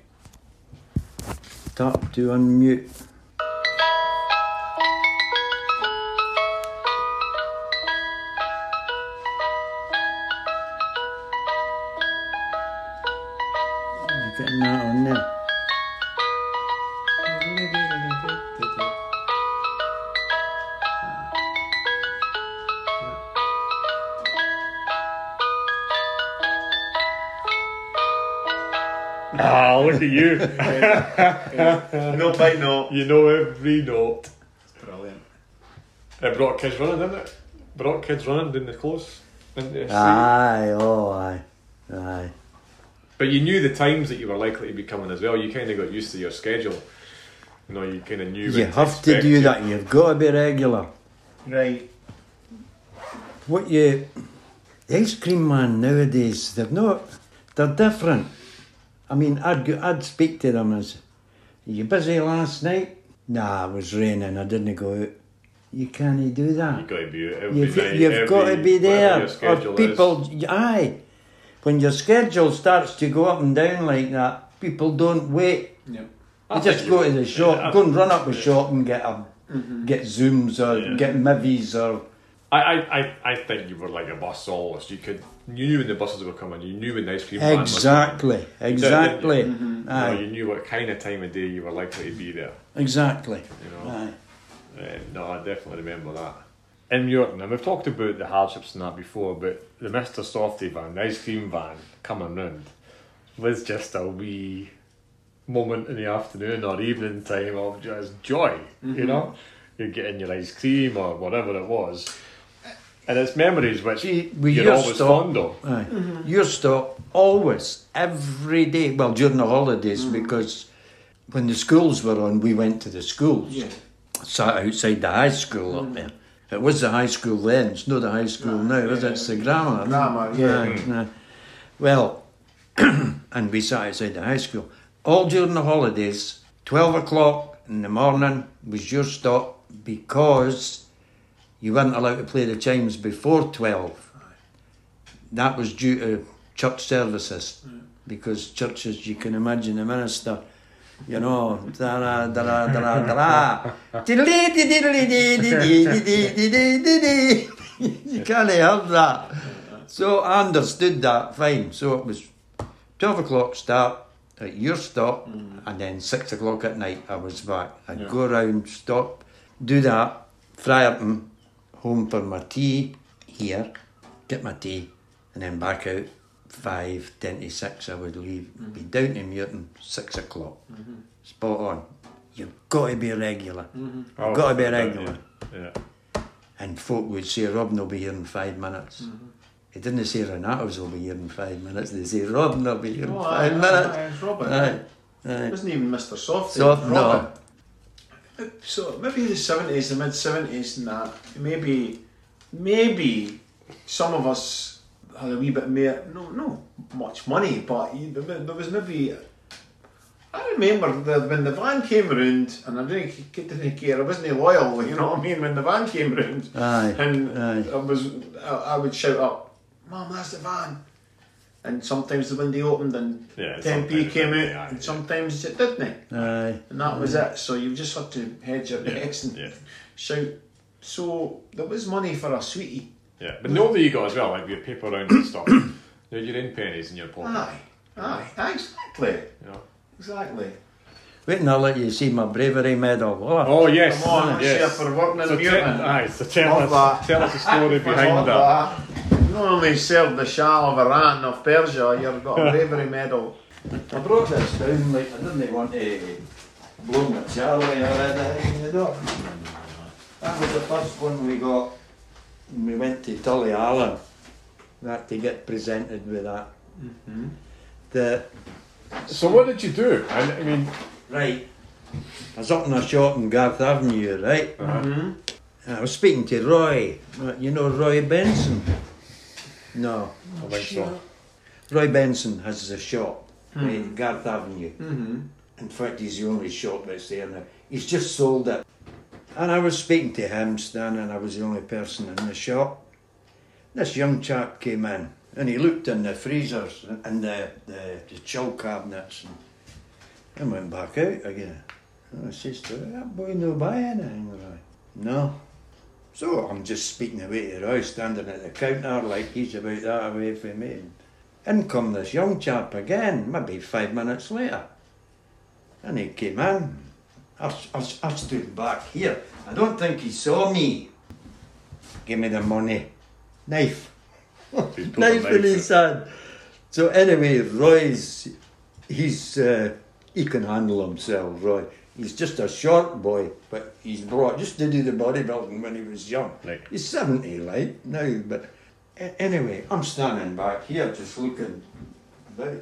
[SPEAKER 1] Tap to unmute. You Getting that on there.
[SPEAKER 2] Ah, look at you. [laughs]
[SPEAKER 7] No, by no.
[SPEAKER 2] you know every note.
[SPEAKER 8] Brilliant.
[SPEAKER 2] It brought kids running, didn't it? Brought kids running down the close. Didn't they?
[SPEAKER 1] Aye, oh aye, aye.
[SPEAKER 2] But you knew the times that you were likely to be coming as well. You kind of got used to your schedule. You know, you kind of knew.
[SPEAKER 1] You
[SPEAKER 2] when
[SPEAKER 1] have to
[SPEAKER 2] expect
[SPEAKER 1] do
[SPEAKER 2] it.
[SPEAKER 1] that. You've got to be regular.
[SPEAKER 7] Right.
[SPEAKER 1] What you, the ice cream man nowadays, they're not, they're different. I mean, I'd go, I'd speak to them as, you busy last night? Nah, it was raining. I didn't go out. You can't do that.
[SPEAKER 2] You've got to be every
[SPEAKER 1] You've,
[SPEAKER 2] night,
[SPEAKER 1] you've got to
[SPEAKER 2] every-
[SPEAKER 1] be
[SPEAKER 2] whatever
[SPEAKER 1] there.
[SPEAKER 2] your schedule
[SPEAKER 1] Or people, aye. When your schedule starts to go up and down like that, people don't wait.
[SPEAKER 7] Yeah.
[SPEAKER 1] You just go to the shop, go and run up a shop and get a, get zooms or
[SPEAKER 2] Mm-hmm. Yeah.
[SPEAKER 1] get mivies or
[SPEAKER 2] I, I, I, I think you were like a bus almost. You could, you knew when the buses were coming. You knew when the ice cream. van was coming.
[SPEAKER 1] exactly, exactly,
[SPEAKER 2] You, know,
[SPEAKER 1] aye,
[SPEAKER 2] you knew what kind of time of day you were likely to be there.
[SPEAKER 1] exactly,
[SPEAKER 2] Mm-hmm. You know.
[SPEAKER 1] aye.
[SPEAKER 2] Uh, no, I definitely remember that. In Yorton, and we've talked about the hardships and that before, but the Mr. Softy van, the ice cream van coming round was just a wee moment in the afternoon or evening time of just joy, you
[SPEAKER 7] Mm-hmm.
[SPEAKER 2] know? You're getting your ice cream or whatever it was. And it's memories which
[SPEAKER 1] See, we
[SPEAKER 2] you're
[SPEAKER 1] used
[SPEAKER 2] always
[SPEAKER 1] to-
[SPEAKER 2] fond of.
[SPEAKER 1] Aye. Your stop always, every day. Well, during the holidays, because when the schools were on, we went to the schools.
[SPEAKER 7] Yeah.
[SPEAKER 1] Sat outside the high school up there. It was the high school then. It's not the high school now, is it? It's the grammar.
[SPEAKER 7] Grammar, yeah.
[SPEAKER 1] Aye, aye. Well, [clears throat] and we sat outside the high school. All during the holidays, 12 o'clock in the morning was your stop because you weren't allowed to play the chimes before 12. That was due to church services because churches, you can imagine the minister. You know, da da da da da da da. Diddly diddly diddly diddly diddly diddly. You can't help that. So I understood that fine. So it was 12 o'clock start at your stop, and then 6 o'clock at night I was back. I'd go round, stop, do that, Friarton, home for my tea here, get my tea, and then back out. Five, ten to six, I would leave, be down to Muirton, six o'clock. Spot on. You've got to be regular.
[SPEAKER 2] Oh,
[SPEAKER 1] You've got to be
[SPEAKER 2] yeah,
[SPEAKER 1] regular.
[SPEAKER 2] Yeah.
[SPEAKER 1] And folk would say, Robin will be here in five minutes. They didn't say Renato's will be here in five minutes. They say Robin will be here in
[SPEAKER 7] Oh, aye,
[SPEAKER 1] five
[SPEAKER 7] aye,
[SPEAKER 1] minutes.
[SPEAKER 7] aye, it's Robin.
[SPEAKER 1] Aye.
[SPEAKER 7] It
[SPEAKER 1] Aye.
[SPEAKER 7] wasn't even Mr. Softy.
[SPEAKER 1] So,
[SPEAKER 7] Robin.
[SPEAKER 1] no.
[SPEAKER 7] So maybe the seventies, the mid seventies, and that maybe, maybe some of us had a wee bit more, no, no much money, but you- there there was maybe. I remember the, when the van came round, and I didn't, c- didn't care. I wasn't loyal, [laughs] you know what I mean. When the van came round,
[SPEAKER 1] Aye,
[SPEAKER 7] and
[SPEAKER 1] aye.
[SPEAKER 7] I was, I, I would shout up, "Mom, that's the van!" And sometimes the window opened, and
[SPEAKER 2] Yeah,
[SPEAKER 7] 10p
[SPEAKER 2] sometimes
[SPEAKER 7] came
[SPEAKER 2] it-
[SPEAKER 7] out,
[SPEAKER 2] yeah,
[SPEAKER 7] and
[SPEAKER 2] yeah.
[SPEAKER 7] sometimes it didn't.
[SPEAKER 1] Aye.
[SPEAKER 7] And that was it. So you just had to hedge your bets and
[SPEAKER 2] yeah.
[SPEAKER 7] shout. So there was money for a sweetie.
[SPEAKER 2] Yeah, but know that you got as well, like your paper rounds and
[SPEAKER 7] [coughs]
[SPEAKER 2] stuff. you know, you're in pennies in your pocket.
[SPEAKER 7] Aye, aye, aye, exactly,
[SPEAKER 2] You know?
[SPEAKER 7] exactly.
[SPEAKER 1] Wait and I'll let you see my bravery medal. will I?
[SPEAKER 2] Oh yes,
[SPEAKER 7] Come on,
[SPEAKER 2] yes.
[SPEAKER 7] yes. for working in
[SPEAKER 2] So,
[SPEAKER 7] the
[SPEAKER 2] te-
[SPEAKER 7] mutant.
[SPEAKER 2] aye, so tell
[SPEAKER 7] Love
[SPEAKER 2] us,
[SPEAKER 7] that.
[SPEAKER 2] tell us the story behind that.
[SPEAKER 7] that. Not only served the Shah of Iran of Persia, you've
[SPEAKER 2] [laughs]
[SPEAKER 7] got a bravery medal.
[SPEAKER 8] I brought this down, like, I didn't want to blow my chair away or anything, you know.
[SPEAKER 1] That was the first one we got. We went to Tully Allen. That to get presented with that.
[SPEAKER 7] Mm-hmm.
[SPEAKER 1] The
[SPEAKER 2] So what did you do? And I mean,
[SPEAKER 1] Right. I was up in a shop in Garth Avenue, right? And I was speaking to Roy. Right, You know Roy Benson? No.
[SPEAKER 2] I think so.
[SPEAKER 1] Roy Benson has a shop right, in Garth Avenue. In fact, he's the only shop that's there now. He's just sold it. And I was speaking to him, Stan, and I was the only person in the shop. This young chap came in and he looked in the freezers and the, the, the chill cabinets and, and went back out again. And I says to him, that boy no buy anything, Roy. No. So I'm just speaking away to Roy, standing at the counter like he's about that away from me. In come this young chap again, maybe five minutes later. And he came in. I, I, I stood back here. I don't think he saw me. Give me the money. Knife.
[SPEAKER 2] pulled
[SPEAKER 1] [laughs]
[SPEAKER 2] a
[SPEAKER 1] knife
[SPEAKER 2] knife
[SPEAKER 1] in his hand. So anyway, Roy's, he's, uh, he can handle himself, Roy. He's just a short boy, but he's brought just to do the bodybuilding when he was young.
[SPEAKER 2] Right.
[SPEAKER 1] He's 70, like, now, but a- anyway, I'm standing back here just looking about.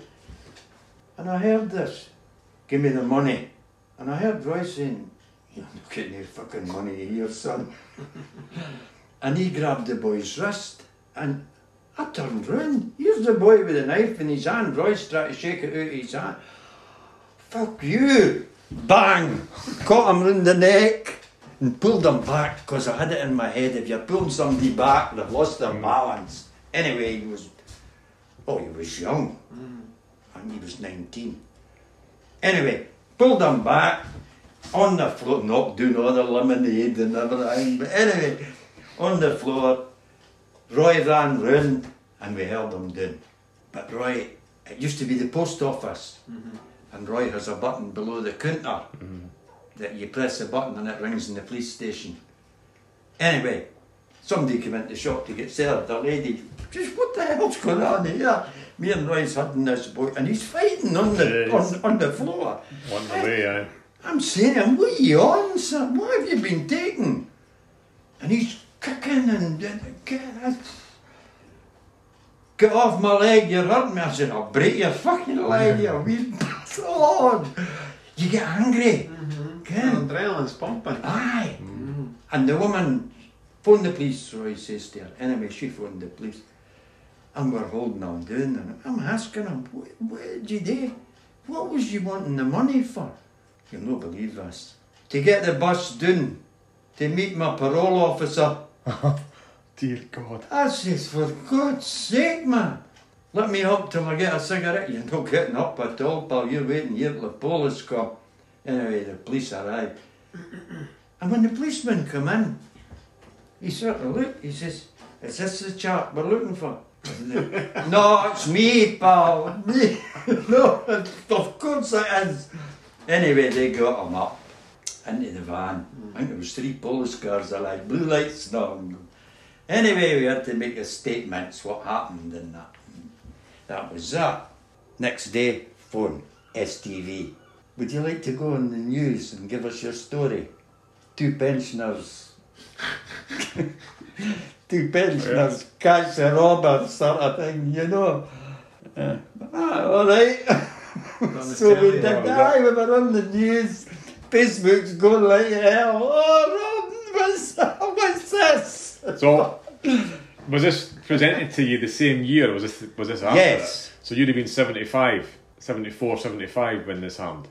[SPEAKER 1] And I heard this. Give me the money. And I heard Roy saying, You're not getting your fucking money here, son. [laughs] and he grabbed the boy's wrist and I turned round. Here's the boy with a knife in his hand. Roy's trying to shake it out of his hand. Fuck you! Bang! Caught him round the neck and pulled him back because I had it in my head. If you're pulling somebody back, they've lost their balance. Anyway, he was. Oh, he was young. And he was 19. Anyway, pulled him back on the floor, not doing all the lemonade and everything, but anyway, on the floor, Roy ran round and we held him down. But Roy, it used to be the post office, and Roy has a button below the counter
[SPEAKER 8] Mm-hmm.
[SPEAKER 1] that you press a button and it rings in the police station. Anyway, somebody came into the shop to get served, a lady. Just what the hell's going on here? Me and Roy's hugging this boy, and he's fighting on the
[SPEAKER 2] Yes.
[SPEAKER 1] on, on the floor.
[SPEAKER 2] One away, aye.
[SPEAKER 1] I'm saying, him, what are you on, son? What have you been taking? And he's kicking and, and get, I- get off my leg, you're hurting me. I said, I'll break your fucking leg, you weird [laughs] bastard. You get angry. Ken.
[SPEAKER 7] Adrenaline's pumping.
[SPEAKER 1] Aye. And the woman phoned the police, Roy says to her. Anyway, she phoned the police. And we're holding on doing them. I'm asking him, what, what did you do? What was you wanting the money for? You'll not believe this. To get the bus down, to meet my parole officer.
[SPEAKER 2] Dear God.
[SPEAKER 1] I says, for God's sake, man, let me up till I get a cigarette. You're not getting up at all, pal. You're waiting here till the police come. Anyway, the police arrived. [clears throat] And when the policeman come in, he sort of looked, he says, is this the chap we're looking for? [laughs] I said, no, it's me, pal. [laughs] Me. no, of course it is. Anyway, they got him up into the van. I think there was three police cars alive, blue lights and all. Anyway, we had to make a statement, what happened and that. That was that. Next day, phone, STV. Would you like to go on the news and give us your story? Two pensioners. [laughs] Two pensioners catch a robber sort of thing, you know. Uh, ah, all right. [laughs] so we did that. We were on the news. Facebook's going like hell. Oh, Rob, what's, what's this?
[SPEAKER 2] So, was this presented to you the same year? Was this was this after
[SPEAKER 1] Yes.
[SPEAKER 2] that? So you'd have been 75, 74, 75 when this happened.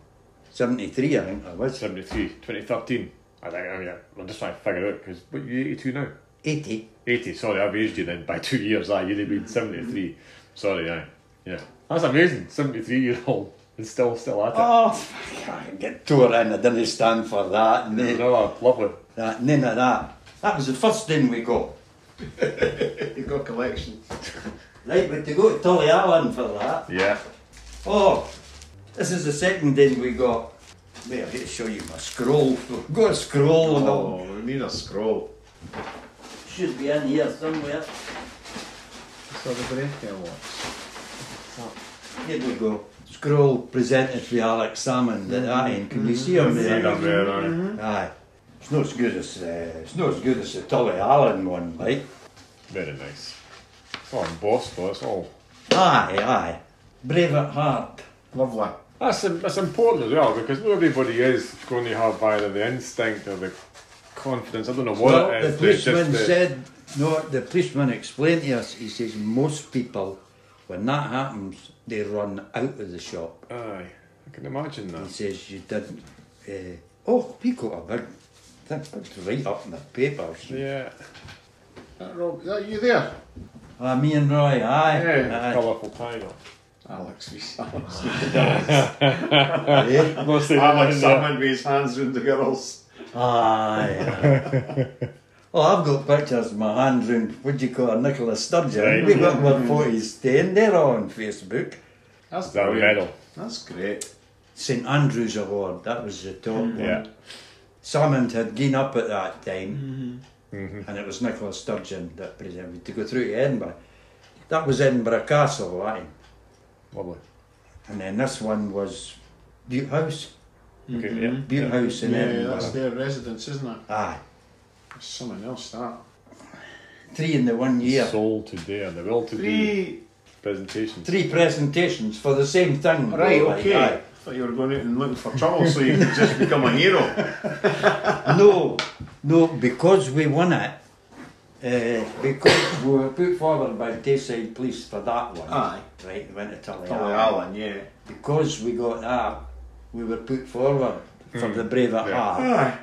[SPEAKER 1] 73, I think I was.
[SPEAKER 2] 73, 2013. I think, I mean, I'm just trying to figure it out because what you're 82 now.
[SPEAKER 1] 80.
[SPEAKER 2] 80, sorry, I've aged you then by [laughs] two years. Aye, you'd have been 73. Sorry, aye. Yeah. That's amazing, 73 year old and still still at it.
[SPEAKER 1] Oh, fuck, I get tore in. I didn't stand for that.
[SPEAKER 2] You
[SPEAKER 1] No.
[SPEAKER 2] know, lovely.
[SPEAKER 1] that none of that. That was the first thing we got.
[SPEAKER 8] You've got collection.
[SPEAKER 1] Right, but to go to Tully Allen for that.
[SPEAKER 2] Yeah.
[SPEAKER 1] Oh, this is the second thing we got. Wait, I've got to show you my scroll. I've got a scroll and all.
[SPEAKER 8] Oh, we need a scroll.
[SPEAKER 1] Should be in here somewhere.
[SPEAKER 8] So the breaker watch.
[SPEAKER 1] Here we go. Scroll presented by Alex Salmon at that end. Can you see him there?
[SPEAKER 2] Mm-hmm.
[SPEAKER 1] Aye. It's not as good as uh, it's not as good as the Tully Allen one, right?
[SPEAKER 2] Very nice. It's all embossed, though, it's all.
[SPEAKER 1] Aye, aye. Brave at heart.
[SPEAKER 8] Lovely.
[SPEAKER 2] That's, that's important as well because not everybody is going to have either the instinct or the confidence. I don't know what
[SPEAKER 1] Well,
[SPEAKER 2] it
[SPEAKER 1] the
[SPEAKER 2] is. but uh, it's
[SPEAKER 1] policeman
[SPEAKER 2] just the-
[SPEAKER 1] said, no, the policeman explained to us, he says, most people, when that happens, they run out of the shop.
[SPEAKER 2] Aye, I can imagine
[SPEAKER 1] He
[SPEAKER 2] that.
[SPEAKER 1] says, you didn't, uh, oh, we got a big, that was right up in the papers.
[SPEAKER 2] Yeah,
[SPEAKER 8] That Uh, Rob, is that you there?
[SPEAKER 1] Ah, me and Roy, aye.
[SPEAKER 2] yeah,
[SPEAKER 1] aye. [laughs]
[SPEAKER 2] colourful title.
[SPEAKER 8] Alex, [laughs] he's
[SPEAKER 1] eh?
[SPEAKER 2] Mostly
[SPEAKER 8] Alex Salmon with his hands round the girls.
[SPEAKER 1] Aye. [laughs] Oh, I've got pictures of my hand round, what do you call her, Nicola Sturgeon.
[SPEAKER 2] Right.
[SPEAKER 1] We've got one photos staying there on Facebook.
[SPEAKER 8] That's
[SPEAKER 2] that
[SPEAKER 8] great.
[SPEAKER 2] medal.
[SPEAKER 8] That's great.
[SPEAKER 1] St Andrew's Award, that was the top one.
[SPEAKER 2] Yeah,
[SPEAKER 1] Salmond had gone up at that time, and it was Nicholas Sturgeon that presented to go through to Edinburgh. That was Edinburgh Castle, that one.
[SPEAKER 2] lovely.
[SPEAKER 1] and then this one was Butte House,
[SPEAKER 2] Okay, yeah,
[SPEAKER 1] Butte
[SPEAKER 2] yeah.
[SPEAKER 1] House in
[SPEAKER 8] yeah,
[SPEAKER 1] Edinburgh.
[SPEAKER 8] that's their residence, isn't it?
[SPEAKER 1] Aye,
[SPEAKER 8] There's something else that.
[SPEAKER 1] three in the one year,
[SPEAKER 2] Soul today and the will to be
[SPEAKER 8] Three.
[SPEAKER 2] presentation.
[SPEAKER 1] three presentations for the same thing.
[SPEAKER 8] Right,
[SPEAKER 1] Like,
[SPEAKER 8] okay. I thought you were going out and looking for trouble so you could just become a hero.
[SPEAKER 1] aye. No, no, because we won it. Uh, because we were put forward by Tayside Police for that one.
[SPEAKER 8] [laughs] Aye.
[SPEAKER 1] Right, went to Tully
[SPEAKER 8] Tommy
[SPEAKER 1] Allen.
[SPEAKER 8] Allen, yeah.
[SPEAKER 1] because we got that, we were put forward for the Brave at
[SPEAKER 2] yeah.
[SPEAKER 1] Heart.
[SPEAKER 8] Aye.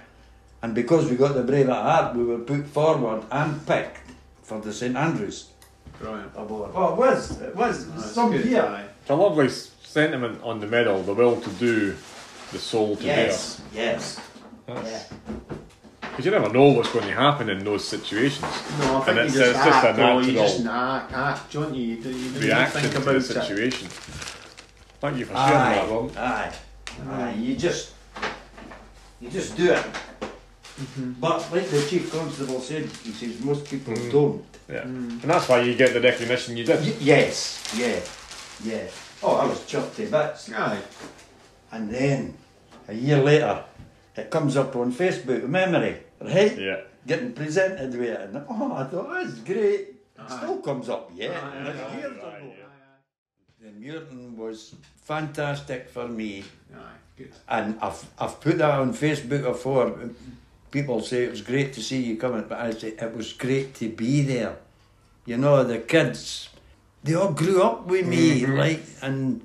[SPEAKER 1] And because we got the Brave at Heart, we were put forward and picked for the St Andrews
[SPEAKER 8] Brilliant.
[SPEAKER 1] Award. Oh, it was, it was,
[SPEAKER 8] That's
[SPEAKER 1] some
[SPEAKER 8] good,
[SPEAKER 1] here.
[SPEAKER 8] aye.
[SPEAKER 2] It's a lovely s- sentiment on the medal. The will to do, the soul to
[SPEAKER 1] Yes, yes. Yeah.
[SPEAKER 2] Because you never know what's going to happen in those situations.
[SPEAKER 8] No, I
[SPEAKER 2] And
[SPEAKER 8] think you
[SPEAKER 2] it's-
[SPEAKER 8] just
[SPEAKER 2] it's just
[SPEAKER 8] act,
[SPEAKER 2] a
[SPEAKER 8] though, you
[SPEAKER 2] natural
[SPEAKER 8] just na- act, don't you? You, do, you don't
[SPEAKER 2] Reaction
[SPEAKER 8] think
[SPEAKER 2] to
[SPEAKER 8] about
[SPEAKER 2] the
[SPEAKER 8] it.
[SPEAKER 2] situation. Thank you for sharing that,
[SPEAKER 1] Aye,
[SPEAKER 2] Rob.
[SPEAKER 1] aye, aye. You just, you just do it. But like the chief constable said, he says most people don't.
[SPEAKER 2] Yeah, and that's why you get the recognition you
[SPEAKER 1] [laughs]
[SPEAKER 2] did.
[SPEAKER 1] Y- yes, yeah, yeah. Oh, I was chuffed to bits.
[SPEAKER 8] Aye.
[SPEAKER 1] And then a year later, it comes up on Facebook, memory, right?
[SPEAKER 2] Yeah.
[SPEAKER 1] Getting presented with it, and oh, I thought that's great. It still comes up, yeah. like years ago. The Muirton was fantastic for me,
[SPEAKER 8] Aye. Good.
[SPEAKER 1] and I've I've put that on Facebook before. People say it was great to see you coming, but I say it was great to be there. You know, the kids They all grew up with me, like, and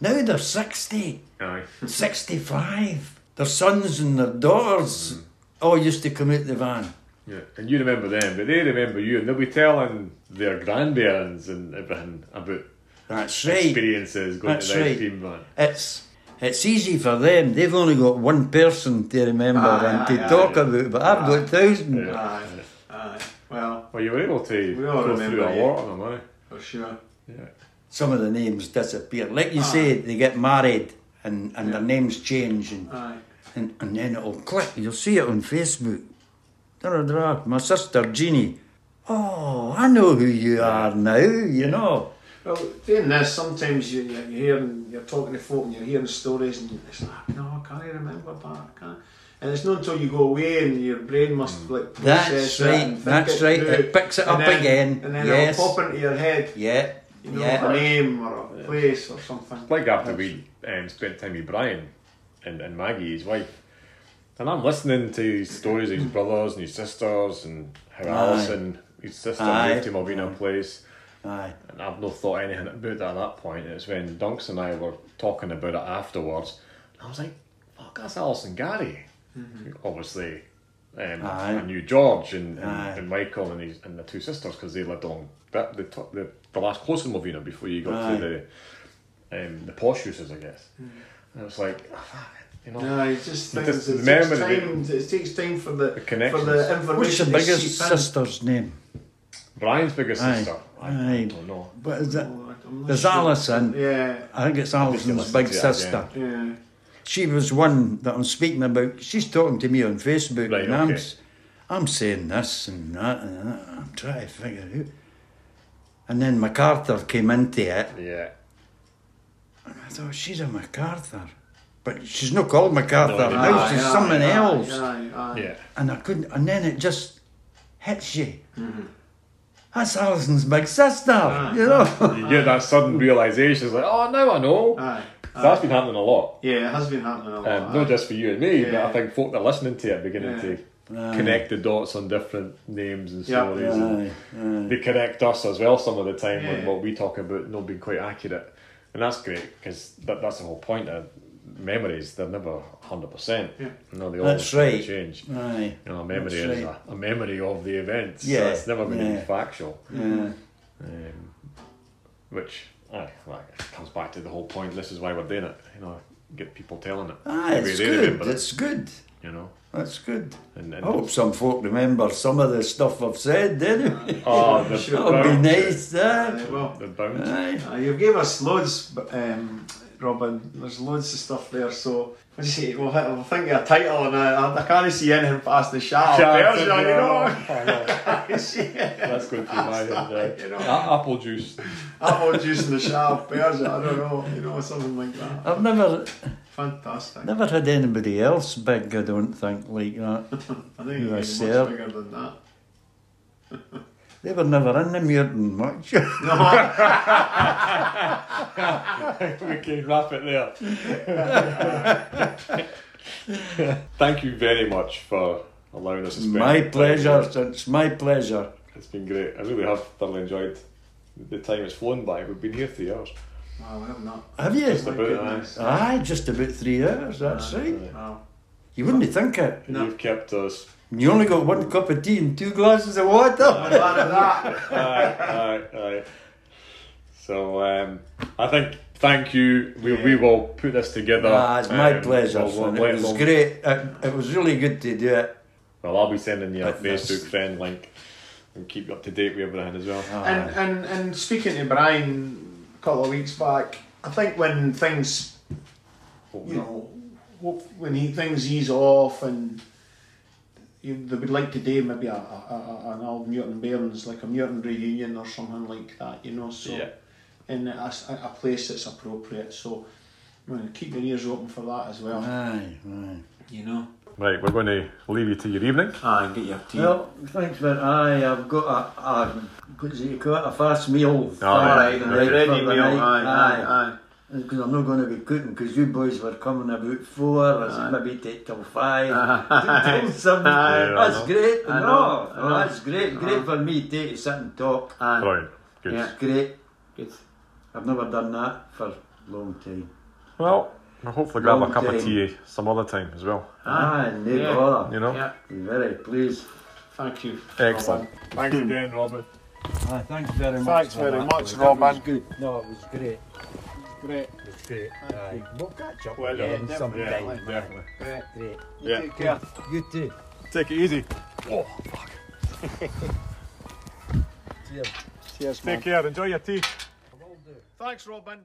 [SPEAKER 1] now they're 60,
[SPEAKER 2] Aye.
[SPEAKER 1] 65. Their sons and their daughters all used to come out the van.
[SPEAKER 2] Yeah. And you remember them, but they remember you, and they'll be telling their grandparents and everything about
[SPEAKER 1] That's right.
[SPEAKER 2] experiences going
[SPEAKER 1] That's
[SPEAKER 2] to the
[SPEAKER 1] right.
[SPEAKER 2] ice cream van.
[SPEAKER 1] It's it's easy for them. They've only got one person to remember
[SPEAKER 7] Aye,
[SPEAKER 1] and to
[SPEAKER 7] aye,
[SPEAKER 1] talk about, but I've got thousands.
[SPEAKER 2] Yeah.
[SPEAKER 7] Aye. Aye. Well,
[SPEAKER 2] Well, you were able to
[SPEAKER 7] We all
[SPEAKER 2] go through
[SPEAKER 7] remember
[SPEAKER 2] a
[SPEAKER 7] you.
[SPEAKER 2] lot of them, eh?
[SPEAKER 7] for sure.
[SPEAKER 1] Some of the names disappear. Like
[SPEAKER 7] Ah.
[SPEAKER 1] you say, they get married and, and their names change and
[SPEAKER 7] Aye.
[SPEAKER 1] and, and then it'll click. You'll see it on Facebook. Dra, dra, My sister Jeannie. Oh, I know who you are now. You know.
[SPEAKER 7] Well, doing this, sometimes you, you- you're hearing, you're talking to folk and you're hearing stories and it's like, "Ah, no, I can't remember that, I can't. And it's not until you go away and your brain
[SPEAKER 2] Mm.
[SPEAKER 7] must like
[SPEAKER 1] That's
[SPEAKER 7] process
[SPEAKER 1] right,
[SPEAKER 7] it and think
[SPEAKER 1] that's
[SPEAKER 7] it
[SPEAKER 1] right,
[SPEAKER 7] through.
[SPEAKER 1] it picks it
[SPEAKER 7] And
[SPEAKER 1] up
[SPEAKER 7] then-
[SPEAKER 1] again,
[SPEAKER 7] And then
[SPEAKER 1] yes.
[SPEAKER 7] it'll pop into your head,
[SPEAKER 1] Yeah.
[SPEAKER 7] you know,
[SPEAKER 1] yeah.
[SPEAKER 7] a name or a place or something.
[SPEAKER 2] Like after we um, spent time with Brian and, and Maggie, his wife, and I'm listening to stories of his brothers and his sisters and how Alison, his sister,
[SPEAKER 1] Aye.
[SPEAKER 2] moved to Malvina Place.
[SPEAKER 1] Aye.
[SPEAKER 2] And I've not thought anything about that at that point. It's when Dunks and I were talking about it afterwards. And I was like, fuck, that's Alison Gary.
[SPEAKER 7] Mm-hmm.
[SPEAKER 2] Obviously, um,
[SPEAKER 1] Aye.
[SPEAKER 2] I knew George and,
[SPEAKER 1] Aye.
[SPEAKER 2] and, and Michael and, his, and the two sisters because they lived on that, the, top- the, the last close in Malvina before you got to the, um, the posh houses, I guess.
[SPEAKER 7] Mm.
[SPEAKER 2] And I was like, "Ah, fuck, you know.
[SPEAKER 7] No, it just
[SPEAKER 2] But
[SPEAKER 7] things,
[SPEAKER 2] just
[SPEAKER 7] it, takes
[SPEAKER 2] remember the-
[SPEAKER 7] time, it takes time for the, for
[SPEAKER 2] connections.
[SPEAKER 7] the information
[SPEAKER 1] What's your
[SPEAKER 7] to
[SPEAKER 1] biggest
[SPEAKER 7] seep in.
[SPEAKER 1] sister's name?
[SPEAKER 2] Brian's biggest
[SPEAKER 1] Aye.
[SPEAKER 2] sister. I, I
[SPEAKER 1] Aye.
[SPEAKER 2] don't know.
[SPEAKER 1] What is it?
[SPEAKER 7] Oh, I'm not
[SPEAKER 1] There's
[SPEAKER 7] sure.
[SPEAKER 1] Alison.
[SPEAKER 7] Yeah,
[SPEAKER 1] I think it's
[SPEAKER 2] you
[SPEAKER 1] Alison's
[SPEAKER 2] listen
[SPEAKER 1] big
[SPEAKER 2] to that,
[SPEAKER 1] sister.
[SPEAKER 7] yeah.
[SPEAKER 1] She was one that I'm speaking about. She's talking to me on Facebook,
[SPEAKER 2] Right,
[SPEAKER 1] and I'm,
[SPEAKER 2] okay.
[SPEAKER 1] s- I'm saying this and that, and that. I'm trying to figure it out. And then MacArthur came into it,
[SPEAKER 2] Yeah.
[SPEAKER 1] I thought she's a MacArthur, but she's not called MacArthur
[SPEAKER 2] No,
[SPEAKER 1] now.
[SPEAKER 7] Aye,
[SPEAKER 1] she's
[SPEAKER 7] aye,
[SPEAKER 1] someone
[SPEAKER 7] aye,
[SPEAKER 1] else,
[SPEAKER 7] aye, aye.
[SPEAKER 2] Yeah.
[SPEAKER 1] and I couldn't. And then it just hits you. That's Alison's big sister, you know.
[SPEAKER 2] You get that sudden realization. It's like, oh, now I know.
[SPEAKER 7] Aye.
[SPEAKER 2] So that's been happening a lot.
[SPEAKER 7] Yeah, it has been happening a lot.
[SPEAKER 2] Um, not just for you and me, but
[SPEAKER 7] Yeah.
[SPEAKER 2] I think folk that are listening to it are beginning to connect the dots on different names and
[SPEAKER 1] [laughs]
[SPEAKER 7] Yeah.
[SPEAKER 2] stories. And They connect us as well some of the time on
[SPEAKER 7] Yeah.
[SPEAKER 2] what we talk about not being quite accurate. And that's great because that, that's the whole point of memories. They're never 100%.
[SPEAKER 7] Yeah.
[SPEAKER 2] No, they
[SPEAKER 1] That's
[SPEAKER 2] always
[SPEAKER 1] right.
[SPEAKER 2] change. You
[SPEAKER 1] Aye.
[SPEAKER 2] know, a memory
[SPEAKER 1] That's
[SPEAKER 2] is
[SPEAKER 1] right.
[SPEAKER 2] a, a memory of the events.
[SPEAKER 1] Yeah,
[SPEAKER 2] So it's never going to
[SPEAKER 1] yeah.
[SPEAKER 2] be factual.
[SPEAKER 1] Yeah.
[SPEAKER 2] Um, which, aye, like, it comes back to the whole point. This is why we're doing it. You know, get people telling it.
[SPEAKER 1] Aye,
[SPEAKER 2] Maybe
[SPEAKER 1] Ah, it's
[SPEAKER 2] they
[SPEAKER 1] good.
[SPEAKER 2] remember it,
[SPEAKER 1] It's good.
[SPEAKER 2] you know.
[SPEAKER 1] That's good.
[SPEAKER 2] And,
[SPEAKER 1] I
[SPEAKER 2] and
[SPEAKER 1] hope some folk remember some of the stuff I've said, didn't
[SPEAKER 2] [laughs] Oh, the
[SPEAKER 7] Sure.
[SPEAKER 1] [laughs] That would be
[SPEAKER 2] bounce.
[SPEAKER 1] nice, eh?
[SPEAKER 7] Aye, well,
[SPEAKER 2] The bounce.
[SPEAKER 1] Aye.
[SPEAKER 7] uh, you've gave us loads, but, um, Robin. There's loads of stuff there, so what do you say? We'll, hit- we'll think of a title, and I, I can't see anything past the shaft.
[SPEAKER 2] Chance
[SPEAKER 7] you
[SPEAKER 2] of
[SPEAKER 7] know. [laughs]
[SPEAKER 2] the- Oh,
[SPEAKER 7] Yeah.
[SPEAKER 2] That's good for [laughs] my head.
[SPEAKER 7] You know.
[SPEAKER 2] Uh, apple juice.
[SPEAKER 7] Apple juice and the shaft, Persia. I don't know, you know, something like that.
[SPEAKER 1] I've never
[SPEAKER 7] Fantastic.
[SPEAKER 1] never had anybody else big. I don't think like that.
[SPEAKER 7] I think you're
[SPEAKER 1] Yeah,
[SPEAKER 7] much
[SPEAKER 1] sir.
[SPEAKER 7] bigger than that. [laughs]
[SPEAKER 1] They were never in the Muirton much. [laughs]
[SPEAKER 7] No,
[SPEAKER 2] we can wrap it there. [laughs] Thank you very much for allowing us to spend
[SPEAKER 1] My
[SPEAKER 2] the time.
[SPEAKER 1] pleasure. It's my pleasure.
[SPEAKER 2] It's been great. I really have thoroughly enjoyed the time it's flown by. We've been here three hours.
[SPEAKER 7] wow, we have not.
[SPEAKER 1] Have you?
[SPEAKER 2] Just about
[SPEAKER 7] goodness.
[SPEAKER 2] that.
[SPEAKER 1] Aye, just about three hours, that's right.
[SPEAKER 7] Wow.
[SPEAKER 1] You wouldn't think it.
[SPEAKER 2] And You've kept us.
[SPEAKER 1] You only got one cup of tea and two glasses of water.
[SPEAKER 7] I'm
[SPEAKER 1] [laughs]
[SPEAKER 7] glad of that.
[SPEAKER 2] [laughs] Aye, aye, aye. So um, I think thank you. We, we will put this together.
[SPEAKER 1] Ah, it's my
[SPEAKER 2] Um,
[SPEAKER 1] pleasure.
[SPEAKER 2] we'll-
[SPEAKER 1] son.
[SPEAKER 2] we'll-
[SPEAKER 1] It was
[SPEAKER 2] we'll-
[SPEAKER 1] great. It, it was really good to do it.
[SPEAKER 2] Well, I'll be sending you a
[SPEAKER 1] But that's-
[SPEAKER 2] Facebook friend link and keep you up to date with everything as well.
[SPEAKER 1] Ah.
[SPEAKER 7] And, and and speaking to Brian a couple of weeks back, I think when things, you know, hope- when he, things ease off and you, they would like today maybe a, a, a, an old Newton Bairns, like a Newton reunion or something like that, you know, so
[SPEAKER 2] Yeah.
[SPEAKER 7] in a, s- a place that's appropriate. So you know, keep your ears open for that as well,
[SPEAKER 1] Aye, aye.
[SPEAKER 7] you know.
[SPEAKER 2] Right, we're going to leave you to your evening.
[SPEAKER 7] Ah, get your tea.
[SPEAKER 1] Well, thanks for aye. I've got a, a what do you call it? A fast meal.
[SPEAKER 2] right,
[SPEAKER 1] Aye, right,
[SPEAKER 2] right,
[SPEAKER 7] Oh, Ready
[SPEAKER 1] for the
[SPEAKER 7] meal,
[SPEAKER 1] night.
[SPEAKER 7] aye, aye, aye.
[SPEAKER 1] Because I'm not going to be cooking because you boys were coming about four, or is it maybe take till
[SPEAKER 7] [laughs]
[SPEAKER 1] five, till seven.
[SPEAKER 2] Aye.
[SPEAKER 1] that's great.
[SPEAKER 7] I
[SPEAKER 1] no,
[SPEAKER 7] know, I know.
[SPEAKER 1] that's great. Great for me to sit and talk.
[SPEAKER 7] Aye.
[SPEAKER 2] Brilliant. Good.
[SPEAKER 7] Yeah.
[SPEAKER 1] It's great. Good. I've never done that for a long time.
[SPEAKER 2] Well, I'll hopefully grab
[SPEAKER 1] Long
[SPEAKER 2] a cup
[SPEAKER 1] time.
[SPEAKER 2] of tea some other time as well.
[SPEAKER 1] Ah, no
[SPEAKER 7] yeah.
[SPEAKER 1] bother.
[SPEAKER 2] You know?
[SPEAKER 7] Yeah,
[SPEAKER 1] Be very pleased.
[SPEAKER 7] thank you.
[SPEAKER 2] Excellent.
[SPEAKER 5] Thanks
[SPEAKER 1] Hmm.
[SPEAKER 5] again, Robin.
[SPEAKER 1] Ah, thanks very much.
[SPEAKER 3] Thanks
[SPEAKER 1] for
[SPEAKER 3] very
[SPEAKER 1] that.
[SPEAKER 3] much,
[SPEAKER 1] That was
[SPEAKER 3] Robin.
[SPEAKER 1] good. No, it was great.
[SPEAKER 8] Great.
[SPEAKER 5] It's great.
[SPEAKER 1] Aye. We'll catch up
[SPEAKER 3] Well
[SPEAKER 1] again
[SPEAKER 3] done.
[SPEAKER 1] sometime.
[SPEAKER 3] Yeah,
[SPEAKER 1] man.
[SPEAKER 2] definitely.
[SPEAKER 1] Great, great.
[SPEAKER 8] You
[SPEAKER 3] Yeah.
[SPEAKER 8] Take care.
[SPEAKER 1] You too.
[SPEAKER 2] Take it easy.
[SPEAKER 5] Oh,
[SPEAKER 1] [laughs]
[SPEAKER 5] fuck.
[SPEAKER 1] Cheers.
[SPEAKER 8] Cheers, man.
[SPEAKER 2] Take care. Enjoy your tea.
[SPEAKER 1] I will do.
[SPEAKER 3] Thanks, Robin.